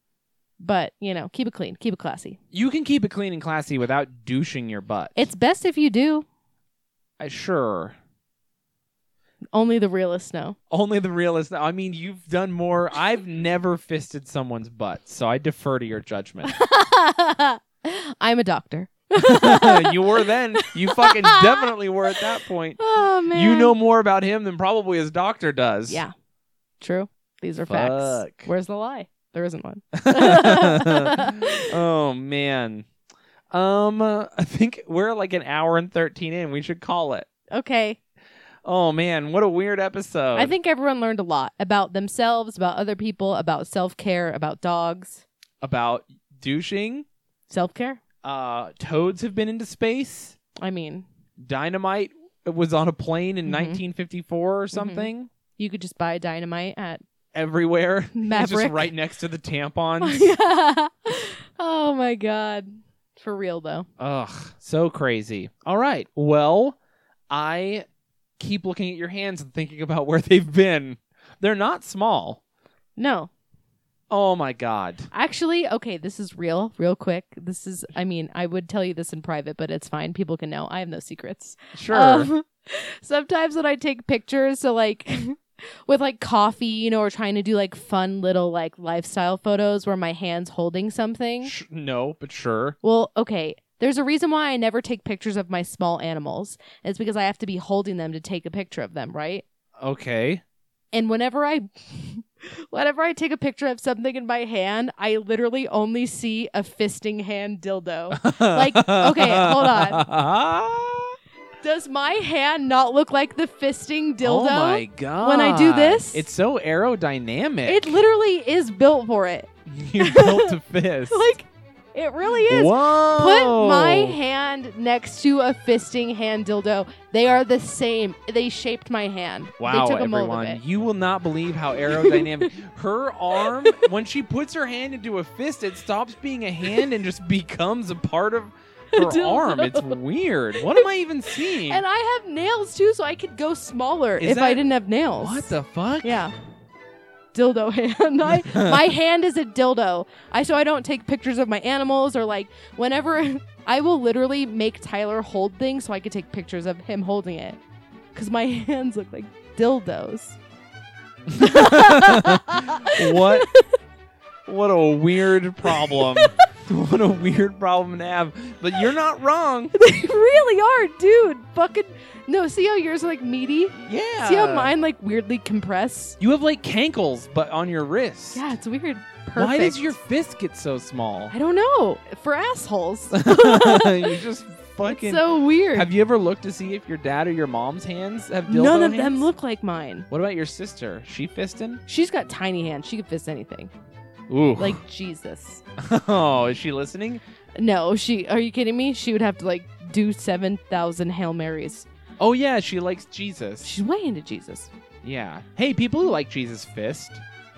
[SPEAKER 3] but you know, keep it clean, keep it classy.
[SPEAKER 2] you can keep it clean and classy without douching your butt.
[SPEAKER 3] It's best if you do.
[SPEAKER 2] I- sure.
[SPEAKER 3] Only the realists know.
[SPEAKER 2] Only the realist. I mean, you've done more. I've never fisted someone's butt, so I defer to your judgment.
[SPEAKER 3] I'm a doctor.
[SPEAKER 2] you were then. You fucking definitely were at that point.
[SPEAKER 3] Oh man,
[SPEAKER 2] You know more about him than probably his doctor does.
[SPEAKER 3] Yeah, true. These are
[SPEAKER 2] Fuck.
[SPEAKER 3] facts. Where's the lie? There isn't one.
[SPEAKER 2] oh man. Um, uh, I think we're like an hour and thirteen in. We should call it.
[SPEAKER 3] Okay,
[SPEAKER 2] Oh man, what a weird episode.
[SPEAKER 3] I think everyone learned a lot about themselves, about other people, about self care, about dogs.
[SPEAKER 2] about douching.
[SPEAKER 3] Self care.
[SPEAKER 2] Uh, toads have been into space.
[SPEAKER 3] I mean,
[SPEAKER 2] Dynamite was on a plane in
[SPEAKER 3] Mhm.
[SPEAKER 2] 1954 or
[SPEAKER 3] Mm-hmm.
[SPEAKER 2] something.
[SPEAKER 3] you could just buy dynamite at
[SPEAKER 2] Everywhere, it's just
[SPEAKER 3] Maverick.
[SPEAKER 2] right next to the tampons.
[SPEAKER 3] oh my god. For real though.
[SPEAKER 2] Ugh, so crazy. All right, well, I keep looking at your hands and thinking about where they've been. They're not small.
[SPEAKER 3] No.
[SPEAKER 2] Oh my god.
[SPEAKER 3] Actually, okay, this is real, real quick. This is I mean, I would tell you this in private, but it's fine. People can know. I have no secrets.
[SPEAKER 2] Sure.
[SPEAKER 3] Um, sometimes when I take pictures, so like with like coffee, you know, or trying to do like fun little like lifestyle photos where my hand's holding something.
[SPEAKER 2] Sh- no, but sure.
[SPEAKER 3] Well, okay. There's a reason why I never take pictures of my small animals. It's because I have to be holding them to take a picture of them, right?
[SPEAKER 2] Okay.
[SPEAKER 3] And whenever I whenever I take a picture of something in my hand, I literally only see a fisting hand dildo. Like, okay, hold
[SPEAKER 2] on.
[SPEAKER 3] Does my hand not look like the fisting
[SPEAKER 2] Oh
[SPEAKER 3] dildo?
[SPEAKER 2] my god.
[SPEAKER 3] when I do this?
[SPEAKER 2] It's so aerodynamic.
[SPEAKER 3] It literally is built for it.
[SPEAKER 2] you built a fist.
[SPEAKER 3] Like it really is.
[SPEAKER 2] Whoa.
[SPEAKER 3] Put my hand next to a fisting hand dildo. They are the same. They shaped my hand.
[SPEAKER 2] Wow,
[SPEAKER 3] they took a mold of
[SPEAKER 2] everyone,
[SPEAKER 3] it.
[SPEAKER 2] you will not believe how aerodynamic her arm when she puts her hand into a fist, it stops being a hand and just becomes a part of her
[SPEAKER 3] Dildo.
[SPEAKER 2] arm. It's weird. What am I even seeing?
[SPEAKER 3] And I have nails too, so I could go smaller
[SPEAKER 2] Is
[SPEAKER 3] if I
[SPEAKER 2] that-
[SPEAKER 3] didn't have nails.
[SPEAKER 2] what the fuck?
[SPEAKER 3] Yeah. Dildo hand. I, my hand is a dildo. I so I don't take pictures of my animals or like whenever I will literally make Tyler hold things so I could take pictures of him holding it because my hands look like dildos.
[SPEAKER 2] what what a weird problem. what a weird problem to have. But you're not wrong.
[SPEAKER 3] They really are, dude. Fucking no. See how yours are like meaty.
[SPEAKER 2] Yeah.
[SPEAKER 3] See how mine like weirdly compress.
[SPEAKER 2] You have like cankles, but on your wrist.
[SPEAKER 3] Yeah, it's weird. Perfect.
[SPEAKER 2] Why does your fist get so small?
[SPEAKER 3] I don't know. For assholes.
[SPEAKER 2] you just
[SPEAKER 3] it's
[SPEAKER 2] fucking.
[SPEAKER 3] so weird.
[SPEAKER 2] have you ever looked to see if your dad or your mom's hands have dildo
[SPEAKER 3] None of
[SPEAKER 2] hands?
[SPEAKER 3] them look like mine.
[SPEAKER 2] What about your sister? She fisting?
[SPEAKER 3] She's got tiny hands. She could fist anything.
[SPEAKER 2] Ooh.
[SPEAKER 3] Like Jesus.
[SPEAKER 2] oh, is she listening?
[SPEAKER 3] No, she. Are you kidding me? She would have to like do seven thousand hail marys.
[SPEAKER 2] Oh yeah, she likes Jesus.
[SPEAKER 3] She's way into Jesus,
[SPEAKER 2] yeah. Hey, people who like Jesus fist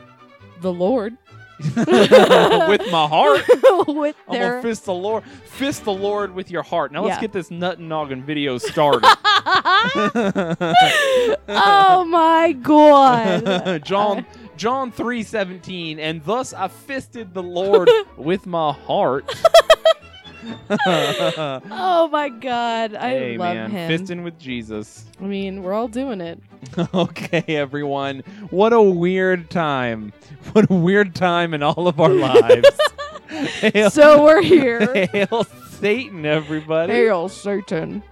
[SPEAKER 3] the Lord.
[SPEAKER 2] with my heart.
[SPEAKER 3] With
[SPEAKER 2] I'm
[SPEAKER 3] their.
[SPEAKER 2] gonna fist the Lord, fist the Lord with your heart. Now let's
[SPEAKER 3] Yeah.
[SPEAKER 2] get this nut and noggin video started.
[SPEAKER 3] oh my god.
[SPEAKER 2] John John three seventeen, and thus I fisted the Lord with my heart.
[SPEAKER 3] Oh my god. I
[SPEAKER 2] hey
[SPEAKER 3] love
[SPEAKER 2] man,
[SPEAKER 3] him.
[SPEAKER 2] fisting with Jesus.
[SPEAKER 3] I mean, we're all doing it.
[SPEAKER 2] okay, everyone, what a weird time! What a weird time in all of our lives. hail,
[SPEAKER 3] So we're here.
[SPEAKER 2] hail Satan, everybody!
[SPEAKER 3] Hail Satan.